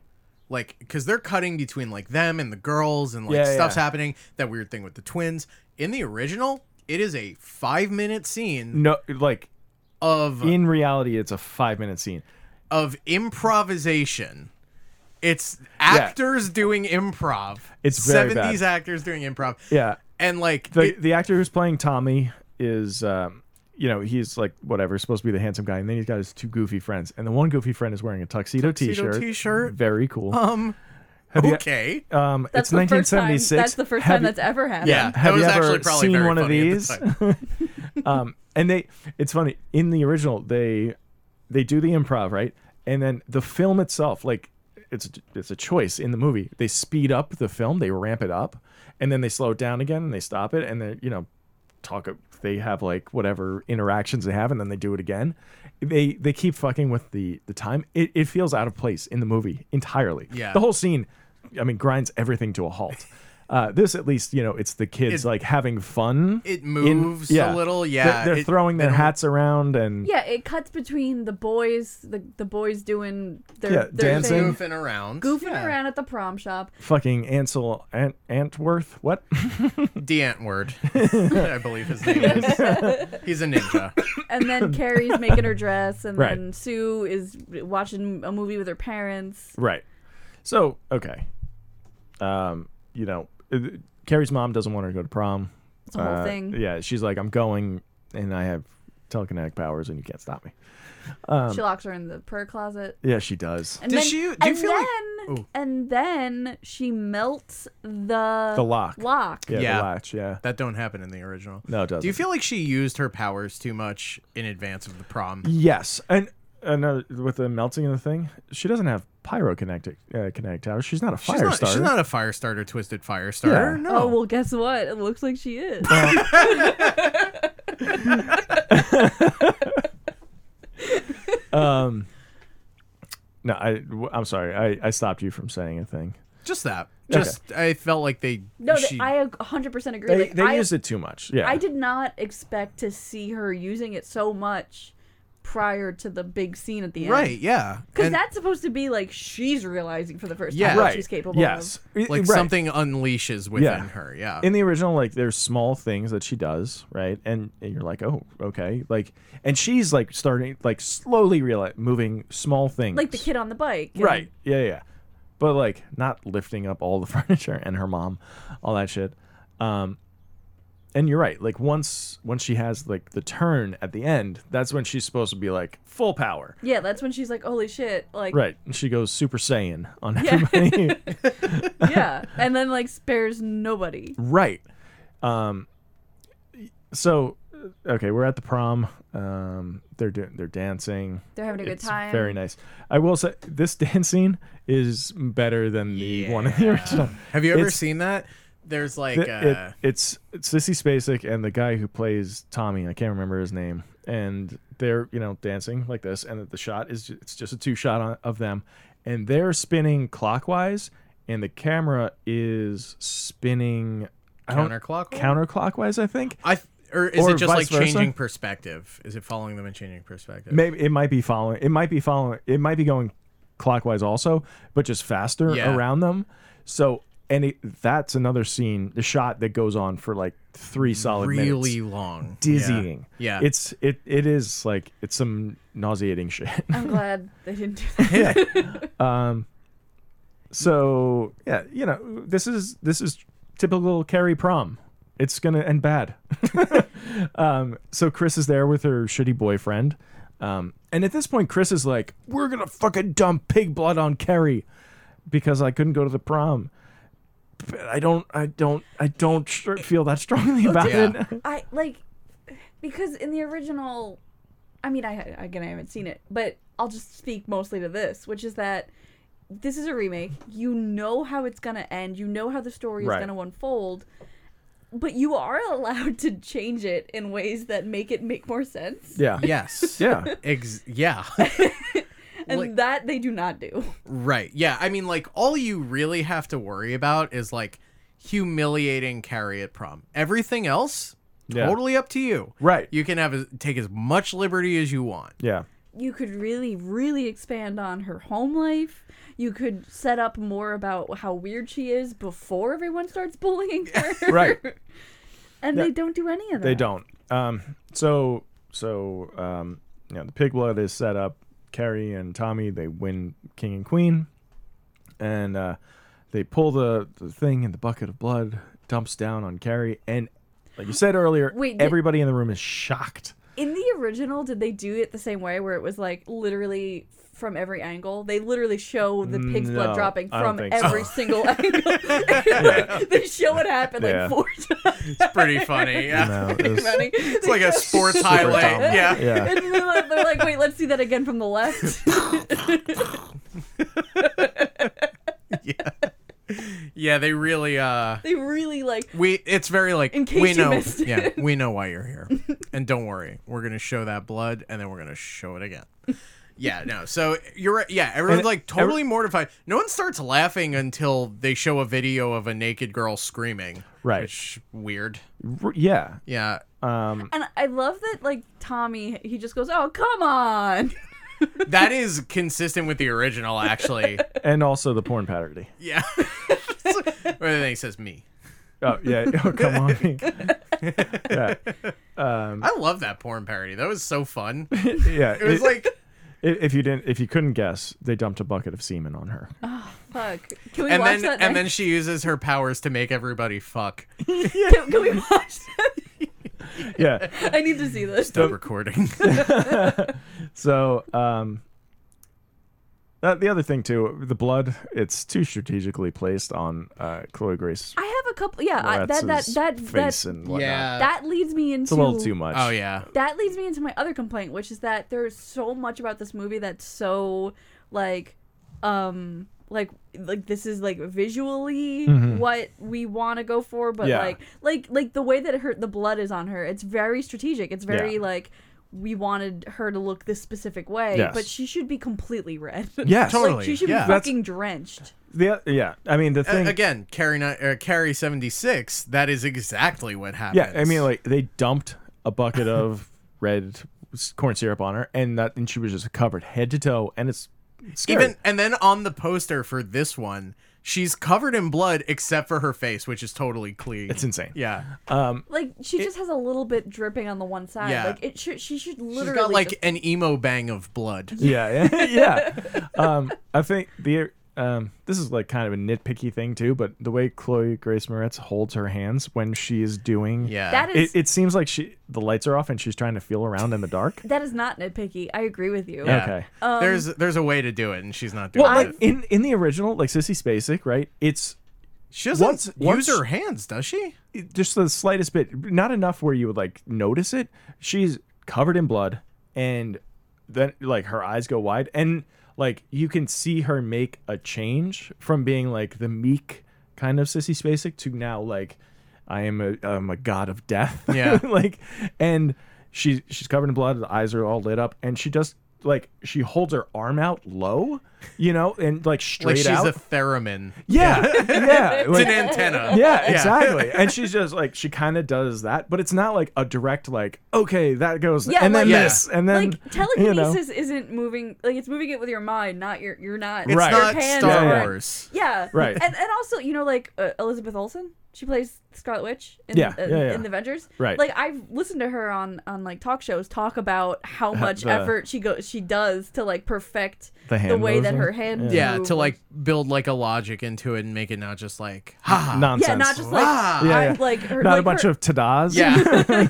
S1: like because they're cutting between like them and the girls and like
S3: Yeah,
S1: stuff's
S3: yeah.
S1: happening. That weird thing with the twins. In the original, it is a five minute scene
S3: No, like
S1: of
S3: in reality, it's a five minute scene.
S1: of improvisation. It's actors doing improv.
S3: It's very bad.
S1: seventies actors doing improv.
S3: Yeah,
S1: and like
S3: the
S1: it-
S3: the actor who's playing Tommy is, um, you know, he's like whatever supposed to be the handsome guy, and then he's got his two goofy friends, and the one goofy friend is wearing a tuxedo, t-shirt.
S1: t-shirt?
S3: very cool.
S1: um
S3: Have you-
S1: okay.
S3: um,
S4: Oh,
S3: it's
S4: that's the first time.
S3: 1976.
S4: That's the first
S3: Have
S4: time
S3: you-
S4: that's ever happened.
S1: yeah, that
S3: Have
S1: was
S3: you
S1: actually
S3: ever
S1: probably
S3: seen
S1: very
S3: one of
S1: funny at the time.
S3: these? um, and they, it's funny in the original they, they do the improv right, and then the film itself, like it's it's a choice in the movie. They speed up the film, they ramp it up, and then they slow it down again, and they stop it, and then you know, talk. They have like whatever interactions they have, and then they do it again. They they keep fucking with the the time. It it feels out of place in the movie entirely.
S1: Yeah.
S3: the whole scene, I mean, grinds everything to a halt. Uh, this at least you know it's the kids
S1: It-
S3: like having fun
S1: it
S3: in-
S1: moves a
S3: yeah.
S1: little.
S3: They're-
S1: Yeah,
S3: they're,
S1: it-
S3: throwing
S1: they
S3: their
S1: don't-
S3: hats around and
S4: Yeah, it cuts between the boys, the the boys doing their,
S3: Yeah,
S4: their
S3: dancing.
S4: thing,
S1: goofing around,
S4: goofing
S1: Yeah.
S4: around at the prom shop.
S3: fucking Ansel Ant Antworth. What?
S1: D Antword, I believe his name is. He's a ninja.
S4: And then Carrie's making her dress, and
S3: Right.
S4: then Sue is watching a movie with her parents.
S3: right. So okay, um, you know, uh, Carrie's mom doesn't want her to go to prom.
S4: It's a whole
S3: Uh,
S4: thing.
S3: Yeah, she's like, I'm going, and I have telekinetic powers, and you can't stop me.
S4: she locks her in the prayer closet.
S3: Yeah, she does.
S4: And
S1: Does
S4: then,
S1: she- do you
S4: and
S1: feel like-
S4: then,
S1: Ooh.
S4: and then she melts the
S3: The lock.
S4: Lock.
S3: Yeah,
S1: Yeah.
S3: the latch. Yeah.
S1: That don't happen in the original.
S3: No, it doesn't.
S1: Do you feel like she used her powers too much in advance of the prom?
S3: Yes, and another with the melting of the thing, she doesn't have pyrokinetic uh, kinetic powers. She's not a fire
S1: She's not,
S3: starter.
S1: she's not a fire starter, twisted fire starter.
S3: Yeah.
S1: No.
S4: Oh well, guess what? It looks like she is.
S3: um no i w- i'm sorry i i stopped you from saying a thing
S1: just that.
S3: Okay.
S1: Just I felt like they.
S4: No,
S1: she,
S4: I 100% agree.
S3: they,
S4: like,
S3: they
S4: I,
S3: used it too much yeah
S4: I did not expect to see her using it so much prior to the big scene at the end.
S1: right. Yeah.
S4: Because
S1: And,
S4: that's supposed to be like she's realizing for the first
S1: Yeah.
S4: time what
S1: Right.
S4: she's capable
S3: yes
S4: of.
S3: It-
S1: like
S3: right.
S1: something unleashes within
S3: Yeah.
S1: her. Yeah.
S3: in the original like there's small things that she does right and, and you're like oh okay like and she's like starting like slowly reali moving small things
S4: Like the kid on the bike. and-
S3: right yeah yeah, yeah but like not lifting up all the furniture and her mom all that shit um and you're right like once once she has like the turn at the end that's when she's supposed to be like full power
S4: Yeah, that's when she's like, holy shit. Like,
S3: Right. And she goes Super Saiyan on
S4: Yeah.
S3: everybody.
S4: yeah. And then like spares nobody.
S3: right. Um so uh, okay, we're at the prom. Um they're doing they're dancing.
S4: They're having a good
S3: It's
S4: time.
S3: Very nice. I will say this dancing is better than the one in the original.
S1: Have you ever
S3: It's-
S1: seen that? There's like.
S3: It,
S1: uh,
S3: it, it's it's Sissy Spacek and the guy who plays Tommy. I can't remember his name. And they're you know dancing like this, and the shot is ju- it's just a two shot on, of them, and they're spinning clockwise, and the camera is spinning I don't-
S1: Counterclockwise?
S3: counterclockwise. I think
S1: I th- or is
S3: Or
S1: it just like
S3: vice versa?
S1: changing perspective? Is it following them and changing perspective?
S3: Maybe it might be following. It might be following. It might be going clockwise also, but just faster
S1: Yeah.
S3: around them. So and it, that's another scene, the shot that goes on for like three solid minutes.
S1: really long, Yeah.
S3: dizzying.
S1: Yeah,
S3: It's it it is like it's some nauseating shit.
S4: I'm glad they didn't do that.
S3: so yeah, you know, this is this is typical Carrie prom. It's gonna end bad. um, so Chris is there with her shitty boyfriend. Um, and at this point, Chris is like, "We're gonna fucking dump pig blood on Carrie because I couldn't go to the prom." But I don't, I don't, I don't str- feel that strongly about
S1: Yeah.
S3: it.
S4: I like because in the original, I mean, I again I haven't seen it, but I'll just speak mostly to this, which is that this is a remake. You know how it's gonna end. You know how the story
S3: Right.
S4: is gonna unfold, but you are allowed to change it in ways that make it make more sense,
S3: Yeah,
S1: yes,
S3: yeah.
S1: Ex- yeah.
S4: and
S1: Like-
S4: that they do not do.
S1: Right. Yeah. I mean, like, all you really have to worry about is like humiliating Carrie at prom. Everything else,
S3: Yeah.
S1: totally up to you.
S3: Right.
S1: You can have as take as much liberty as you want.
S3: yeah.
S4: you could really really expand on her home life you could set up more about how weird she is before everyone starts bullying her
S3: Right.
S4: and they don't do any of that
S3: They don't. Um, so so um, you know the pig blood is set up. Carrie and Tommy they win king and queen, and uh, they pull the, the thing and the bucket of blood dumps down on Carrie and like you said earlier,
S4: Wait, did-
S3: everybody in the room is shocked.
S4: in the original did they do it the same way where it was like literally from every angle they literally show the pig's
S3: No,
S4: blood dropping
S3: I don't
S4: from
S3: think so.
S4: every single angle Like, they show it happen
S3: Yeah.
S4: like four times
S1: It's pretty funny. Yeah.
S3: No, it was-
S4: running.
S1: It's like a sports highlight.
S3: dominant.
S1: Yeah.
S3: yeah,
S4: and they're they're like wait let's see that again from the left
S1: Yeah. They really, uh,
S4: they really like
S1: we, it's very like,
S4: In case
S1: we
S4: you
S1: know,
S4: missed it.
S1: yeah, we know why you're here. and don't worry, we're going to show that blood and then we're going to show it again. Yeah, no. So you're right. Yeah, everyone's
S3: And
S1: like totally mortified. No one starts laughing until they show a video of a naked girl screaming.
S3: Right.
S1: Which weird.
S3: R- yeah.
S1: Yeah.
S3: Um,
S4: And I love that, like Tommy, he just goes, "Oh, come on!"
S1: That is consistent with the original, actually.
S3: and also the porn parody.
S1: Yeah. Or then he says me.
S3: Oh yeah, oh, come on. yeah,
S1: I love that porn parody. That was so fun.
S3: yeah.
S1: It was like
S3: if you didn't, if you couldn't guess, they dumped a bucket of semen on her.
S1: Uh-huh.
S4: Fuck. Can we
S1: and
S4: watch
S1: then
S4: that?
S1: and then
S4: next-
S1: she uses her powers to make everybody fuck.
S4: can, can we watch that?
S3: Yeah.
S4: I need to see this.
S1: Stop recording.
S3: So, um, that, the other thing too, the blood, it's too strategically placed on uh, Chloe Grace.
S4: I have a couple. Yeah, I, Uh, that that
S3: Moretz's
S4: that
S3: face
S4: that
S3: and whatnot.
S4: that leads me into
S3: it's a little too much.
S1: Oh yeah.
S4: That leads me into my other complaint, which is that there's so much about this movie that's so like um like like this is like visually what we want to go for, but
S3: Mm-hmm. Yeah.
S4: like like like the way that her the blood is on her, it's very strategic. It's very
S3: Yeah.
S4: like we wanted her to look this specific way,
S3: Yes.
S4: but she should be completely red.
S3: Yes.
S1: Totally.
S4: like she should
S1: Yeah.
S4: be fucking drenched.
S3: The, yeah. I mean, the
S1: A-
S3: thing.
S1: again, carry ni- uh, carry seventy six. That is exactly what happens.
S3: yeah. I mean, like they dumped a bucket of red s- corn syrup on her, and that, and she was just covered head to toe, and it's scary.
S1: even and then on the poster for this one, she's covered in blood except for her face, which is totally clean.
S3: it's insane.
S1: yeah.
S4: Like she just has a little bit dripping on the one side.
S1: Yeah.
S4: Like it should she should literally
S1: She's got like
S4: just-
S1: an emo bang of blood.
S3: yeah yeah, yeah um i think the um this is like kind of a nitpicky thing too but the way chloe grace moretz holds her hands when she is doing
S1: Yeah.
S4: that is
S3: it, it seems like she the lights are off and she's trying to feel around in the dark
S4: That is not nitpicky. I agree with you.
S1: Yeah.
S3: okay
S4: Um,
S1: there's there's a way to do it, and she's not doing
S3: well like
S1: it.
S3: in in the original like sissy spacek right it's
S1: She doesn't
S3: once-
S1: use
S3: once-
S1: her hands, does she?
S3: just the slightest bit not enough where you would like notice it she's covered in blood and then like her eyes go wide and like you can see her make a change from being like the meek kind of sissy spacek to now like i am a i'm a god of death
S1: Yeah.
S3: like and she she's covered in blood the eyes are all lit up and she just like she holds her arm out low, you know, and like straight
S1: Like she's
S3: out.
S1: a theremin.
S3: yeah, yeah,
S1: It's
S3: like-
S1: an antenna.
S3: yeah, exactly. and she's just like she kind of does that, but it's not like a direct like okay that goes
S4: Yeah,
S3: and then
S1: like-
S3: this and then
S4: like
S3: you know.
S4: telekinesis isn't moving. Like it's moving it with your mind, not your. You're not.
S1: It's
S3: Right.
S4: your
S1: not
S4: hands
S1: Star
S3: Yeah.
S4: aren't-
S1: Wars.
S4: Yeah.
S3: Right.
S4: And and also, you know, like uh, Elizabeth Olsen, she plays Scarlet Witch in,
S3: Yeah,
S4: uh,
S3: yeah, yeah.
S4: in the Avengers.
S3: Right.
S4: Like I've listened to her on on like talk shows talk about how much
S3: the-
S4: effort she goes she does to like perfect
S3: The hand
S4: way that
S3: motion?
S4: her hand
S1: Yeah,
S4: move.
S1: to like build like a logic into it and make it not just like ha.
S3: Ah, nonsense.
S4: yeah, not just like
S1: Wow.
S4: I'm,
S3: Yeah, yeah.
S4: like her,
S3: Not
S4: like,
S3: a bunch
S4: her-
S3: of tadas.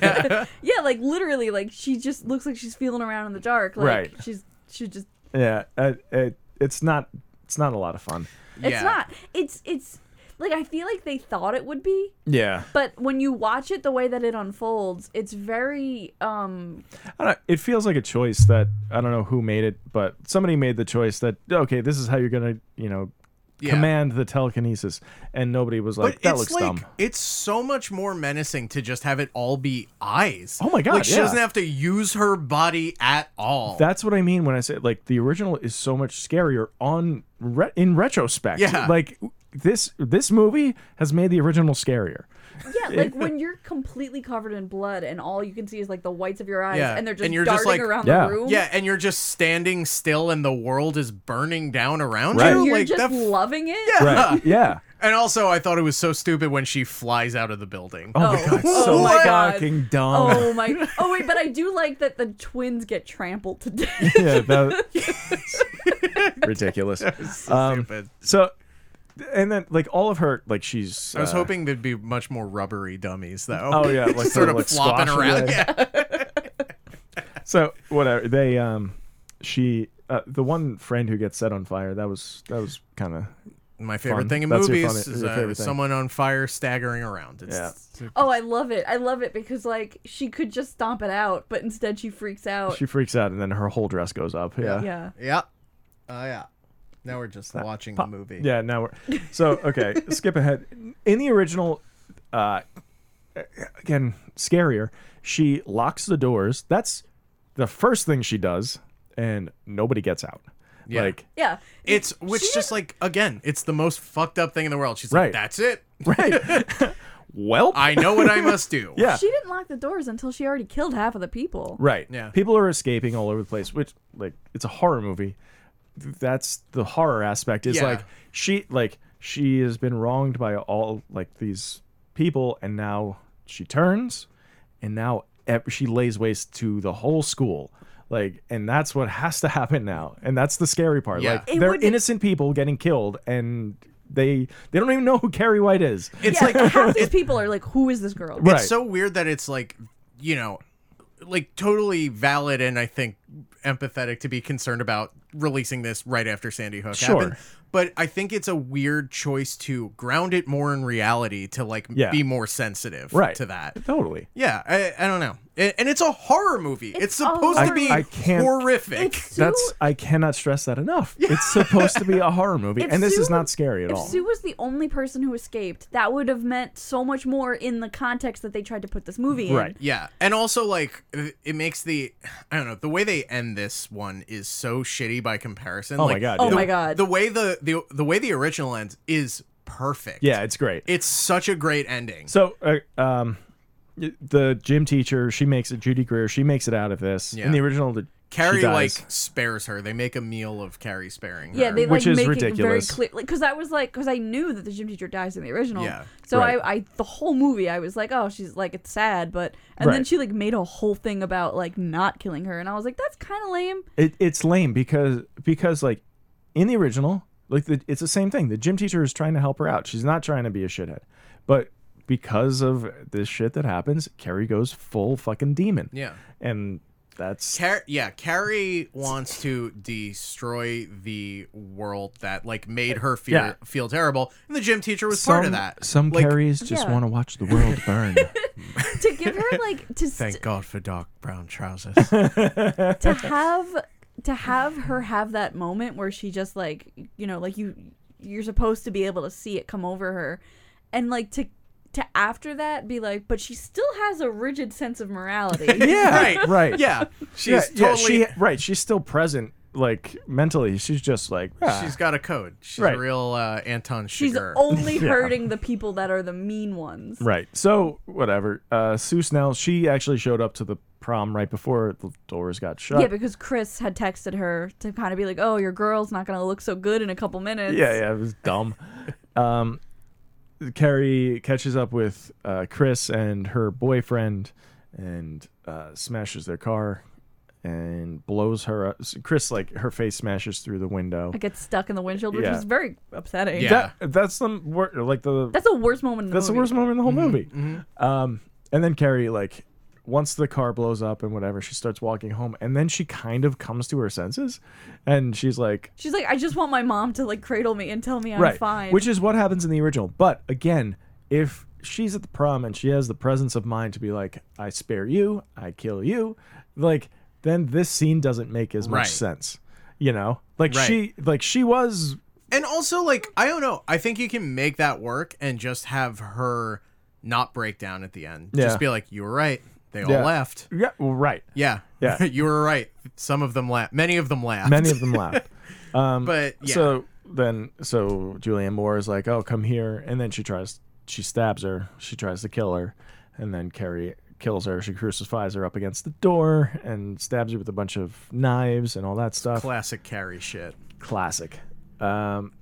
S1: Yeah.
S4: yeah, like literally, like she just looks like she's feeling around in the dark. Like,
S3: Right.
S4: She's she just
S3: yeah. uh, it, it's not. It's not a lot of fun.
S4: it's
S1: Yeah.
S4: not it's it's like I feel like they thought it would be,
S3: Yeah.
S4: but when you watch it the way that it unfolds, it's very um
S3: I don't, it feels like a choice that I don't know who made it, but somebody made the choice that okay, this is how you're gonna, you know,
S1: Yeah.
S3: command the telekinesis, and nobody was like,
S1: But
S3: that
S1: it's
S3: looks
S1: like
S3: dumb.
S1: it's so much more menacing to just have it all be eyes.
S3: Oh my God,
S1: Like she
S3: yeah.
S1: doesn't have to use her body at all.
S3: That's what I mean when I say like the original is so much scarier on re- in retrospect.
S1: Yeah.
S3: like this this movie has made the original scarier.
S4: Yeah, like when you're completely covered in blood and all you can see is like the whites of your eyes
S1: Yeah,
S4: and they're just
S1: and you're
S4: darting
S1: just, like-
S4: around
S3: Yeah.
S4: the room.
S1: yeah, and you're just standing still and the world is burning down around
S3: Right.
S1: you.
S4: You're
S1: like
S4: just
S1: that f-
S4: loving it.
S3: Right? yeah.
S1: And also I thought it was so stupid when she flies out of the building.
S3: Oh, my
S4: Oh.
S3: god,
S4: Oh
S3: so
S4: my God.
S3: fucking dumb.
S4: Oh my! Oh wait, but I do like that the twins get trampled to death.
S3: Yeah, that- ridiculous. Um,
S1: So stupid.
S3: So, and then like all of her, like she's.
S1: I was
S3: uh,
S1: hoping there'd be much more rubbery dummies though.
S3: Oh yeah, like
S1: Sort of
S3: like
S1: flopping
S3: squash
S1: around.
S3: it.
S1: Yeah.
S3: So whatever they um, she uh, the one friend who gets set on fire. That was that was kind of
S1: My favorite
S3: Fun.
S1: thing in
S3: That's your
S1: movies
S3: funny-
S1: is
S3: your
S1: uh,
S3: favorite thing.
S1: someone on fire staggering around. It's,
S3: Yeah.
S1: it's-
S4: Oh, I love it! I love it because like she could just stomp it out, but instead she freaks out.
S3: she freaks out and then her whole dress goes up. Yeah.
S4: yeah.
S1: Yeah. Oh yeah. Now we're just watching the movie.
S3: Yeah, now we're so okay. skip ahead. In the original, uh, again scarier. She locks the doors. That's the first thing she does, and nobody gets out.
S1: Yeah.
S3: Like
S4: Yeah.
S1: It's which just like again, it's the most fucked up thing in the world. She's
S3: Right.
S1: like, That's it.
S3: right. well,
S1: I know what I must do.
S3: yeah.
S4: She didn't lock the doors until she already killed half of the people.
S3: Right.
S1: Yeah.
S3: People are escaping all over the place, which like it's a horror movie. That's the horror aspect. Is
S1: Yeah.
S3: like she like she has been wronged by all like these people, and now she turns, and now ev- she lays waste to the whole school. Like, and that's what has to happen now, and that's the scary part.
S1: Yeah.
S3: Like,
S4: It
S3: they're
S4: would-
S3: innocent people getting killed, and they they don't even know who Carrie White is.
S1: It's
S4: Yeah,
S1: like
S4: half these people are like, "Who is this girl?"
S3: Right.
S1: it's so weird that it's like, you know, like totally valid and I think empathetic to be concerned about releasing this right after Sandy Hook
S3: Sure.
S1: happened. But I think it's a weird choice to ground it more in reality to like
S3: Yeah.
S1: be more sensitive
S3: Right.
S1: to that.
S3: totally.
S1: Yeah, I, I don't know. A- and it's a horror movie. It's,
S4: a
S1: supposed to
S4: horror
S1: be
S4: I-
S3: I can't-
S1: horrific.
S4: It's Sue-
S3: That's I cannot stress that enough. It's supposed to be a horror movie,
S4: If
S3: and this is
S4: Sue-
S3: not scary at
S4: If
S3: all.
S4: Sue was the only person who escaped, that would have meant so much more in the context that they tried to put this movie in.
S3: Right.
S1: Yeah, and also like it it makes the I don't know the way they end this one is so shitty by comparison.
S3: Oh my
S1: Like,
S3: God,
S4: Oh
S1: the-
S4: my God.
S1: The way the the the way the original ends is perfect.
S3: Yeah, it's great.
S1: it's such a great ending.
S3: So, uh, um, y- the gym teacher, she makes it. Judy Greer, she makes it out of this.
S1: Yeah.
S3: In the original, the,
S1: Carrie
S3: she dies.
S1: like spares her. They make a meal of Carrie sparing.
S4: Yeah,
S1: her.
S4: they like
S3: Which is
S4: make
S3: ridiculous.
S4: it very clear because I was like, because I knew that the gym teacher dies in the original.
S1: Yeah.
S4: So
S3: Right.
S4: I, I, the whole movie, I was like, oh, she's like, it's sad, but and then
S3: Right.
S4: she like made a whole thing about like not killing her, and I was like, that's kind of lame.
S3: it, it's lame because because like in the original, like the, it's the same thing. The gym teacher is trying to help her out. She's not trying to be a shithead, but because of this shit that happens, Carrie goes full fucking demon.
S1: yeah.
S3: and that's
S1: Car- yeah, Carrie wants to destroy the world that like made her feel
S3: Yeah.
S1: feel terrible, and the gym teacher was part of that.
S3: Some
S1: like,
S3: Carries just
S4: Yeah.
S3: want to watch the world burn.
S4: To give her like to
S1: Thank
S4: st-
S1: God for dark brown trousers.
S4: to have to have her have that moment where she just like you know like you you're supposed to be able to see it come over her, and like to to after that be like, but she still has a rigid sense of morality.
S3: Yeah.
S1: Right.
S3: Right.
S1: Yeah.
S3: Yeah,
S1: She's
S3: yeah,
S1: totally.
S3: she right. She's still present, like mentally. She's just like ah.
S1: She's got a code. She's
S3: Right.
S1: a real uh, Anton
S4: She's
S1: Chigurh.
S4: only hurting the people that are the mean ones.
S3: right. So whatever. Uh, Sue Snell. She actually showed up to the prom right before the doors got shut.
S4: Yeah, because Chris had texted her to kind of be like, "Oh, your girl's not gonna look so good in a couple minutes."
S3: yeah, yeah, it was dumb. um, Carrie catches up with uh, Chris and her boyfriend and uh, smashes their car and blows her up. So Chris, like, her face smashes through the window.
S4: I get stuck in the windshield, which
S3: Yeah.
S4: was very upsetting.
S1: Yeah.
S3: That, that's the wor- like the
S4: That's the worst moment. In the
S3: that's the
S4: movie.
S3: worst moment in the whole
S1: Mm-hmm.
S3: movie. Um, and then Carrie, like, once the car blows up and whatever, she starts walking home, and then she kind of comes to her senses, and she's like,
S4: She's like, "I just want my mom to like cradle me and tell me I'm
S3: right,
S4: fine."
S3: which is what happens in the original. But again, if she's at the prom and she has the presence of mind to be like, "I spare you, I kill you," like, then this scene doesn't make as much
S1: Right.
S3: sense. You know, like
S1: Right.
S3: she, like she was
S1: And also, like, I don't know. I think you can make that work and just have her not break down at the end.
S3: Yeah.
S1: Just be like, you were right. They all
S3: Yeah.
S1: left.
S3: yeah, well, right.
S1: Yeah.
S3: Yeah.
S1: you were right. Some of them laughed. Many of them laughed.
S3: Many of them laughed. Um,
S1: But yeah.
S3: So then, so Julianne Moore is like, "Oh, come here," and then she tries, she stabs her, she tries to kill her, and then Carrie kills her. She crucifies her up against the door and stabs her with a bunch of knives and all that stuff.
S1: Classic carry shit.
S3: Classic. Um,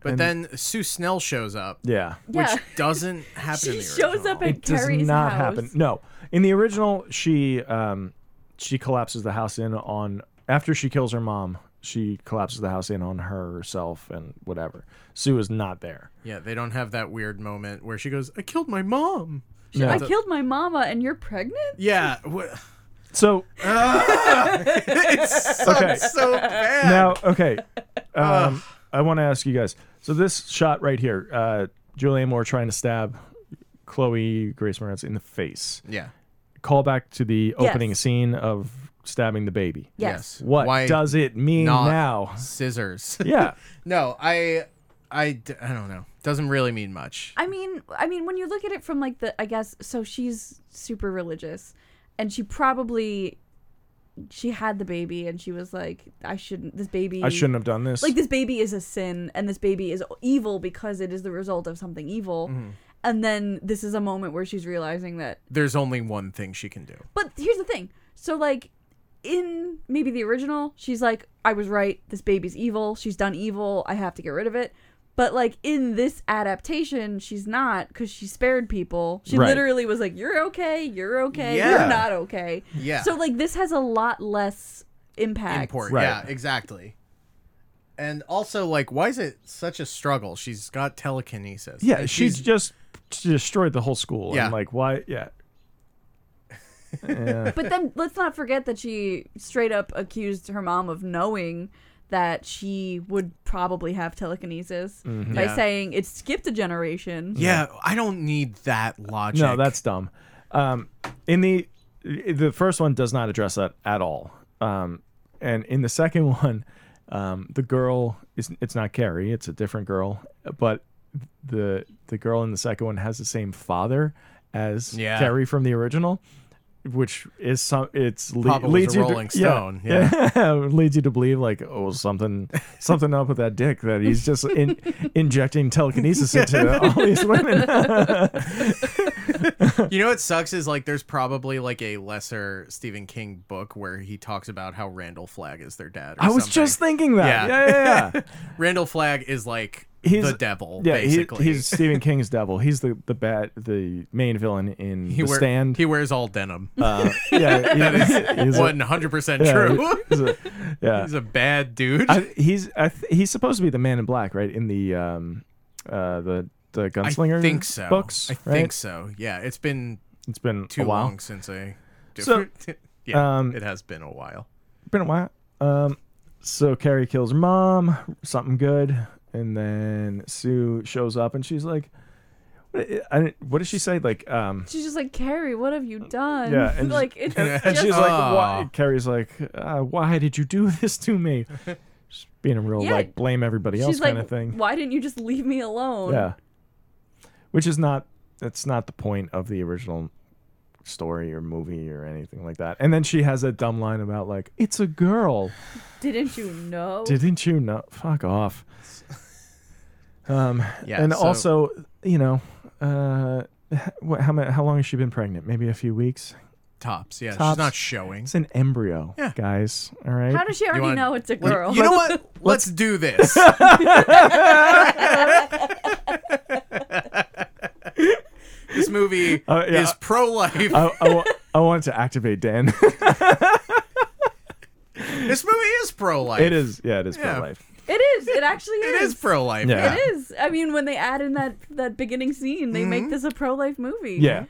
S1: But then Sue Snell shows up,
S3: yeah.
S4: yeah,
S1: which doesn't happen in
S4: she
S1: the
S4: shows
S1: original.
S4: up at
S3: It does
S4: Carrie's
S3: not
S4: house.
S3: happen. No, in the original, she um, she collapses the house in on after she kills her mom. She collapses the house in on herself and whatever. Sue is not there.
S1: Yeah, they don't have that weird moment where she goes, I killed my mom.
S3: No.
S4: I killed my mama, and you're pregnant.
S1: Yeah. wha-
S3: So
S1: it's so,
S3: Okay.
S1: so bad.
S3: now, okay, um, I want to ask you guys. So this shot right here, uh, Julianne Moore trying to stab Chloe Grace Moretz in the face.
S1: yeah.
S3: Call back to the opening
S4: Yes.
S3: scene of stabbing the baby.
S4: Yes.
S1: Yes.
S3: What
S1: Why
S3: does it mean
S1: not-
S3: now?
S1: scissors?
S3: Yeah,
S1: no, I, I, d- I don't know. Doesn't really mean much.
S4: I mean, I mean, when you look at it from like the, I guess, so she's super religious, and she probably, she had the baby, and she was like, I shouldn't. This baby.
S3: I shouldn't have done this.
S4: Like this baby is a sin, and this baby is evil because it is the result of something evil.
S3: Mm-hmm.
S4: And then this is a moment where she's realizing that
S1: There's only one thing she can do.
S4: But here's the thing. So like in maybe the original, she's like, I was right, this baby's evil, she's done evil, I have to get rid of it. But like in this adaptation, she's not because she spared people. She
S3: Right.
S4: literally was like, You're okay, you're okay,
S1: Yeah.
S4: you're not okay.
S1: Yeah.
S4: So like this has a lot less impact.
S1: Import.
S3: Right.
S1: Yeah, exactly. And also, like, why is it such a struggle? She's got telekinesis.
S3: Yeah,
S1: And
S3: she just she destroyed the whole school.
S1: Yeah.
S3: And like, why? Yeah. Yeah.
S4: But then let's not forget that she straight up accused her mom of knowing that she would probably have telekinesis by
S1: Mm-hmm. Yeah.
S4: saying it skipped a generation.
S1: Yeah, I don't need that logic.
S3: no, that's dumb. Um, in the the first one does not address that at all. Um, and in the second one, um, the girl is it's not Carrie, it's a different girl, but the the girl in the second one has the same father as
S1: Yeah.
S3: Carrie from the original. Which is some? It's le-
S1: Papa was
S3: leads
S1: a
S3: you
S1: Rolling
S3: to,
S1: Stone,
S3: Yeah, yeah. leads you to believe like oh something something up with that dick that he's just in, injecting telekinesis into all these women.
S1: You know what sucks is like there's probably like a lesser Stephen King book where he talks about how Randall Flagg is their dad. Or
S3: I was
S1: something.
S3: just thinking that. Yeah,
S1: Yeah.
S3: yeah, yeah.
S1: Randall Flagg is like
S3: He's-
S1: the devil,
S3: yeah, he-
S1: basically.
S3: he's Stephen King's devil. He's the the bat, the main villain in
S1: he
S3: The
S1: wear-
S3: Stand.
S1: He wears all denim.
S3: uh, yeah, that is he's a-
S1: One hundred percent
S3: yeah,
S1: true.
S3: he's a- yeah,
S1: he's a bad dude. I,
S3: I, he's I th- he's supposed to be the Man in Black, right? In the um, uh, the the gunslinger
S1: think so.
S3: books.
S1: I
S3: right?
S1: think so. Yeah, it's been
S3: It's been
S1: too
S3: a while.
S1: long since I.
S3: So,
S1: yeah,
S3: um,
S1: it has been a while.
S3: Been a while. Um, so Carrie kills her mom. Something good, and then Sue shows up, and she's like, "What, I didn't- what did she say? Like, um."
S4: She's just like, Carrie, what have you done?
S3: Uh, Yeah, and-
S4: like it's
S3: And, and
S4: just
S3: she's like, why?
S1: Aw.
S3: Carrie's like, uh, why did you do this to me? Just being a real
S4: Yeah.
S3: like blame everybody
S4: she's
S3: else
S4: like,
S3: kind of thing.
S4: Why didn't you just leave me alone?
S3: Yeah. Which is not that's not the point of the original story or movie or anything like that. And then she has that dumb line about like, "It's a girl."
S4: Didn't you know?
S3: Didn't you know? Fuck off. Um,
S1: Yeah,
S3: and
S1: so-
S3: also, you know, uh, what, how mu- how long has she been pregnant? Maybe a few weeks.
S1: Tops. Yeah,
S3: Tops.
S1: she's not showing.
S3: It's an embryo,
S1: Yeah.
S3: guys. All right.
S4: How does she already
S1: wanna-
S4: know it's a
S1: Like,
S4: girl?
S1: You know what? Let's do this. this movie
S3: Uh, yeah. Uh,
S1: is pro life.
S3: I, I, wa- I wanted to activate Dan.
S1: this movie is pro life.
S3: it is. Yeah, it is
S1: Yeah.
S3: pro life.
S4: it is. It actually
S1: It
S4: is.
S1: is pro life.
S3: Yeah.
S1: Yeah.
S4: It is. I mean, when they add in that that beginning scene, they make this a pro life movie.
S3: Mm-hmm. Yeah.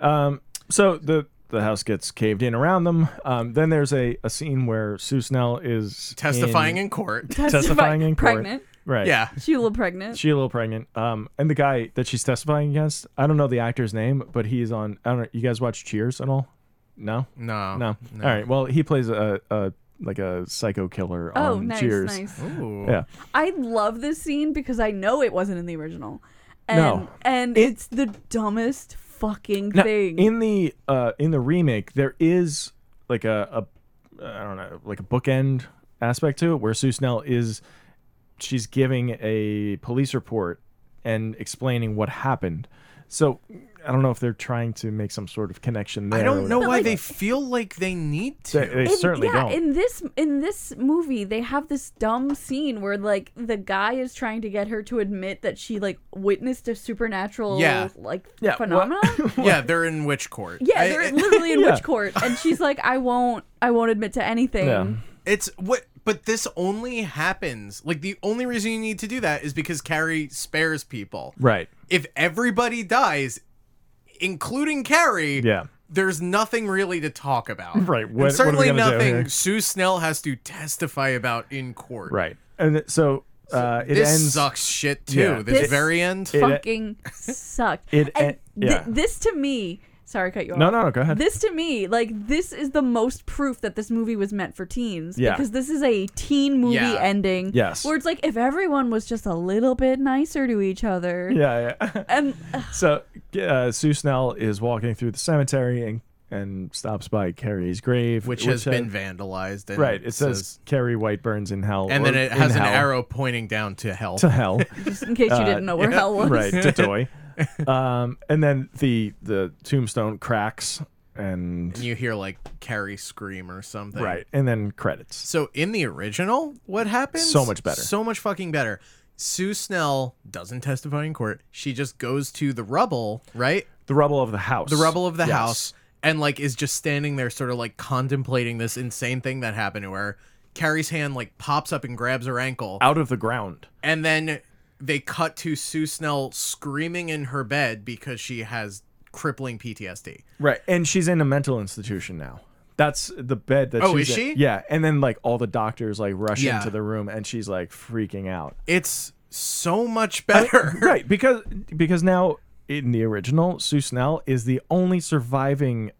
S3: Um. So the the house gets caved in around them. Um. Then there's a, a scene where Sue Snell is
S1: Testifying in, court.
S3: testifying in court.
S4: pregnant.
S3: right.
S1: Yeah.
S4: Sheila pregnant.
S3: She a little pregnant. Um, and the guy that she's testifying against, I don't know the actor's name, but he's on. I don't know. You guys watch Cheers at all? No,
S1: Oh, No.
S3: no. All right. Well, he plays a, a like a psycho killer on
S4: oh, nice,
S3: Cheers.
S4: nice.
S1: Ooh.
S3: Yeah.
S4: I love this scene because I know it wasn't in the original. And,
S3: No.
S4: And it's the dumbest fucking
S3: Now,
S4: thing.
S3: in the uh, in the remake, there is like a, a I don't know, like a bookend aspect to it where Sue Snell is she's giving a police report and explaining what happened. So I don't know if they're trying to make some sort of connection there.
S1: I
S3: or
S1: don't know
S3: whatever.
S1: why they feel like they need to.
S3: They, they
S4: In-
S3: certainly
S4: yeah,
S3: don't.
S4: in this in this movie, they have this dumb scene where like the guy is trying to get her to admit that she like witnessed a supernatural
S1: Yeah.
S4: like
S3: Yeah, well-
S4: phenomenon.
S1: yeah, they're in which court?
S4: yeah,
S1: I-
S4: they're
S1: it-
S4: literally in
S3: Yeah.
S4: witch court, and she's like, "I won't, I won't admit to anything."
S3: Yeah.
S1: It's what, but this only happens. Like the only reason you need to do that is because Carrie spares people.
S3: Right.
S1: If everybody dies, including Carrie,
S3: Yeah.
S1: there's nothing really to talk about.
S3: Right,
S1: And
S3: what- what are we
S1: certainly
S3: gonna do
S1: nothing
S3: here?
S1: Sue Snell has to testify about in court.
S3: Right. And th- so uh, it
S1: this
S3: ends.
S1: sucks shit too.
S3: Yeah.
S1: This
S4: This-
S1: very end.
S3: It- uh,
S4: Fucking sucked.
S3: it-
S4: and
S3: eh, yeah.
S4: thi- this to me, sorry, I cut you off.
S3: No, no, no. Go ahead.
S4: This to me, like this is the most proof that this movie was meant for teens.
S3: Yeah.
S4: Because this is a teen movie
S1: Yeah.
S4: ending.
S3: Yes.
S4: Where it's like if everyone was just a little bit nicer to each other.
S3: yeah. yeah.
S4: And
S3: so uh, Sue Snell is walking through the cemetery and and stops by Carrie's grave,
S1: which has
S3: had-
S1: been vandalized. And
S3: right. It says, Carrie White burns in hell,
S1: and then
S3: or
S1: it has
S3: in
S1: an
S3: hell,
S1: arrow pointing down to hell.
S3: to hell.
S4: just in case you didn't know where hell was.
S3: Uh, right to toy. Um, and then the the tombstone cracks and
S1: and you hear like Carrie scream or something.
S3: right, and then credits.
S1: So in the original, what happens?
S3: So much better.
S1: So much fucking better. Sue Snell doesn't testify in court. She just goes to the rubble, right?
S3: The rubble of the house.
S1: The rubble of the
S3: Yes.
S1: house and like is just standing there sort of like contemplating this insane thing that happened to her. Carrie's hand like pops up and grabs her ankle.
S3: out of the ground.
S1: And then they cut to Sue Snell screaming in her bed because she has crippling PTSD.
S3: Right. And she's in a mental institution now. That's the bed that
S1: Oh,
S3: she's
S1: is
S3: in.
S1: she?
S3: Yeah. And then like all the doctors like rush
S1: Yeah.
S3: into the room and she's like freaking out.
S1: It's so much better.
S3: right, because because now in the original, Sue Snell is the only surviving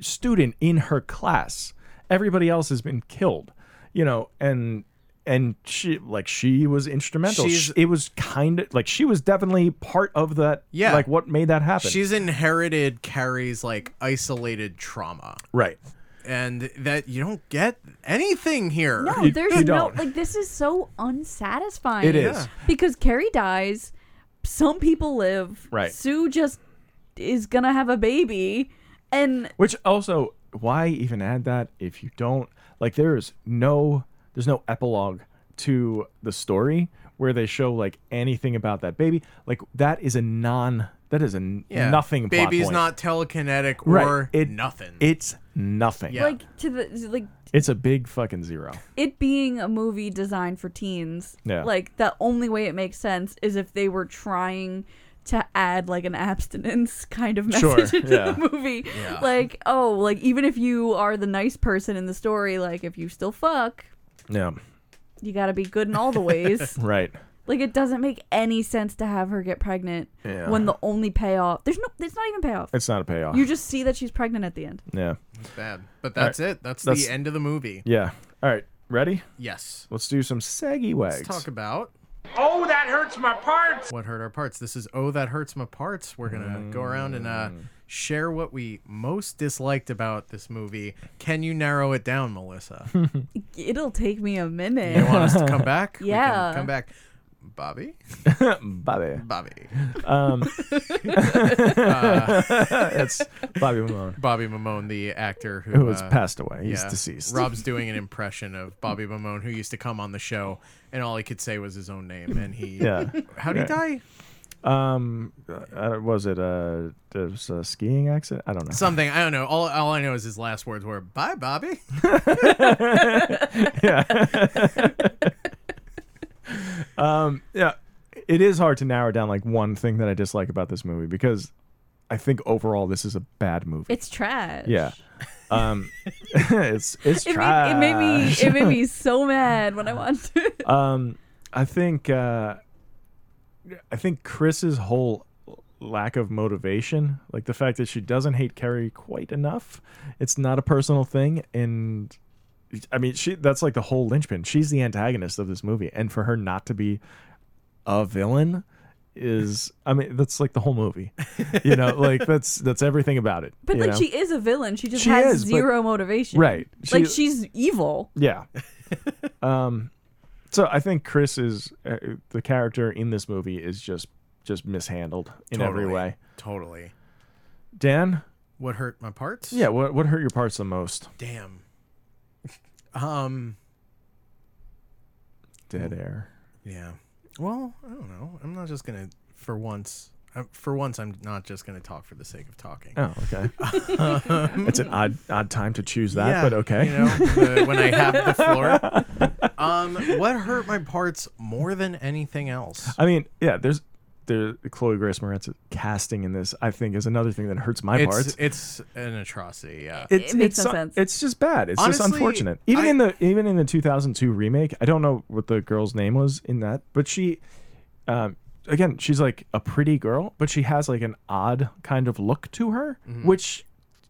S3: student in her class. Everybody else has been killed. You know, and and she like she was instrumental.
S1: She's-
S3: She- it was kind of like she was definitely part of that
S1: Yeah.
S3: like what made that happen.
S1: She's inherited Carrie's like isolated trauma.
S3: right.
S1: and that you don't get anything here.
S4: No,
S3: You-
S4: there's
S3: you
S4: no
S3: don't.
S4: like this is so unsatisfying.
S3: It is.
S1: Yeah.
S4: Because Carrie dies, some people live.
S3: Right.
S4: Sue just is gonna have a baby and
S3: Which also, why even add that if you don't like? There is no, there's no epilogue to the story where they show like anything about that baby. Like that is a non, that is a n-
S1: Yeah.
S3: nothing. plot
S1: Baby's
S3: point.
S1: not telekinetic
S3: Right.
S1: or
S3: It-
S1: nothing.
S3: It's nothing.
S1: Yeah.
S4: like to the like
S3: It's a big fucking zero.
S4: it being a movie designed for teens,
S3: Yeah.
S4: like the only way it makes sense is if they were trying to add like an abstinence kind of
S3: Sure,
S4: message into
S3: yeah.
S4: the movie.
S1: Yeah.
S4: Like, oh, like even if you are the nice person in the story, like if you still fuck,
S3: Yeah.
S4: you gotta be good in all the ways.
S3: Right.
S4: like it doesn't make any sense to have her get pregnant
S3: Yeah.
S4: when the only payoff there's no there's not even payoff.
S3: It's not a payoff.
S4: You just see that she's pregnant at the end.
S3: yeah.
S1: It's bad. But that's it. That's,
S3: That's-
S1: the end of the movie.
S3: Yeah. All right. Ready?
S1: Yes.
S3: Let's do some saggy wags.
S1: Let's talk about
S5: Oh, that hurts my parts.
S1: What Hurt Our Parts. This is Oh That Hurts My Parts. We're going to go around and uh,
S3: Mm.
S1: share what we most disliked about this movie. Can you narrow it down, Melissa? you
S4: It'll take me a minute.
S1: want us to come back? We can
S4: Yeah.
S1: come back. Bobby?
S3: Bobby.
S1: Bobby.
S3: That's Bobby Malone,
S1: Bobby Mamone, the actor who,
S3: who has
S1: uh,
S3: passed away. He's
S1: yeah.
S3: deceased.
S1: Rob's doing an impression of Bobby Mamone, who used to come on the show, and all he could say was his own name. And he,
S3: Yeah.
S1: how'd he die?
S3: Um, I don't- was it uh, it was a skiing accident? I don't know.
S1: Something I don't know. All, all I know is his last words were "Bye, Bobby."
S3: Um, yeah, it is hard to narrow down like one thing that I dislike about this movie because I think overall this is a bad movie.
S4: It's trash.
S3: yeah. Um, it's it's
S4: It made,
S3: trash.
S4: it made me it made me so mad when I watched it.
S3: Um, I think uh, I think Chris's whole lack of motivation, like the fact that she doesn't hate Carrie quite enough, it's not a personal thing, and I mean she that's like the whole linchpin. She's the antagonist of this movie, and for her not to be a villain is I mean that's like the whole movie. You know, like that's that's everything about it.
S4: But
S3: you
S4: like
S3: know?
S4: she is a villain. She just
S3: She
S4: has
S3: is, but-
S4: zero motivation.
S3: Right. She-
S4: like she's evil.
S3: Yeah. um, so I think Chris is uh, the character in this movie is just just mishandled in every
S1: Totally.
S3: way.
S1: Totally.
S3: Dan,
S1: What hurt my parts?
S3: yeah, what what hurt your parts the most?
S1: Damn. Um.
S3: Dead air.
S1: Yeah. Well, I don't know. I'm not just gonna. For once, I, for once, I'm not just gonna talk for the sake of talking.
S3: Oh, okay. it's an odd odd time to choose that,
S1: Yeah,
S3: but okay.
S1: You know, the- when I have the floor. Um, what hurt my parts more than anything else?
S3: I mean, yeah, there's there Chloe Grace Moretz casting in this. I think is another thing that hurts my
S1: It's
S3: parts.
S1: it's an atrocity. Yeah.
S3: it's,
S4: It makes
S3: it's,
S4: no sense.
S3: It's just bad. It's just
S1: Honestly,
S3: unfortunate. Even
S1: I-
S3: in the even in the 2002 remake, I don't know what the girl's name was in that, but she, um, again, she's like a pretty girl, but she has like an odd kind of look to her,
S1: Mm-hmm.
S3: which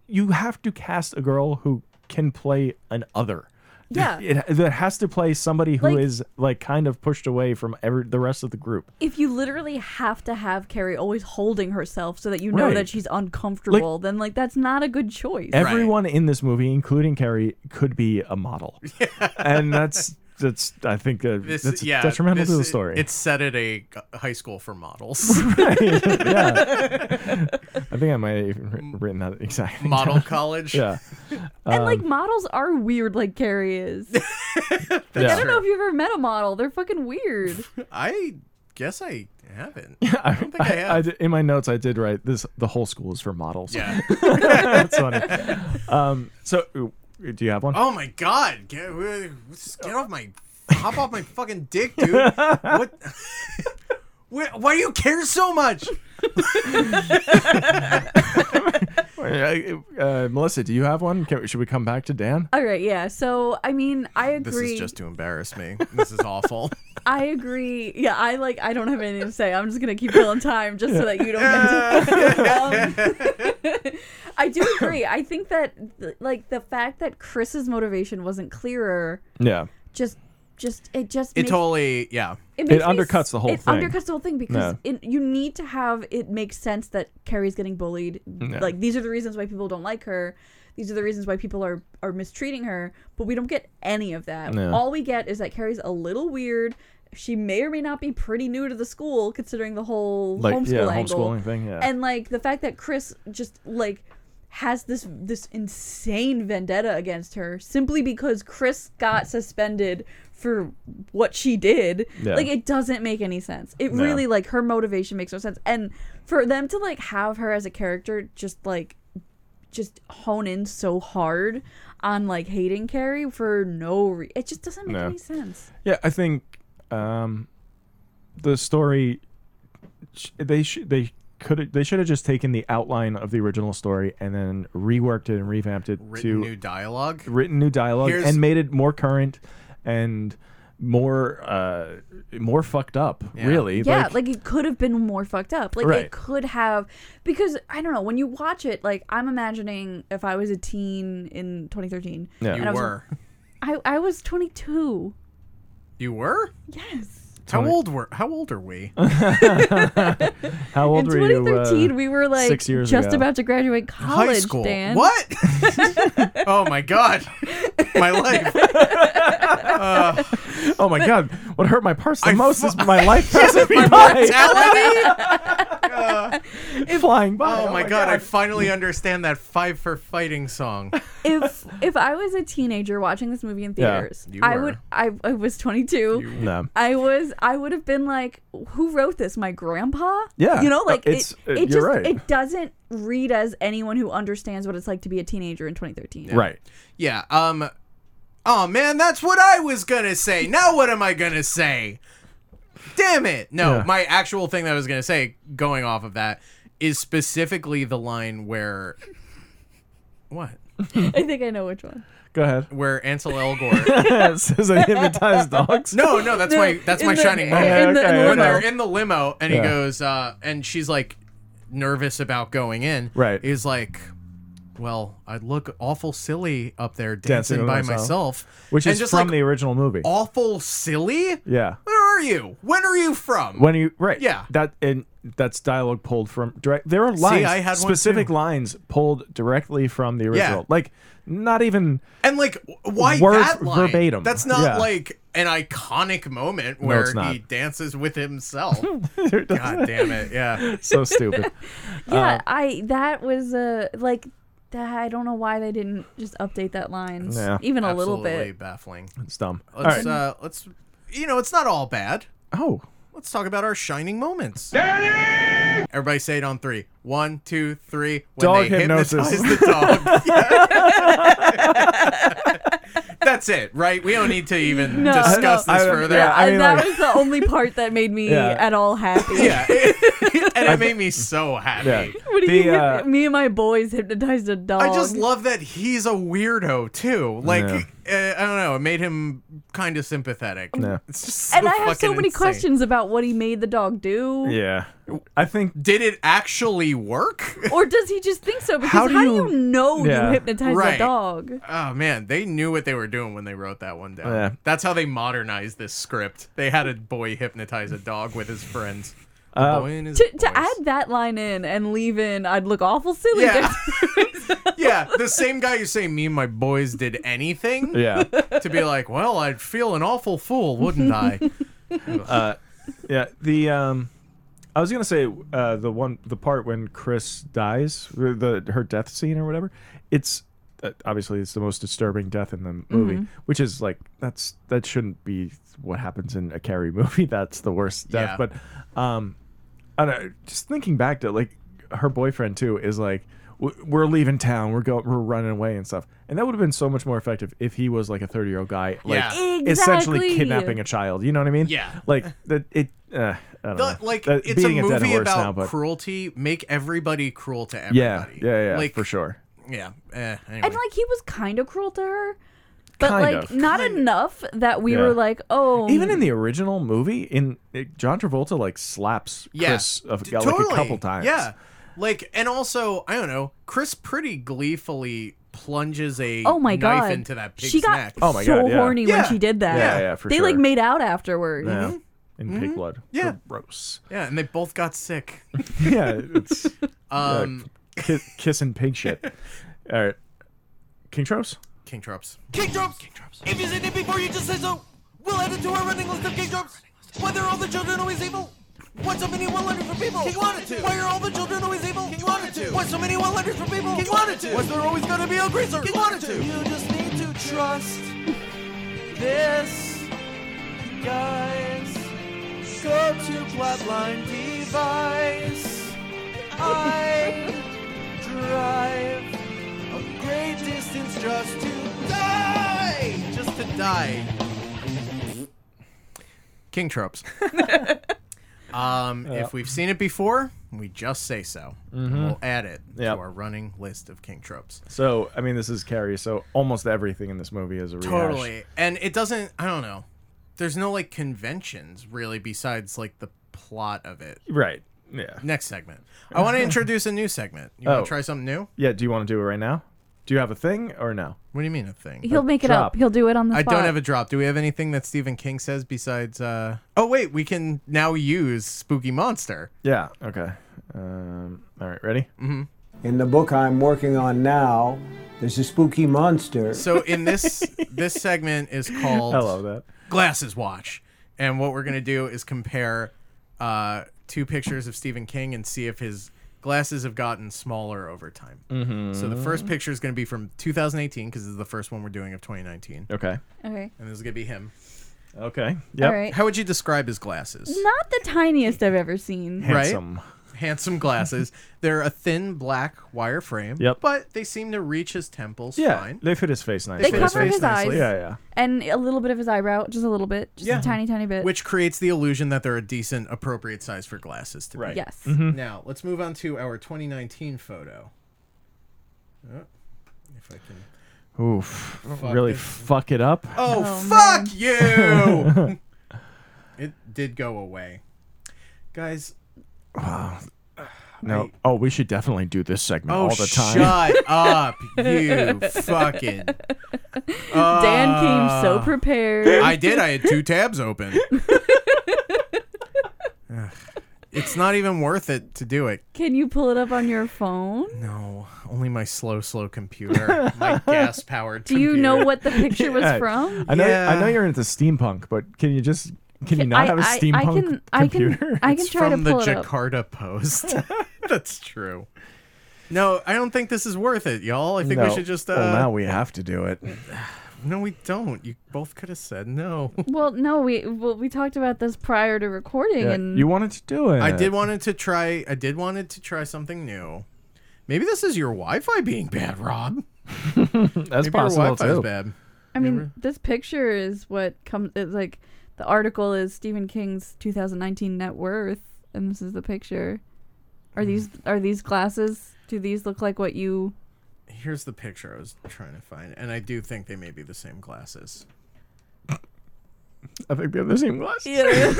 S3: you have to cast a girl who can play an other.
S4: Yeah.
S3: It, that has to play somebody who is
S4: Like-
S3: like, kind of pushed away from every the rest of the group.
S4: If you literally have to have Carrie always holding herself so that you know
S3: Right.
S4: that she's uncomfortable, then like that's not a good choice.
S3: Everyone in this movie, including Carrie, could be a model, and that's that's I think uh,
S1: This,
S3: that's
S1: yeah,
S3: detrimental to
S1: this-
S3: the story.
S1: It's set at a g- high school for models,
S3: yeah. I think I might have even writ- written that exactly.
S1: model college.
S3: Yeah.
S4: and like
S3: um,
S4: models are weird like Carrie is. Like, I
S3: yeah.
S4: don't know if you've ever met a model. They're fucking weird.
S1: I guess I haven't.
S3: I,
S1: don't think I have.
S3: I did- in my notes, I did write this. The whole school is for models.
S1: Yeah.
S3: that's funny. Um, so, ooh, do you have one?
S1: Oh my god! Get, uh, just get off my, hop off my fucking dick, dude. What? Why, why do you care so much?
S3: Uh, uh, Melissa, do you have one? Can, should we come back to Dan?
S4: All right, yeah. So I mean, I agree.
S1: This is just to embarrass me. This is awful.
S4: I agree. Yeah, I like. I don't have anything to say. I'm just gonna keep killing time just so that you don't. Get to- um, I do agree. I think that th- like the fact that Chris's motivation wasn't clearer,
S3: Yeah.
S4: just just it just
S1: It
S4: makes,
S1: totally, yeah.
S4: makes
S3: It
S4: me
S3: undercuts
S4: s-
S3: the whole
S4: it
S3: thing.
S4: undercuts the whole thing because
S3: No.
S4: it, you need to have it make sense that Carrie's getting bullied. Like these are the reasons why people don't like her. These are the reasons why people are are mistreating her. But we don't get any of that.
S3: No.
S4: All we get is that Carrie's a little weird. She may or may not be pretty new to the school, considering the whole
S3: Like,
S4: homeschool
S3: yeah,
S4: angle.
S3: homeschooling thing. Yeah.
S4: And like the fact that Chris just like has this this insane vendetta against her simply because Chris got suspended for what she did.
S3: Yeah.
S4: Like it doesn't make any sense. It
S3: No.
S4: really like her motivation makes no sense. And for them to like have her as a character just like just hone in so hard on like hating Carrie for no re- it just doesn't make
S3: No.
S4: any sense.
S3: Yeah, I think um, the story sh- they sh- they could they should have just taken the outline of the original story and then reworked it and revamped it
S1: Written
S3: to
S1: new dialogue.
S3: written new dialogue
S1: Here's-
S3: and made it more current and more uh more fucked up
S1: Yeah.
S3: really
S4: Yeah, like, it could have been more fucked up. Like
S3: Right.
S4: it could have because I don't know, when you watch it, like I'm imagining if I was a teen in twenty thirteen.
S3: Yeah.
S1: You
S4: I was,
S1: were.
S4: I, I was twenty two.
S1: You were?
S4: Yes.
S1: How
S3: Tony-
S1: old were How old are we?
S3: How old
S4: In
S3: were you?
S4: 2013,
S3: uh,
S4: we were like
S3: six years
S4: just
S3: ago?
S4: about to graduate college,
S1: High school.
S4: Dan.
S1: What? oh my god, my life. Uh,
S3: oh my god! What hurt my purse the
S1: I
S3: most
S1: fu-
S3: is my life passing me
S1: my
S3: by,
S1: mortality.
S3: flying by.
S1: Oh my god, I finally understand that five for fighting song.
S4: If if I was a teenager watching this movie in
S3: Yeah.
S4: theaters,
S1: You
S4: I
S1: were.
S4: would I, I was 22.
S1: You-
S3: No.
S4: I was I would have been like, who wrote this? My grandpa?
S3: Yeah.
S4: You know, like
S3: Uh,
S4: it's,
S3: it's-
S4: it,
S3: uh,
S4: it
S3: you're
S4: just
S3: right.
S4: it doesn't read as anyone who understands what it's like to be a teenager in 2013.
S3: Right.
S1: Yeah. Um. Oh man, that's what I was gonna say. Now what am I gonna say? Damn it! No,
S3: Yeah.
S1: my actual thing that I was gonna say, going off of that, is specifically the line where. What?
S4: I think I know which one.
S3: Go ahead.
S1: Where Ansel Elgort?
S3: it says they hypnotize dogs.
S1: no, no, that's my that's
S4: In
S1: my
S4: the-
S1: shining
S4: in
S1: moment.
S4: the- in the
S3: Okay,
S1: when
S3: okay.
S1: they're
S4: limo.
S1: in the limo and he
S3: Yeah.
S1: goes uh and she's like nervous about going in
S3: Right.
S1: he's like well i'd look awful silly up there dancing,
S3: Dancing with
S1: by
S3: myself."
S1: myself,
S3: Which
S1: and
S3: is
S1: just
S3: from
S1: like
S3: the original movie.
S1: awful silly
S3: yeah.
S1: where are you when are you from
S3: When you right.
S1: Yeah.
S3: That and that's dialogue pulled from direct. There are lines.
S1: I had one
S3: specific
S1: too.
S3: lines pulled directly from the original. Like not even.
S1: and like w- why
S3: Word
S1: that line?
S3: verbatim.
S1: that's not
S3: Yeah.
S1: like an iconic moment where
S3: it's not.
S1: he dances with himself god damn it yeah
S3: so stupid.
S4: Yeah,
S3: Uh-huh.
S4: I that was uh, like that, I don't know why they didn't just update that line
S3: Yeah.
S4: even a little
S1: Absolutely
S4: bit.
S1: baffling
S3: It's dumb. All
S1: let's
S3: right.
S1: uh let's you know it's not all bad
S3: oh.
S1: let's talk about our shining moments
S5: Danny!
S1: Everybody say it on three. One, two, three. When
S3: Dog
S1: they
S3: hypnosis.
S1: hypnotize the dog. Yeah. That's it, right? We don't need to even
S4: No,
S1: discuss
S3: no.
S1: this
S3: I-
S1: further.
S3: yeah, I
S4: Uh,
S3: mean,
S4: that
S3: like-
S4: was the only part that made me
S3: Yeah.
S4: at all happy.
S1: Yeah. and it made me so happy.
S3: Yeah.
S4: What do you
S3: The, uh,
S4: me and my boys hypnotized a dog?
S1: I just love that he's a weirdo too. Like uh, I don't know, it made him kind of sympathetic.
S3: Yeah.
S1: It's just
S4: and I have so
S1: fucking
S4: many
S1: insane.
S4: questions about what he made the dog do.
S3: Yeah. I think
S1: Did it actually work?
S4: Or does he just think so? Because
S3: How
S4: how
S3: do
S4: do,
S3: you-
S4: you, know
S3: Yeah.
S4: you hypnotized
S1: Right.
S4: a dog?
S1: Oh man, they knew what they were doing when they wrote that one down.
S3: Yeah.
S1: That's how they modernized this script. They had a boy hypnotize a dog with his friends. A
S3: Uh,
S1: boy and his
S4: To, to
S1: voice.
S4: add that line in and leave in, I'd look awful silly.
S1: Yeah. yeah, the same guy who say me and my boys did anything
S3: Yeah.
S1: to be like, well, I'd feel an awful fool, wouldn't I?
S3: Yeah, the um, I was gonna say uh, the one the part when Chris dies, uh, the the- her death scene or whatever. It's uh, obviously it's the most disturbing death in the movie,
S1: Mm-hmm.
S3: which is like that's that shouldn't be what happens in a Carrie movie. That's the worst death.
S1: Yeah.
S3: But um, I don't know, just thinking back to like her boyfriend too is like "W- we're leaving town, we're going, we're running away and stuff. And that would have been so much more effective if he was like a thirty year old guy, like
S1: Yeah.
S3: essentially
S4: Exactly.
S3: kidnapping a child. You know what I mean?
S1: Yeah.
S3: Like that it. Uh, I don't
S1: The-
S3: know.
S1: like
S3: That-
S1: it's a
S3: beating dead
S1: movie
S3: horse
S1: about
S3: now, but-
S1: cruelty. Make everybody cruel to
S3: Yeah,
S1: everybody.
S3: yeah, yeah,
S1: like,
S3: for sure.
S1: Yeah. eh, anyway.
S4: And like he was kind of cruel to her, but
S3: Kind
S4: like
S3: of.
S4: not enough that we
S3: Yeah.
S4: were like, oh,
S3: Even in the original movie, in it, John Travolta like slaps
S1: Yeah.
S3: Chris a,
S1: D-
S3: like a couple times.
S1: Yeah. Like and also, I don't know, Chris pretty gleefully plunges a
S4: oh my
S1: knife
S4: god,
S1: into that pig's
S4: she got
S1: neck.
S3: Oh my
S4: so
S3: God, yeah.
S4: horny
S1: Yeah.
S4: when she did that.
S3: Yeah, yeah, for
S4: they
S3: sure.
S4: like made out afterward.
S3: Yeah. In pig blood.
S1: Mm-hmm. Yeah.
S3: Gross.
S1: Yeah, and they both got sick.
S3: yeah. It's
S1: Um
S3: ki- kissing pig shit. All right. King Tropes?
S1: King Trops.
S2: King drops. King drops. If you said it before you just say so, we'll add it to our running list of king drops. Why are all the children always evil? Why so many one letters for people? King wanted to. Why are all the children always evil? King wanted to. Why so many one letters for people? King wanted to. Why there always gonna be a greaser? King wanted to. You just need to trust this, guys. Go to flatline device. I drive a great distance just to die.
S1: Just to die. King Trops. um, if we've seen it before, we just say so. And We'll add it
S3: Mm-hmm. Yep.
S1: to our running list of King Tropes.
S3: So, I mean, this is Carrie, so almost everything in this movie is a rehash.
S1: Totally. And it doesn't I don't know. There's no like conventions really besides like the plot of it.
S3: Right. Yeah.
S1: Next segment. I want to introduce a new segment. You
S3: Oh.
S1: want to try something new?
S3: Yeah. Do you want to do it right now? Do you have a thing or no?
S1: What do you mean a thing?
S4: He'll make it
S3: drop.
S4: up. He'll do it on the
S1: I
S4: spot.
S1: don't have a drop. Do we have anything that Stephen King says besides? uh Oh wait, we can now use spooky monster.
S3: Yeah. Okay. Um, all right. Ready?
S6: In the book I'm working on now, there's a spooky monster.
S1: So in this this segment is called
S3: I love that.
S1: Glasses Watch, and what we're gonna do is compare uh two pictures of Stephen King and see if his glasses have gotten smaller over time. So the
S3: Mm-hmm.
S1: first picture is gonna be from 2018 because this is the first one we're doing of 2019,
S3: Okay.
S4: Okay.
S1: and this is gonna be him.
S3: Okay. Yep.
S4: All right.
S1: How would you describe his glasses?
S4: Not the tiniest I've ever seen.
S1: Right?
S3: Handsome.
S1: handsome glasses. They're a thin black wire frame.
S3: Yep.
S1: But they seem to reach his temples
S3: Yeah.
S1: fine.
S3: They fit his face
S4: They
S3: nicely.
S1: fit his
S4: cover
S1: face
S4: his eyes
S1: nicely.
S3: yeah. Yeah.
S4: and a little bit of his eyebrow, just a little bit, just
S1: Yeah.
S4: a tiny, tiny bit.
S1: Which creates the illusion that they're a decent, appropriate size for glasses to be.
S3: Right.
S4: yes.
S1: Now, let's move on to our 2019 photo. Oh, if I can.
S3: Oof.
S1: Fuck
S3: really
S1: this.
S3: fuck it up.
S1: Oh,
S4: Oh,
S1: fuck you! it did go away. Guys,
S3: no.
S1: I-
S3: Oh, we should definitely do this segment all the time.
S1: Oh, shut up, you fucking.
S4: Dan came so
S1: Ah.
S4: prepared.
S1: I did. I had two tabs open. Ugh. it's not even worth it to do it.
S4: Can you pull it up on your phone?
S1: No, only my slow, slow computer, my gas-powered.
S4: Do you know what the picture
S3: Yeah.
S4: was from?
S3: I know. I
S1: Yeah.
S3: know you're into steampunk, but can you just can you not
S4: I,
S3: have a
S4: I- I
S3: steampunk
S4: can, I can,
S3: computer?
S4: I can
S1: It's
S4: try
S1: from
S4: to
S1: the
S4: pull it up.
S1: Jakarta Post. That's true. No, I don't think this is worth it, y'all. I think we
S3: No.
S1: should just. Uh,
S3: well, now we have to do it.
S1: No, we don't. You both could have said no.
S4: Well, no, we well, we talked about this prior to recording,
S3: Yeah,
S4: and
S3: You wanted to do it.
S1: I did wanted to try. I did wanted to try something new. Maybe this is your Wi-Fi being bad, Rob.
S3: That's
S1: Maybe your
S3: possible
S1: Wi-Fi is
S3: too.
S1: bad.
S4: I mean, this picture is what comes. It's like the article is Stephen King's 2019 net worth, and this is the picture. Are
S3: Hmm.
S4: these are these glasses? Do these look like what you?
S1: Here's the picture I was trying to find, and I do think they may be the same glasses.
S3: I think they have the same glasses.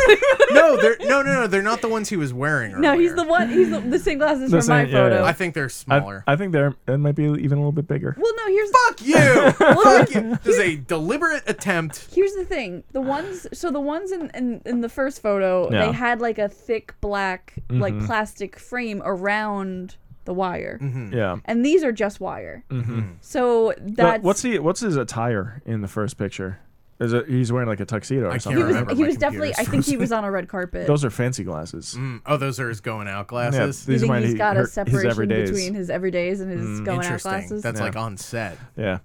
S1: no, they're no, no, no. They're not the ones he was wearing. Earlier.
S4: no, he's the one. He's the, the same glasses
S3: The
S4: from my
S3: same- yeah,
S4: photo.
S3: yeah.
S1: I think they're
S3: I,
S1: smaller.
S3: I think they're it might be even a little bit bigger.
S4: well, no, here's
S1: Fuck you! Fuck you! This is a deliberate attempt.
S4: here's the thing. The ones so the ones in in, in the first photo
S3: Yeah. Mm-hmm.
S4: they had like a thick black like plastic frame around the wire,
S1: Hmm.
S3: Yeah.
S4: and these are just wire. So that's
S3: Mm-hmm. But what's he? What's his attire in the first picture? Is it he's wearing like a tuxedo or
S1: can't
S4: he
S3: something?
S4: was
S1: remember
S4: he
S1: my
S4: was definitely
S1: computer's
S4: I think he was on a red carpet.
S3: Those are fancy glasses.
S1: Mm, Oh, those are his going out
S3: Yeah,
S1: glasses.
S4: you
S3: these
S4: think
S3: might
S4: he's
S3: be
S4: got
S3: her-
S4: a
S3: his
S4: separation
S3: everydays.
S4: between his everydays and his going out
S1: Interesting.
S4: glasses?
S1: That's
S3: Yeah.
S1: like on set.
S3: Yeah.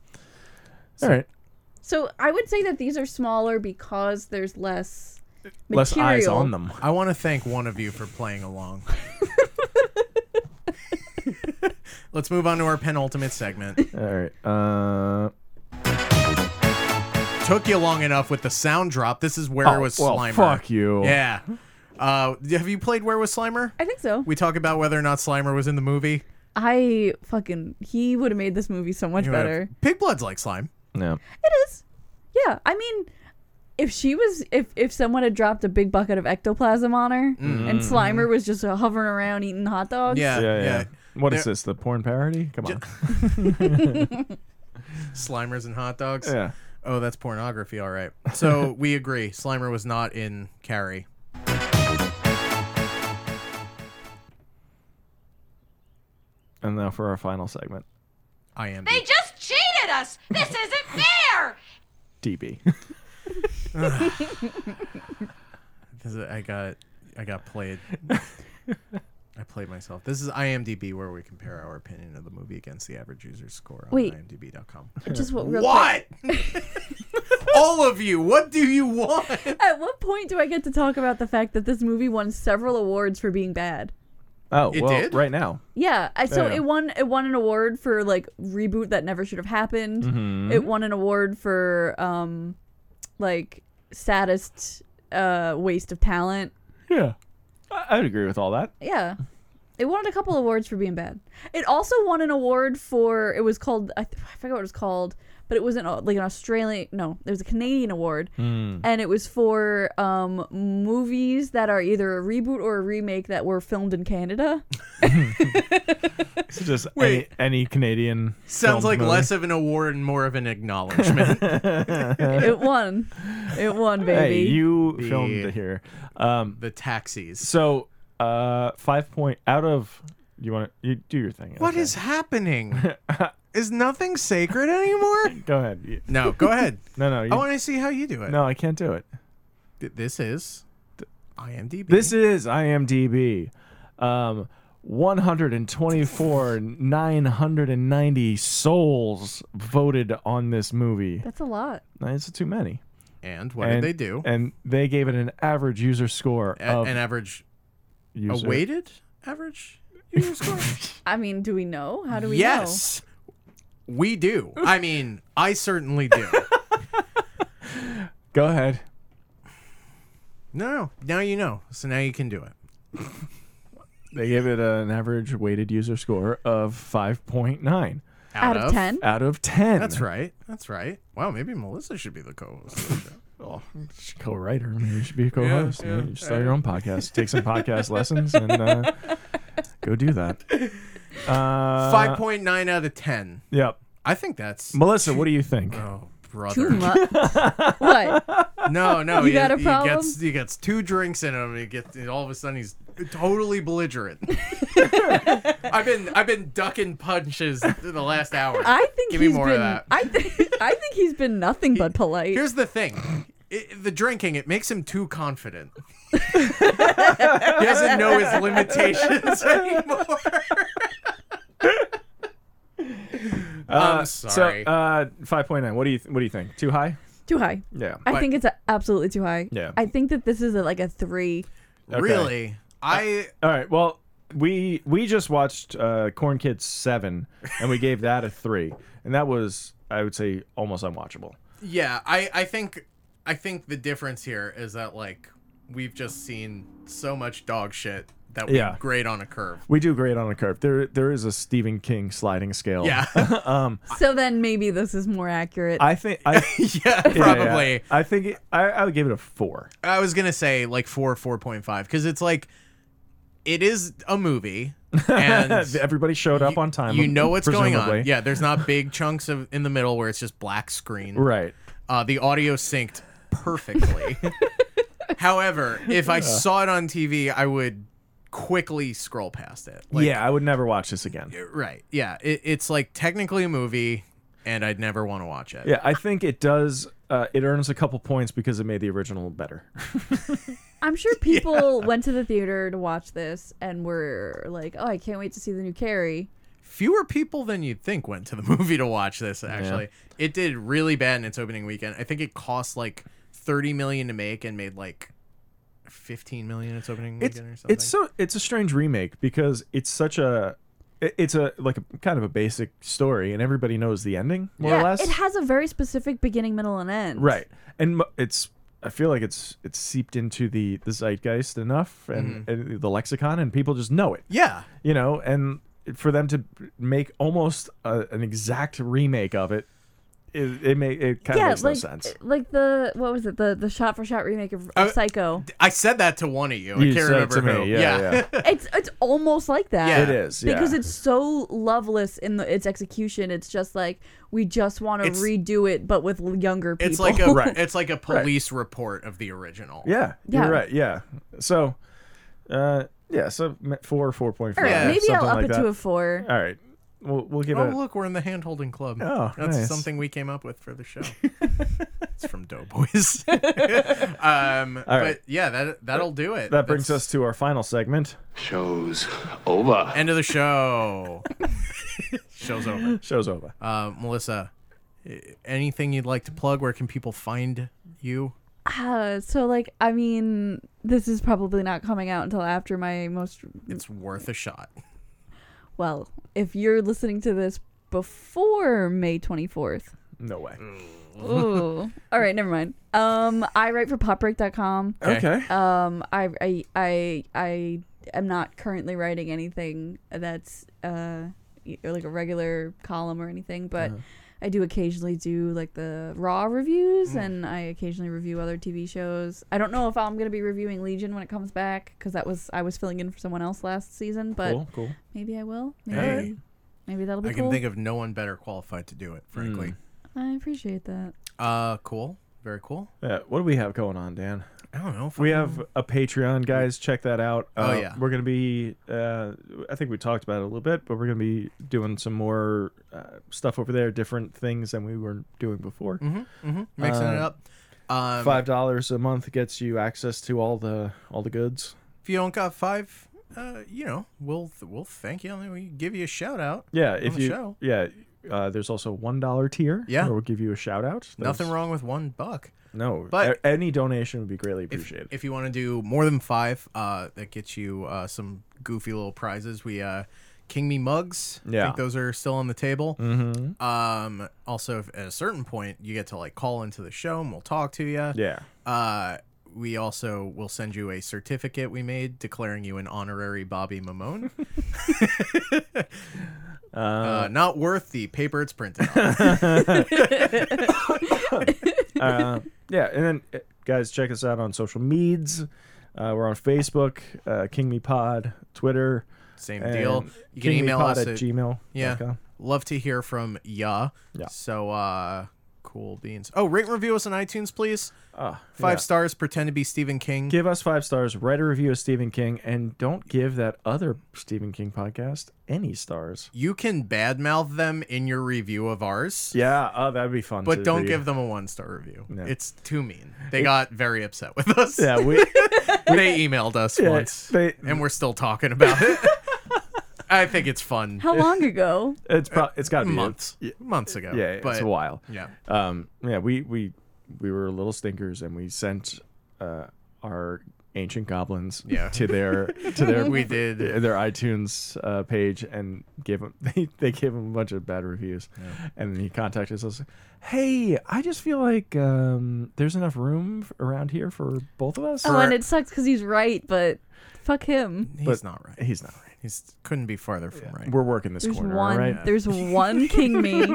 S3: All right.
S4: so I would say that these are smaller because there's less material.
S3: Less eyes on them.
S1: I want to thank one of you for playing along. Let's move on to our penultimate segment.
S3: All right. Uh,
S1: Took you long enough with the sound drop. This is where
S3: oh,
S1: was
S3: well,
S1: Slimer.
S3: fuck you.
S1: Yeah. Uh, have you played Where Was Slimer?
S4: I think so.
S1: We talk about whether or not Slimer was in the movie.
S4: I fucking he would have made this movie so much
S1: You would've-
S4: better.
S1: Pig blood's like slime.
S3: Yeah.
S4: It is. Yeah, I mean, if she was, if if someone had dropped a big bucket of ectoplasm on her, and Slimer was just uh, hovering around eating hot dogs,
S1: Mm-hmm. Yeah,
S3: Yeah. Yeah.
S1: yeah.
S3: What is
S1: There-
S3: this? The porn parody? Come on.
S1: Slimers and hot dogs.
S3: yeah.
S1: Oh, that's pornography. All right. So we agree. Slimer was not in Carrie.
S3: And now for our final segment,
S1: I am.
S7: They just cheated us! This isn't fair!
S3: DB.
S1: This is- I got. I got played. I played myself. This is IMDb where we compare our opinion of the movie against the average user's score on
S4: Wait.
S1: IMDb.com.
S4: just what real quick.
S1: What? All of you. What do you want?
S4: At what point do I get to talk about the fact that this movie won several awards for being bad?
S3: Oh,
S1: It
S3: well,
S1: did?
S3: right now.
S4: Yeah, I, so
S3: Yeah.
S4: it won it won an award for like reboot that never should have happened.
S1: Mm-hmm.
S4: It won an award for um like saddest uh waste of talent.
S3: Yeah. I- I'd agree with all that.
S4: Yeah. It won a couple awards for being bad. It also won an award for it was called I, th- I forget what it was called, but it was an au- like an Australian no, it was a Canadian award,
S1: Hmm.
S4: and it was for um, movies that are either a reboot or a remake that were filmed in Canada.
S3: It's just
S1: Wait.
S3: any any Canadian.
S1: Sounds
S3: filmed
S1: like
S3: movie.
S1: less of an award and more of an acknowledgement.
S4: it won, it won,
S3: Hey,
S4: baby.
S3: you
S1: The-
S3: filmed it here. Um,
S1: the taxis.
S3: so uh, five point out of you want to you do your thing.
S1: What is happening? Is nothing sacred anymore?
S3: Go ahead. You-
S1: No, go ahead.
S3: No, no, you,
S1: I want to see how you do it.
S3: no. I can't do it.
S1: Th- This is IMDb.
S3: This is IMDb. Um, 124 990 souls voted on this movie.
S4: That's a lot.
S3: That's too many.
S1: and what
S3: and,
S1: did they do?
S3: And they gave it an average user score
S1: A-
S3: of
S1: an average, a
S3: user.
S1: weighted average user score?
S4: I mean, do we know? How do we
S1: yes, we do. I mean, I certainly do.
S3: Go ahead.
S1: no, now you know. So now you can do it.
S3: They gave it an average weighted user score of 5.9
S4: know? Out, of ten.
S3: out of 10.
S1: That's right. That's right. Wow, maybe Melissa should be the co-host. of the show.
S3: Oh, she's a co-writer. Maybe you should be a co-host. Maybe you should start your own podcast. Take some podcast lessons and uh, go do that. Uh,
S1: Five point nine out of ten.
S3: Yep.
S1: I think that's
S3: Melissa, what do you think?
S1: oh brother.
S4: Too much. what?
S1: No, no,
S4: You
S1: he,
S4: got a
S1: he
S4: problem?
S1: gets he gets two drinks in him. He gets and all of a sudden he's totally belligerent. I've been I've been ducking punches the last hour.
S4: I think
S1: Give
S4: he's
S1: me more
S4: been.
S1: of that.
S4: I think I think he's been nothing but polite.
S1: Here's the thing. It, the drinking it makes him too confident. he doesn't know his limitations anymore.
S3: Uh,
S1: I'm sorry.
S3: So, uh, 5.9. What do you th- What do you think? Too high?
S4: too high.
S3: Yeah.
S4: I think it's a- absolutely too high.
S3: Yeah.
S4: I think that this is a, like a three.
S3: Okay.
S1: Really, I
S3: All right. Well, we we just watched uh, Corn Kids Seven, and we gave that a three, and that was I would say almost unwatchable.
S1: Yeah, I I think I think the difference here is that like we've just seen so much dog shit that we
S3: Yeah.
S1: grade on a curve.
S3: We do great on a curve. There there is a Stephen King sliding scale.
S1: Yeah,
S4: So then maybe this is more accurate.
S3: I think I
S1: yeah,
S3: yeah, yeah.
S1: probably.
S3: I think it, I I would give it a four.
S1: I was gonna say like four, four point five, because it's like it is a movie, and
S3: Everybody showed up on time.
S1: you know what's going on.
S3: presumably.
S1: Yeah, there's not big chunks of in the middle where it's just black screen.
S3: Right.
S1: Uh, the audio synced perfectly. However, if I saw it on TV, I would quickly scroll past it. Like,
S3: yeah, I would never watch this again.
S1: Right. Yeah. It, it's like technically a movie, and I'd never want to watch it.
S3: Yeah, I think it does. Uh, it earns a couple points because it made the original better.
S4: I'm sure people went to the theater to watch this and were like, "Oh, I can't wait to see the new Carrie."
S1: Fewer people than you'd think went to the movie to watch this. Actually, it did really bad in its opening weekend. I think it cost like thirty million to make and made like fifteen million its opening
S3: it's
S1: weekend or something.
S3: it's so it's a strange remake because it's such a it- it's a like a kind of a basic story and everybody knows the ending more or
S4: yeah,
S3: less
S4: it has a very specific beginning, middle, and end.
S3: right and mo- it's i feel like it's it's seeped into the the zeitgeist enough and,
S1: Mm-hmm.
S3: and the lexicon and people just know it
S1: yeah.
S3: you know and for them to make almost a, an exact remake of it it, it may it kind of
S4: Yeah,
S3: makes
S4: like
S3: no sense
S4: like the what was it the the shot for shot remake of, of
S1: Uh,
S4: Psycho.
S1: I said that to one of you. I
S3: You
S1: can't
S3: said
S1: remember
S3: to
S1: who.
S3: me, yeah, yeah.
S4: it's it's almost like that.
S1: Yeah.
S3: it is yeah.
S4: because it's so loveless in the, its execution. It's just like we just want to
S1: It's-
S4: redo it, but with l- younger people.
S1: It's like a
S3: Right.
S1: it's like a police report of the original.
S3: Yeah,
S4: Yeah.
S3: you're right. Yeah. So, uh, yeah. So m- four, four point
S4: All
S3: five.
S4: right,
S1: Yeah,
S4: maybe I'll
S3: something
S4: up
S3: like
S4: it
S3: that.
S4: to a four.
S3: All right. We'll we'll give
S1: Oh
S3: it.
S1: look, we're in the hand holding club.
S3: Oh,
S1: that's
S3: nice.
S1: something we came up with for the show. it's from Doughboys. um,
S3: right.
S1: But yeah, that that'll do it.
S3: That brings
S1: That's
S3: us to our final segment.
S8: Show's over.
S1: end of the show. Show's over.
S3: Show's over.
S1: Uh, Melissa, i- anything you'd like to plug? Where can people find you?
S4: Uh, so like I mean, this is probably not coming out until after my most
S1: It's worth a shot.
S4: well. If you're listening to this before May twenty fourth.
S3: No way.
S4: Ooh. All right, never mind. Um, I write for popbreak.com.
S1: Okay.
S4: Um, I, I, I, I am not currently writing anything that's uh, y- like a regular column or anything, but I do occasionally do like the Raw reviews, and I occasionally review other TV shows. I don't know if I'm gonna be reviewing Legion when it comes back because that was I was filling in for someone else last season, but
S3: cool, cool.
S4: maybe I will. Maybe,
S1: Hey.
S4: maybe that'll be
S1: I can
S4: cool.
S1: think of no one better qualified to do it,
S3: Hmm.
S1: frankly.
S4: I appreciate that.
S1: Uh, cool. Very cool.
S3: Yeah, what do we have going on, Dan?
S1: I don't know. If
S3: We have a Patreon, guys. Check that out.
S1: Oh,
S3: Uh,
S1: yeah.
S3: we're gonna be. Uh, I think we talked about it a little bit, but we're gonna be doing some more uh, stuff over there, different things than we were doing before.
S1: Mm-hmm. mixing it
S3: uh,
S1: up. Um,
S3: Five dollars a month gets you access to all the all the goods.
S1: If you don't got five, uh, you know, we'll we'll thank you and we give you a shout out.
S3: Yeah, if
S1: the
S3: you.
S1: show.
S3: Yeah. Uh, there's also one dollar tier.
S1: Yeah.
S3: where we'll give you a shout out.
S1: Nothing
S3: There's-
S1: wrong with one buck.
S3: No,
S1: But-
S3: but any donation would be greatly
S1: If,
S3: appreciated.
S1: if you want to do more than five, uh, that gets you uh, some goofy little prizes. We uh, King Me mugs. I
S3: Yeah.
S1: think those are still on the table. Mm-hmm. Um, also, if, at a certain point, you get to like call into the show and we'll talk to you.
S3: yeah.
S1: Uh, we also will send you a certificate we made declaring you an honorary Bobby Mamone. uh, not worth the paper it's printed on.
S3: uh, yeah, and then uh, guys, check us out on social meds. Uh, we're on Facebook, uh, King Me Pod, Twitter.
S1: Same
S3: and
S1: deal. You can email
S3: KingMePod
S1: us
S3: at, Gmail.
S1: Yeah. Love to hear from ya.
S3: Yeah.
S1: So uh cool beans. Oh, rate and review us on iTunes, please.
S3: Uh,
S1: Five
S3: yeah.
S1: stars, pretend to be Stephen King.
S3: Give us five stars. Write a review of Stephen King, and don't give that other Stephen King podcast any stars.
S1: you can badmouth them in your review of ours.
S3: Yeah, oh, that'd be fun.
S1: But don't give them a one star review.
S3: No.
S1: It's too mean. They got very upset with us.
S3: Yeah, we.
S1: they emailed us
S3: Yeah,
S1: once
S3: they-
S1: and we're still talking about it i think it's fun
S4: How long ago?
S3: It's pro- it's got to be
S1: months months ago
S3: Yeah,
S1: but
S3: it's a while.
S1: yeah
S3: um yeah we we we were little stinkers and we sent uh our ancient goblins
S1: Yeah.
S3: to their to their
S1: we did
S3: their itunes uh, page and gave them they, they gave him a bunch of bad reviews and he contacted us hey i just feel like um there's enough room f- around here for both of us
S4: Oh, and it sucks because he's right, but fuck him.
S1: he's
S3: but-
S1: not right
S3: he's not right
S1: he's couldn't be farther from right
S3: we're working this
S4: There's
S3: corner
S4: one.
S3: all right
S4: There's one King me.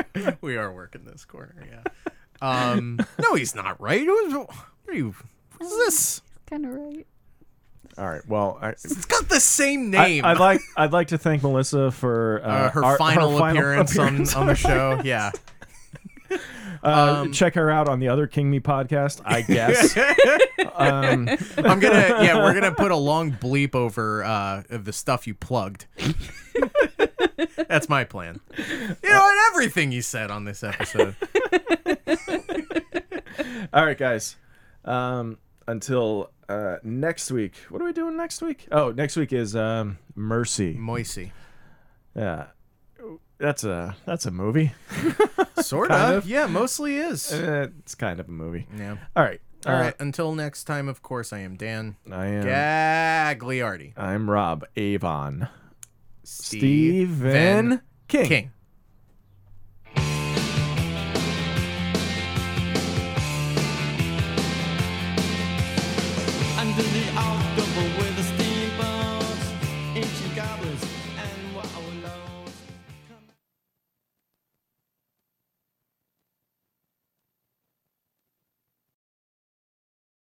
S1: we are working this corner yeah um no he's not right Who's- what are you what is this
S4: kind of right.
S3: all right well I,
S1: it's got the same
S3: I,
S1: name
S3: would like I'd like to thank Melissa for uh,
S1: uh, her,
S3: our-
S1: final appearance,
S3: appearance
S1: on, um, on the show yeah
S3: Uh, check her out on the other King Me podcast, I guess. um,
S1: i'm gonna yeah we're gonna put a long bleep over uh of the stuff you plugged that's my plan you know and everything you said on this episode
S3: all right, guys. Um, until uh, next week. What are we doing next week? Oh, next week is um, Mercy.
S1: Moisey.
S3: Yeah, that's a that's a movie.
S1: Sort
S3: Kind
S1: of.
S3: of.
S1: Yeah, mostly is.
S3: Uh, it's kind of a movie.
S1: yeah.
S3: All right.
S1: All
S3: Uh,
S1: right. Until next time, of course, I am Dan
S3: I am.
S1: Gagliardi.
S3: I'm Rob Avon.
S1: Stephen
S3: King.
S1: King.
S2: Under the outdoor